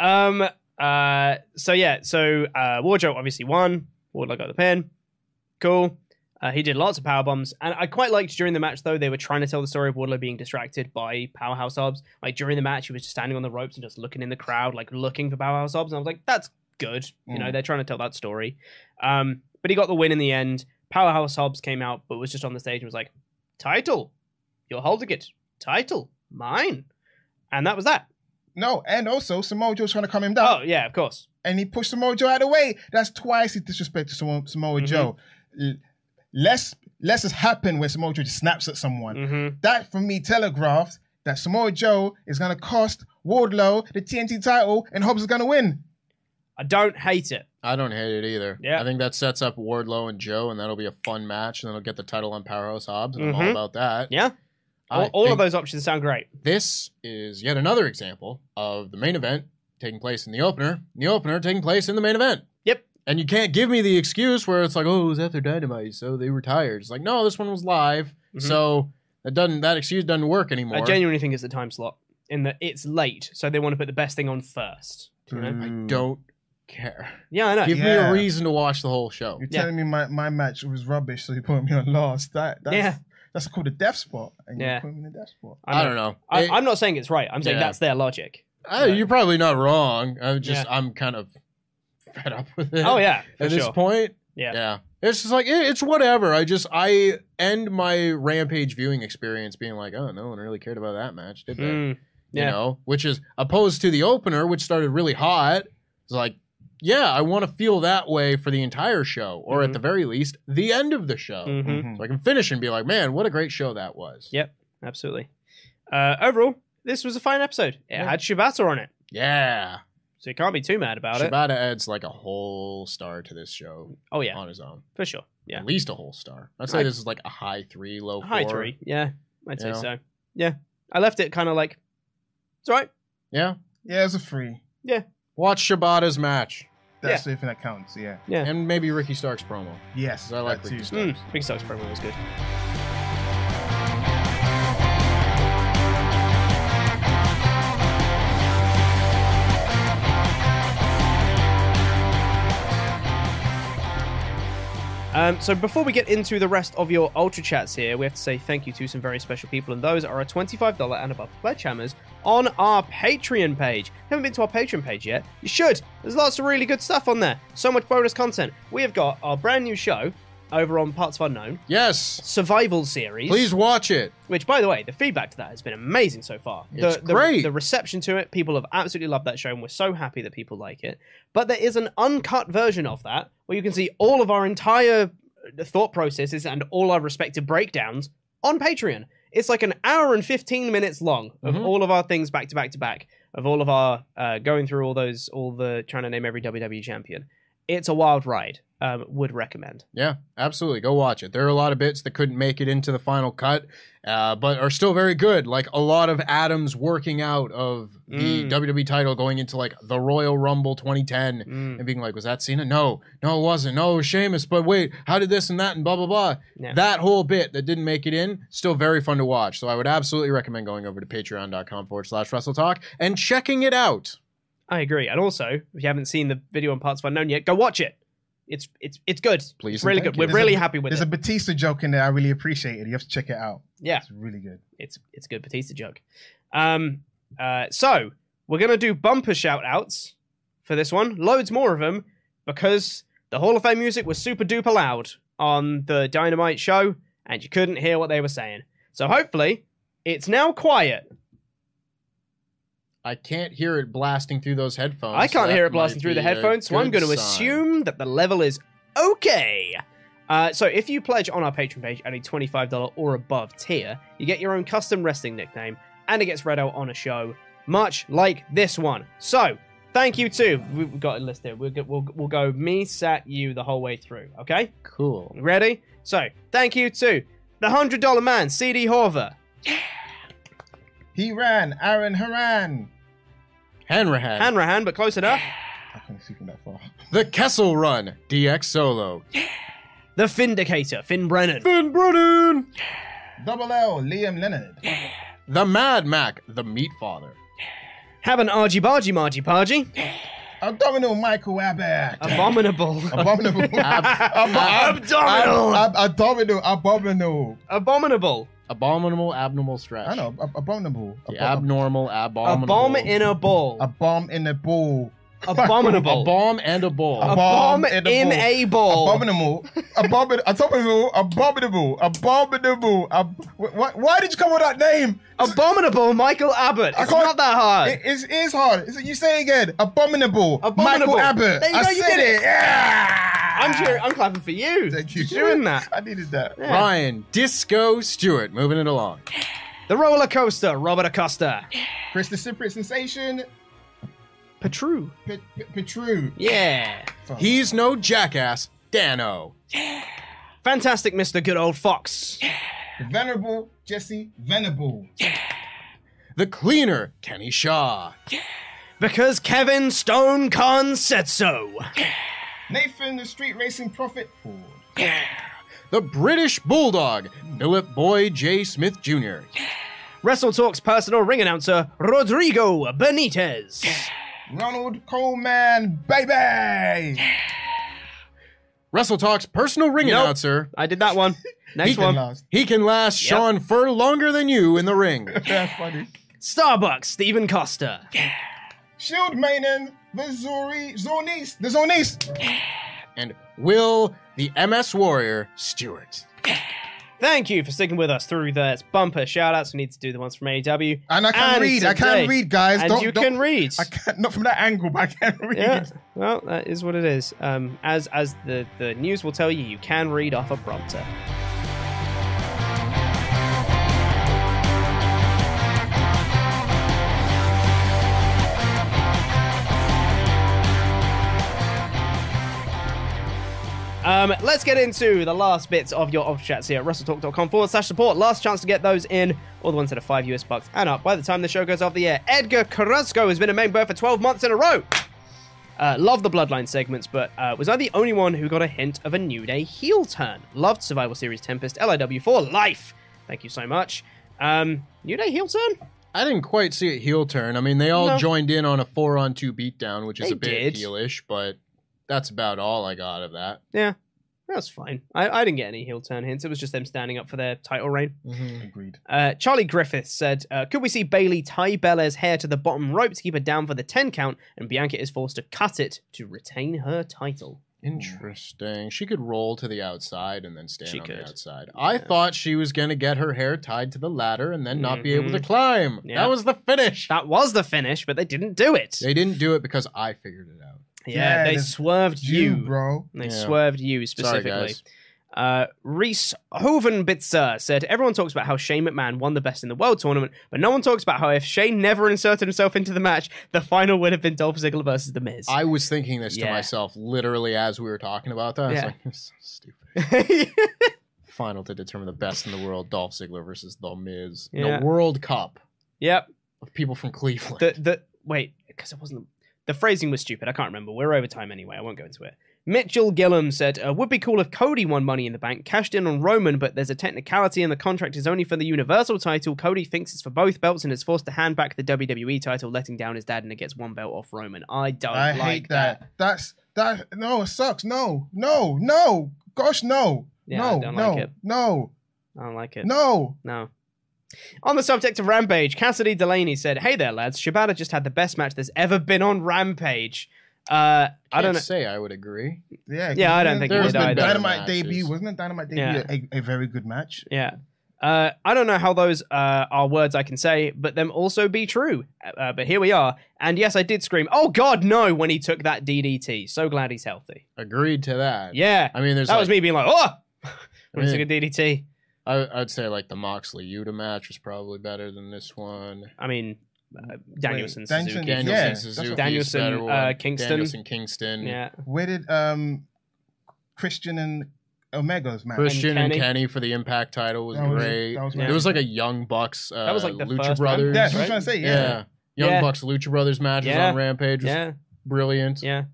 [SPEAKER 2] No. Um. Uh. So yeah. So uh, Wardrobe obviously won. Wardlow got the pin. Cool. Uh, he did lots of power bombs, and I quite liked during the match though they were trying to tell the story of Wardlow being distracted by powerhouse sobs. Like during the match, he was just standing on the ropes and just looking in the crowd, like looking for powerhouse sobs. And I was like, that's good. You know,
[SPEAKER 4] Mm.
[SPEAKER 2] they're trying to tell that story. Um. But he got the win in the end. Powerhouse Hobbs came out, but was just on the stage and was like, "Title, you're holding it. Title, mine." And that was that.
[SPEAKER 3] No, and also Samoa Joe's trying to calm him down.
[SPEAKER 2] Oh yeah, of course.
[SPEAKER 3] And he pushed Samoa Joe out of the way. That's twice he disrespected Samoa, Samoa
[SPEAKER 2] Mm-hmm.
[SPEAKER 3] Joe. L- Less less has happened when Samoa Joe just snaps at someone.
[SPEAKER 2] Mm. Mm-hmm.
[SPEAKER 3] That for me telegraphed that Samoa Joe is gonna cost Wardlow the TNT title and Hobbs is gonna win.
[SPEAKER 2] I don't hate it.
[SPEAKER 4] I don't hate it either. Yeah. I think that sets up Wardlow and Joe, and that'll be a fun match, and then they'll get the title on Powerhouse Hobbs, and I'm all
[SPEAKER 2] Mhm.
[SPEAKER 4] about that.
[SPEAKER 2] Yeah.
[SPEAKER 4] I
[SPEAKER 2] All, all of
[SPEAKER 4] think-
[SPEAKER 2] those options sound great.
[SPEAKER 4] This is yet another example of the main event taking place in the opener, and the opener taking place in the main event.
[SPEAKER 2] Yep.
[SPEAKER 4] And you can't give me the excuse where it's like, oh, it was after Dynamite, so they retired. It's like, no, this one was live, so that doesn't that excuse doesn't work anymore.
[SPEAKER 2] Mm-hmm. I genuinely think it's the time slot in that it's late, so they want to put the best thing on first. you know?
[SPEAKER 4] I don't care.
[SPEAKER 2] Yeah, I know.
[SPEAKER 4] Mm-hmm. Give me
[SPEAKER 3] Yeah.
[SPEAKER 4] a reason to watch the whole show.
[SPEAKER 3] You're telling me my, my match was rubbish, so you put me on last. That that's that's called a death spot. And
[SPEAKER 2] Yeah.
[SPEAKER 3] you put me in a death spot.
[SPEAKER 4] I don't know.
[SPEAKER 2] I,
[SPEAKER 4] It-
[SPEAKER 2] I'm not saying it's right. I'm saying
[SPEAKER 4] Yeah.
[SPEAKER 2] that's their logic.
[SPEAKER 4] Uh, You're probably not wrong. I'm just I'm kind of fed up with it.
[SPEAKER 2] Oh, yeah, for
[SPEAKER 4] at this
[SPEAKER 2] sure.
[SPEAKER 4] point,
[SPEAKER 2] yeah,
[SPEAKER 4] yeah. It's just like it, it's whatever. I just I end my rampage viewing experience being like, oh, no one really cared about that match, did they?
[SPEAKER 2] Mm,
[SPEAKER 4] You
[SPEAKER 2] yeah.
[SPEAKER 4] know, which is opposed to the opener, which started really hot. It's like, yeah, I want to feel that way for the entire show, or
[SPEAKER 2] Mm-hmm.
[SPEAKER 4] at the very least, the end of the show,
[SPEAKER 2] Mhm.
[SPEAKER 4] so I can finish and be like, man, what a great show that was.
[SPEAKER 2] Yep, absolutely. Uh, overall, this was a fine episode. It had Shibata on it,
[SPEAKER 4] Yeah.
[SPEAKER 2] so you can't be too mad about it.
[SPEAKER 4] Shibata adds like a whole star to this show.
[SPEAKER 2] Oh yeah,
[SPEAKER 4] on his own
[SPEAKER 2] for sure. Yeah,
[SPEAKER 4] at least a whole star. I'd say
[SPEAKER 2] I-
[SPEAKER 4] this is like a high three, low four.
[SPEAKER 2] high three. Yeah, I'd say
[SPEAKER 4] Yeah.
[SPEAKER 2] so. Yeah, I left it kind of like it's all right.
[SPEAKER 4] Yeah,
[SPEAKER 3] Yeah, it's a free.
[SPEAKER 2] Yeah,
[SPEAKER 4] watch Shibata's match.
[SPEAKER 3] That's the thing that counts, yeah.
[SPEAKER 2] Yeah,
[SPEAKER 4] and maybe Ricky Stark's promo.
[SPEAKER 3] Yes,
[SPEAKER 4] 'Cause I like
[SPEAKER 3] that
[SPEAKER 4] Ricky
[SPEAKER 3] too.
[SPEAKER 4] Stark.
[SPEAKER 2] Mm, Big Sox promo was good. Um, so before we get into the rest of your Ultra Chats here, we have to say thank you to some very special people, and those are our $25 and above Pledgehammers on our Patreon page. Haven't been to our Patreon page yet? You should. There's lots of really good stuff on there. So much bonus content. We have got our brand new show over on Parts of Unknown.
[SPEAKER 4] Yes.
[SPEAKER 2] Survival series.
[SPEAKER 4] Please watch it.
[SPEAKER 2] Which, by the way, the feedback to that has been amazing so far.
[SPEAKER 4] It's
[SPEAKER 2] the, the,
[SPEAKER 4] great.
[SPEAKER 2] The reception to it, people have absolutely loved that show, and we're so happy that people like it. But there is an uncut version of that where you can see all of our entire uh, thought processes and all our respective breakdowns on Patreon. It's like an hour and 15 minutes long of
[SPEAKER 4] Mhm.
[SPEAKER 2] all of our things back to back to back, of all of our uh, going through all those, all the trying to name every WWE champion. It's a wild ride. Um, would recommend.
[SPEAKER 4] Yeah, absolutely. Go watch it. There are a lot of bits that couldn't make it into the final cut, uh, but are still very good. Like a lot of Adams working out of the
[SPEAKER 2] Mm.
[SPEAKER 4] WWE title going into like the Royal Rumble 2010
[SPEAKER 2] Mm.
[SPEAKER 4] and being like, was that Cena? No, no, it wasn't. No, it was Sheamus. But wait, how did this and that and blah, blah, blah.
[SPEAKER 2] Yeah.
[SPEAKER 4] That whole bit that didn't make it in, still very fun to watch. So I would absolutely recommend going over to patreon.com forward slash wrestle talk and checking it out.
[SPEAKER 2] I agree. And also, if you haven't seen the video on Parts of Unknown yet, go watch it. It's it's it's good.
[SPEAKER 4] Please
[SPEAKER 2] it's
[SPEAKER 4] and
[SPEAKER 2] really
[SPEAKER 4] thank
[SPEAKER 2] good.
[SPEAKER 4] you.
[SPEAKER 2] We're
[SPEAKER 4] There's
[SPEAKER 2] really
[SPEAKER 4] a-
[SPEAKER 2] happy with
[SPEAKER 3] There's
[SPEAKER 2] it.
[SPEAKER 3] a Batista joke in there. I really appreciate it. You have to check it out.
[SPEAKER 2] yeah,
[SPEAKER 3] It's really good.
[SPEAKER 2] it's it's a good Batista joke. Um, uh, so we're gonna do bumper shout outs for this one. Loads more of them because the Hall of Fame music was super duper loud on the Dynamite show, and you couldn't hear what they were saying. So hopefully, it's now quiet.
[SPEAKER 4] I can't hear it blasting through those headphones.
[SPEAKER 2] I
[SPEAKER 4] so
[SPEAKER 2] can't
[SPEAKER 4] that
[SPEAKER 2] hear it
[SPEAKER 4] might
[SPEAKER 2] blasting through the
[SPEAKER 4] be a
[SPEAKER 2] headphones, so I'm
[SPEAKER 4] good
[SPEAKER 2] going to
[SPEAKER 4] sign.
[SPEAKER 2] assume that the level is okay. Uh, so if you pledge on our Patreon page at a $25 or above tier, you get your own custom wrestling nickname, and it gets read out on a show, much like this one. So thank you too. We've got a list here. We'll go, we'll, we'll go me, sat, you the whole way through. Okay,
[SPEAKER 4] cool.
[SPEAKER 2] Ready? So thank you to the hundred dollar man, CD Horver,
[SPEAKER 3] He ran. Aaron Haran.
[SPEAKER 4] Hanrahan.
[SPEAKER 2] Hanrahan, but close enough.
[SPEAKER 3] I couldn't see from that far.
[SPEAKER 4] the Kessel Run. DX Solo.
[SPEAKER 2] The The Vindicator, Finn Brennan.
[SPEAKER 4] Finn Brennan.
[SPEAKER 3] Double L, Liam Leonard.
[SPEAKER 4] The Mad Mac, the Meat Father.
[SPEAKER 2] Have an argy bargy margy pargy.
[SPEAKER 3] Abdominal Michael Abbott.
[SPEAKER 2] Abominable.
[SPEAKER 3] Abominable. Ab- ab- ab-
[SPEAKER 2] Abdominal.
[SPEAKER 3] ab- ab- Abdominal. Abominable.
[SPEAKER 2] Abominable.
[SPEAKER 4] Abominable, abnormal stretch.
[SPEAKER 3] I know. ab- Abominable.
[SPEAKER 4] The
[SPEAKER 3] Ab-
[SPEAKER 4] abnormal,
[SPEAKER 2] A
[SPEAKER 4] abominable.
[SPEAKER 2] bomb in a bowl.
[SPEAKER 3] A bomb in a ball.
[SPEAKER 4] A
[SPEAKER 2] Abominable.
[SPEAKER 4] bomb and a bull.
[SPEAKER 2] A bomb in a ball.
[SPEAKER 3] Abominable. Abominable. Abominable. Abominable. Abominable. Ab- wh- wh- why did you come with that name?
[SPEAKER 2] Abominable Michael Abbott. It's not that hard.
[SPEAKER 3] It, it's- it is hard. It's- you say it again. Abominable.
[SPEAKER 2] Abominable.
[SPEAKER 3] Michael Abbott.
[SPEAKER 2] There you
[SPEAKER 3] I
[SPEAKER 2] go, you
[SPEAKER 3] said
[SPEAKER 2] did
[SPEAKER 3] it.
[SPEAKER 2] it.
[SPEAKER 3] Yeah.
[SPEAKER 2] I'm cheering. I'm clapping for you.
[SPEAKER 3] Thank you.
[SPEAKER 2] For doing that.
[SPEAKER 3] I needed that.
[SPEAKER 4] Ryan Disco Stewart, moving it along.
[SPEAKER 2] The roller coaster, Robert Acosta.
[SPEAKER 3] Chris the Cypriot Sensation.
[SPEAKER 2] Petru.
[SPEAKER 3] P- P- Petru.
[SPEAKER 2] Yeah.
[SPEAKER 4] He's no jackass, Dano.
[SPEAKER 2] Fantastic Mr. Good Old Fox.
[SPEAKER 3] Venerable Jesse Venable.
[SPEAKER 4] The cleaner, Kenny Shaw.
[SPEAKER 2] Because Kevin Stone Khan said so.
[SPEAKER 3] Nathan the Street Racing Prophet Ford.
[SPEAKER 4] The British Bulldog, Philip Boy J. Smith Jr.
[SPEAKER 2] Wrestle Talk's personal ring announcer, Rodrigo Benitez.
[SPEAKER 3] Ronald Coleman, baby.
[SPEAKER 4] Wrestle Talk's personal ring
[SPEAKER 2] Nope.
[SPEAKER 4] announcer.
[SPEAKER 2] I did that one. Next
[SPEAKER 4] he,
[SPEAKER 2] one.
[SPEAKER 3] laugh. last.
[SPEAKER 4] he can last
[SPEAKER 2] Yep.
[SPEAKER 4] Sean Fur longer than you in the ring.
[SPEAKER 3] That's funny.
[SPEAKER 2] Starbucks, Stephen Costa.
[SPEAKER 3] Shield Maiden, the Zori Zonis, the Zonis.
[SPEAKER 4] and Will, the MS Warrior, Stewart.
[SPEAKER 2] Thank you for sticking with us through this bumper shout outs. We need to do the ones from AEW.
[SPEAKER 3] And I can read. I can
[SPEAKER 2] today.
[SPEAKER 3] read, guys.
[SPEAKER 2] And
[SPEAKER 3] Don't-
[SPEAKER 2] you
[SPEAKER 3] don't-
[SPEAKER 2] can read.
[SPEAKER 3] I can't, not from that angle, but I can't read.
[SPEAKER 2] Yeah. Well, that is what it is. Um, as as the, the news will tell you, you can read off a prompter. Um, let's get into the last bits of your option chats here at russelltalk.com forward slash support. Last chance to get those in, all the ones that are five US bucks and up by the time the show goes off the air. Edgar Carrasco has been a member for 12 months in a row. Uh, love the Bloodline segments, but uh, was I the only one who got a hint of a New Day heel turn? Loved Survival Series Tempest, LIW for life. Thank you so much. Um, New Day heel turn?
[SPEAKER 4] I didn't quite see a heel turn. I mean, they all
[SPEAKER 2] No.
[SPEAKER 4] joined in on a four on two beatdown, which is
[SPEAKER 2] They
[SPEAKER 4] a
[SPEAKER 2] did.
[SPEAKER 4] bit heelish, but that's about all I got of that.
[SPEAKER 2] Yeah, that's fine. I, I didn't get any heel turn hints. It was just them standing up for their title reign.
[SPEAKER 3] Agreed.
[SPEAKER 2] Uh, Charlie Griffith said, uh, "Could we see Bailey tie Belair's hair to the bottom rope to keep her down for the ten count, and Bianca is forced to cut it to retain her title?"
[SPEAKER 4] Interesting. She could roll to the outside and then stand
[SPEAKER 2] She
[SPEAKER 4] on
[SPEAKER 2] could.
[SPEAKER 4] the outside. I thought she was going to get her hair tied to the ladder and then not be able to
[SPEAKER 2] Mhm.
[SPEAKER 4] climb.
[SPEAKER 2] Yeah.
[SPEAKER 4] That was the finish.
[SPEAKER 2] That was the finish, but they didn't do it.
[SPEAKER 4] They didn't do it because I figured it out.
[SPEAKER 2] yeah,
[SPEAKER 3] Yeah,
[SPEAKER 2] they
[SPEAKER 3] they-
[SPEAKER 2] swerved you,
[SPEAKER 3] You, bro.
[SPEAKER 2] They
[SPEAKER 4] Yeah.
[SPEAKER 2] swerved you
[SPEAKER 4] Sorry,
[SPEAKER 2] specifically.
[SPEAKER 4] guys.
[SPEAKER 2] Uh, Reese Hovenbitzer said, Everyone talks about how Shane McMahon won the best in the world tournament, but no one talks about how if Shane never inserted himself into the match, the final would have been Dolph Ziggler versus The Miz.
[SPEAKER 4] I was thinking this
[SPEAKER 2] Yeah.
[SPEAKER 4] to myself literally as we were talking about that. I was
[SPEAKER 2] Yeah.
[SPEAKER 4] like, this is so stupid.
[SPEAKER 2] yeah.
[SPEAKER 4] final to determine the best in the world: Dolph Ziggler versus The Miz.
[SPEAKER 2] Yeah.
[SPEAKER 4] The World Cup
[SPEAKER 2] Yep.
[SPEAKER 4] of people from Cleveland.
[SPEAKER 2] The, the, wait, because it wasn't. The phrasing was stupid. I can't remember. We're over time anyway. I won't go into it. Mitchell Gillum said, uh, Would be cool if Cody won Money in the Bank, cashed in on Roman, but there's a technicality and the contract is only for the Universal title. Cody thinks it's for both belts and is forced to hand back the WWE title, letting down his dad, and it gets one belt off Roman. I don't
[SPEAKER 3] I
[SPEAKER 2] like
[SPEAKER 3] hate that. That's that. No, it sucks. No, no, no. Gosh, no.
[SPEAKER 2] Yeah,
[SPEAKER 3] no,
[SPEAKER 2] I don't
[SPEAKER 3] no,
[SPEAKER 2] like it.
[SPEAKER 3] no,
[SPEAKER 2] I don't like it.
[SPEAKER 3] no.
[SPEAKER 2] No. On the subject of Rampage, Cassidy Delaney said, Hey there, lads. Shibata just had the best match there's ever been on Rampage. Uh, I don't know.
[SPEAKER 4] Can't say I would agree.
[SPEAKER 3] Yeah,
[SPEAKER 2] Yeah, I don't
[SPEAKER 3] wasn't-
[SPEAKER 2] think
[SPEAKER 4] he
[SPEAKER 3] wasn't
[SPEAKER 4] would either.
[SPEAKER 3] Dynamite
[SPEAKER 4] Matches.
[SPEAKER 3] debut wasn't it? Dynamite debut
[SPEAKER 2] Yeah.
[SPEAKER 3] a, a very good match.
[SPEAKER 2] Yeah. Uh, I don't know how those uh, are words I can say, but them also be true. Uh, but here we are. And yes, I did scream, oh God, no, when he took that DDT. So glad he's healthy.
[SPEAKER 4] Agreed to that.
[SPEAKER 2] Yeah.
[SPEAKER 4] I mean, there's
[SPEAKER 2] that was me
[SPEAKER 4] like-
[SPEAKER 2] being like, oh, when he
[SPEAKER 4] I
[SPEAKER 2] took a
[SPEAKER 4] mean-
[SPEAKER 2] DDT.
[SPEAKER 4] I, I'd say like the Moxley Yuta match was probably better than this one.
[SPEAKER 2] I mean, uh, Danielson,
[SPEAKER 3] Wait,
[SPEAKER 2] Suzuki.
[SPEAKER 3] Danielson-
[SPEAKER 4] Danielson,
[SPEAKER 3] Yeah, that's
[SPEAKER 4] Suzuki,
[SPEAKER 3] what-
[SPEAKER 2] Danielson,
[SPEAKER 4] better one.
[SPEAKER 2] uh, Kingston.
[SPEAKER 4] Danielson, Kingston,
[SPEAKER 2] Yeah.
[SPEAKER 3] Where did um Christian and Omega's match?
[SPEAKER 4] Christian and
[SPEAKER 2] Kenny.
[SPEAKER 4] Kenny. for the Impact title was
[SPEAKER 3] That was-
[SPEAKER 4] great.
[SPEAKER 3] that was
[SPEAKER 4] It was like a Young Bucks. Uh,
[SPEAKER 2] was, like, the
[SPEAKER 4] Lucha
[SPEAKER 2] first one,
[SPEAKER 4] Brothers.
[SPEAKER 3] Yeah, that's what
[SPEAKER 2] right?
[SPEAKER 3] I'm trying to say.
[SPEAKER 4] Yeah.
[SPEAKER 3] Yeah.
[SPEAKER 4] Young
[SPEAKER 2] Yeah.
[SPEAKER 4] Bucks Lucha Brothers match was
[SPEAKER 2] Yeah.
[SPEAKER 4] on Rampage. Was
[SPEAKER 2] Yeah.
[SPEAKER 4] brilliant.
[SPEAKER 2] Yeah.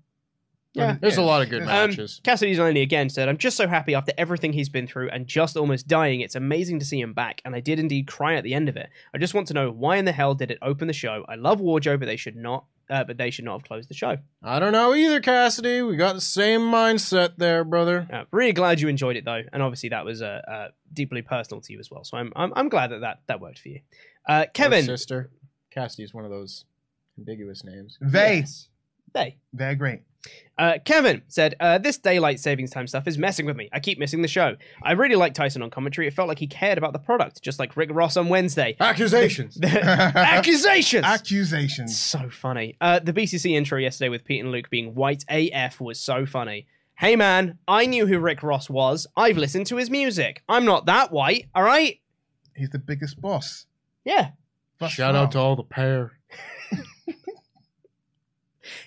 [SPEAKER 2] Yeah.
[SPEAKER 4] There's a lot of good
[SPEAKER 2] Um,
[SPEAKER 4] matches.
[SPEAKER 2] Cassidy's only again said, I'm just so happy after everything he's been through and just almost dying. It's amazing to see him back, and I did indeed cry at the end of it. I just want to know why in the hell did it open the show? I love Warjo, but they should not uh, but they should not have closed the show.
[SPEAKER 4] I don't know either, Cassidy. We got the same mindset there, brother.
[SPEAKER 2] Uh, really glad you enjoyed it though, and obviously that was uh, uh, deeply personal to you as well. So I'm I'm, I'm glad that, that that worked for you. Uh, Kevin,
[SPEAKER 4] sister, Cassidy is one of those ambiguous names.
[SPEAKER 3] They.
[SPEAKER 2] They.
[SPEAKER 3] They're great.
[SPEAKER 2] Uh, Kevin said, uh, This daylight savings time stuff is messing with me. I keep missing the show. I really like Tyson on commentary. It felt like he cared about the product, just like Rick Ross on Wednesday.
[SPEAKER 4] Accusations.
[SPEAKER 2] Accusations.
[SPEAKER 3] Accusations.
[SPEAKER 2] So funny. Uh, the BCC intro yesterday with Pete and Luke being white AF was so funny. Hey man, I knew who Rick Ross was. I've listened to his music. I'm not that white, all right?
[SPEAKER 3] He's the biggest boss.
[SPEAKER 2] Yeah.
[SPEAKER 4] Shout out to all the pair.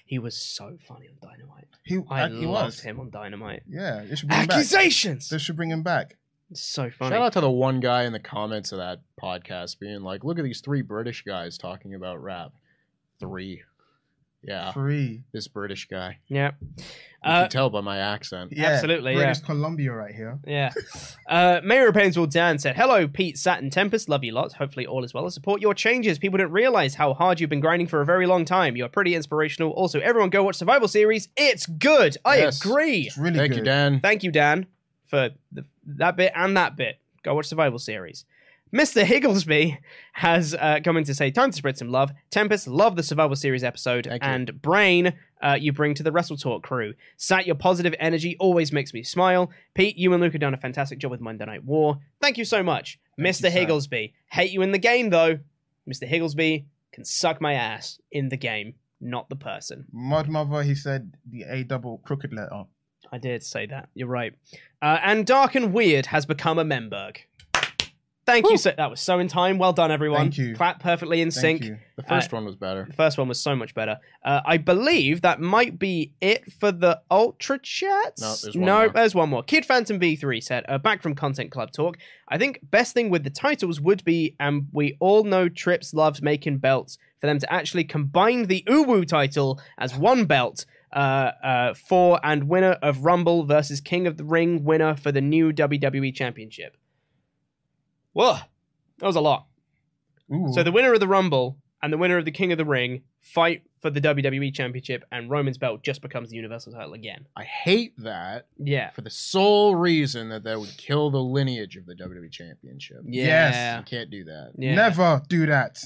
[SPEAKER 2] He was so funny on Dynamite.
[SPEAKER 3] He,
[SPEAKER 2] I
[SPEAKER 3] uh,
[SPEAKER 2] loved
[SPEAKER 3] he was.
[SPEAKER 2] him on Dynamite.
[SPEAKER 3] Yeah, they should bring him back.
[SPEAKER 2] Accusations.
[SPEAKER 3] They should bring him back.
[SPEAKER 2] So funny.
[SPEAKER 4] Shout out to the one guy in the comments of that podcast being like, look at these three British guys talking about rap. Three. Yeah.
[SPEAKER 3] Free.
[SPEAKER 4] This British guy.
[SPEAKER 2] Yeah.
[SPEAKER 4] You
[SPEAKER 2] Uh,
[SPEAKER 4] can tell by my accent.
[SPEAKER 2] Yeah. Absolutely,
[SPEAKER 3] British
[SPEAKER 2] yeah.
[SPEAKER 3] Columbia right here.
[SPEAKER 2] Yeah. Uh, Mayor of Painesville Dan said, Hello, Pete, Sat, and Tempest. Love you lots. Hopefully, all is well. I support your changes. People didn't realize how hard you've been grinding for a very long time. You are pretty inspirational. Also, everyone go watch Survival Series. It's good. I
[SPEAKER 4] Yes.
[SPEAKER 2] agree.
[SPEAKER 3] It's really
[SPEAKER 4] Thank
[SPEAKER 3] good.
[SPEAKER 4] you, Dan.
[SPEAKER 2] Thank you, Dan, for th- that bit and that bit. Go watch Survival Series. Mr. Higglesby has uh, come in to say, Time to spread some love. Tempest, love the Survival Series episode.
[SPEAKER 4] Thank you.
[SPEAKER 2] and Brain, uh, you bring to the Wrestle Talk crew. Sat, your positive energy always makes me smile. Pete, you and Luke have done a fantastic job with Monday Night War. Thank you so much, Mr. Higglesby. Hate you in the game, though. Mr. Higglesby can suck my ass in the game, not the person.
[SPEAKER 3] Mud Mother, he said the A double crooked letter.
[SPEAKER 2] I did say that. You're right. Uh, and Dark and Weird has become a Memberg. Thank you. So, that was so in time. Well done, everyone.
[SPEAKER 3] Thank you.
[SPEAKER 2] Clap perfectly in
[SPEAKER 3] Thank
[SPEAKER 2] sync.
[SPEAKER 3] you.
[SPEAKER 4] The first one was better.
[SPEAKER 2] The first one was so much better. Uh, I believe that might be it for the Ultra Chats.
[SPEAKER 4] No, there's one
[SPEAKER 2] No,
[SPEAKER 4] more.
[SPEAKER 2] there's one more. Kid Phantom V3 said, uh, back from Content Club Talk, I think best thing with the titles would be, and we all know Trips loves making belts, for them to actually combine the Uwu title as one belt uh, uh, for and winner of Rumble versus King of the Ring winner for the new WWE Championship. Whoa, that was a lot.
[SPEAKER 3] Ooh.
[SPEAKER 2] So the winner of the Rumble and the winner of the King of the Ring fight for the WWE Championship, and Roman's belt just becomes the Universal title again.
[SPEAKER 4] I hate that
[SPEAKER 2] Yeah.
[SPEAKER 4] for the sole reason that that would kill the lineage of the WWE Championship. You
[SPEAKER 2] Yeah.
[SPEAKER 4] can't do that.
[SPEAKER 2] Yeah.
[SPEAKER 3] Never do that.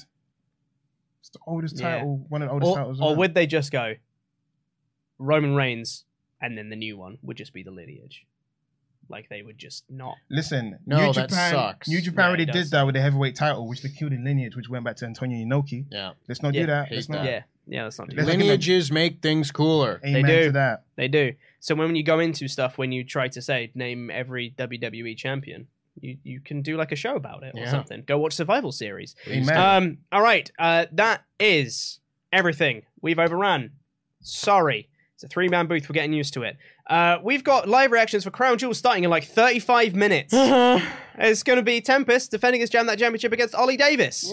[SPEAKER 3] It's the oldest
[SPEAKER 2] Yeah.
[SPEAKER 3] title, one of the oldest
[SPEAKER 2] Or,
[SPEAKER 3] titles.
[SPEAKER 2] or
[SPEAKER 3] around.
[SPEAKER 2] would they just go Roman Reigns and then the new one would just be the lineage? Like they would just not.
[SPEAKER 3] Listen,
[SPEAKER 4] No,
[SPEAKER 3] New
[SPEAKER 4] that
[SPEAKER 3] Japan,
[SPEAKER 4] sucks.
[SPEAKER 3] New Japan
[SPEAKER 2] Yeah, it
[SPEAKER 3] already
[SPEAKER 2] does.
[SPEAKER 3] did that with the heavyweight title, which they killed in lineage, which went back to Antonio Inoki.
[SPEAKER 4] Yeah.
[SPEAKER 3] Let's not
[SPEAKER 2] Yeah,
[SPEAKER 3] do that.
[SPEAKER 4] hate
[SPEAKER 3] Let's
[SPEAKER 4] that.
[SPEAKER 3] not.
[SPEAKER 2] Yeah. Yeah, that's not do
[SPEAKER 3] Let's
[SPEAKER 2] that.
[SPEAKER 3] not do that.
[SPEAKER 4] Lineages make things cooler.
[SPEAKER 3] Amen
[SPEAKER 2] They do.
[SPEAKER 3] to that.
[SPEAKER 2] They do. So when you go into stuff, when you try to say name every WWE champion, you, you can do like a show about it or
[SPEAKER 4] Yeah.
[SPEAKER 2] something. Go watch Survival Series.
[SPEAKER 4] Uh,
[SPEAKER 3] Amen.
[SPEAKER 2] Um, all right. Uh, that is everything. We've overrun. Sorry. It's a three man booth. We're getting used to it. Uh, we've got live reactions for Crown Jewel starting in like 35 minutes. it's going to be Tempest defending his Jam That Championship against Ollie Davis.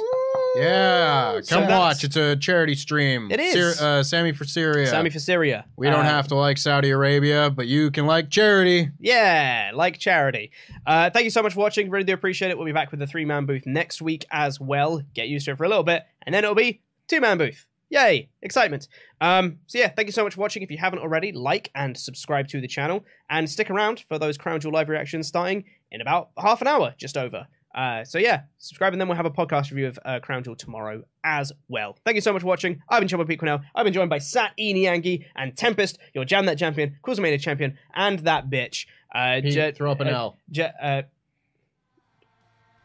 [SPEAKER 4] Yeah, come
[SPEAKER 2] So that's-
[SPEAKER 4] watch. It's a charity stream.
[SPEAKER 2] It is.
[SPEAKER 4] uh, Sammy for Syria.
[SPEAKER 2] Sammy for Syria.
[SPEAKER 4] we don't
[SPEAKER 2] Uh,
[SPEAKER 4] have to like Saudi Arabia, but you can like charity.
[SPEAKER 2] Yeah, like charity. Uh, thank you so much for watching. Really do appreciate it. We'll be back with the three man booth next week as well. Get used to it for a little bit, and then it'll be two man booth. Yay! Excitement. Um, so yeah, thank you so much for watching. If you haven't already, like and subscribe to the channel, and stick around for those Crown Jewel live reactions starting in about half an hour, just over. Uh, so yeah, subscribe, and then we'll have a podcast review of uh, Crown Jewel tomorrow as well. Thank you so much for watching. I've been Chumbo Pete Quinnell. I've been joined by Sat Eniangi and Tempest, your Jam That Champion, Quizmania Champion, and that bitch. Uh,
[SPEAKER 4] Pete,
[SPEAKER 2] Jet-
[SPEAKER 4] throw up an
[SPEAKER 2] uh,
[SPEAKER 4] L.
[SPEAKER 2] Jet- uh,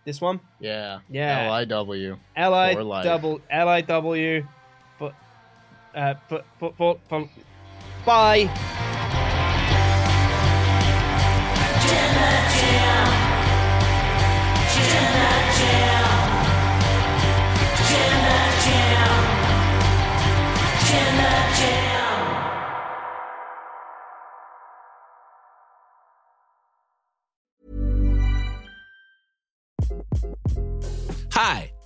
[SPEAKER 2] this one,
[SPEAKER 4] Yeah.
[SPEAKER 2] Yeah.
[SPEAKER 4] L I W.
[SPEAKER 2] L I
[SPEAKER 4] For life.
[SPEAKER 2] double L I W, foot, uh, foot, foot, foot, foot. Bye.
[SPEAKER 9] Hi,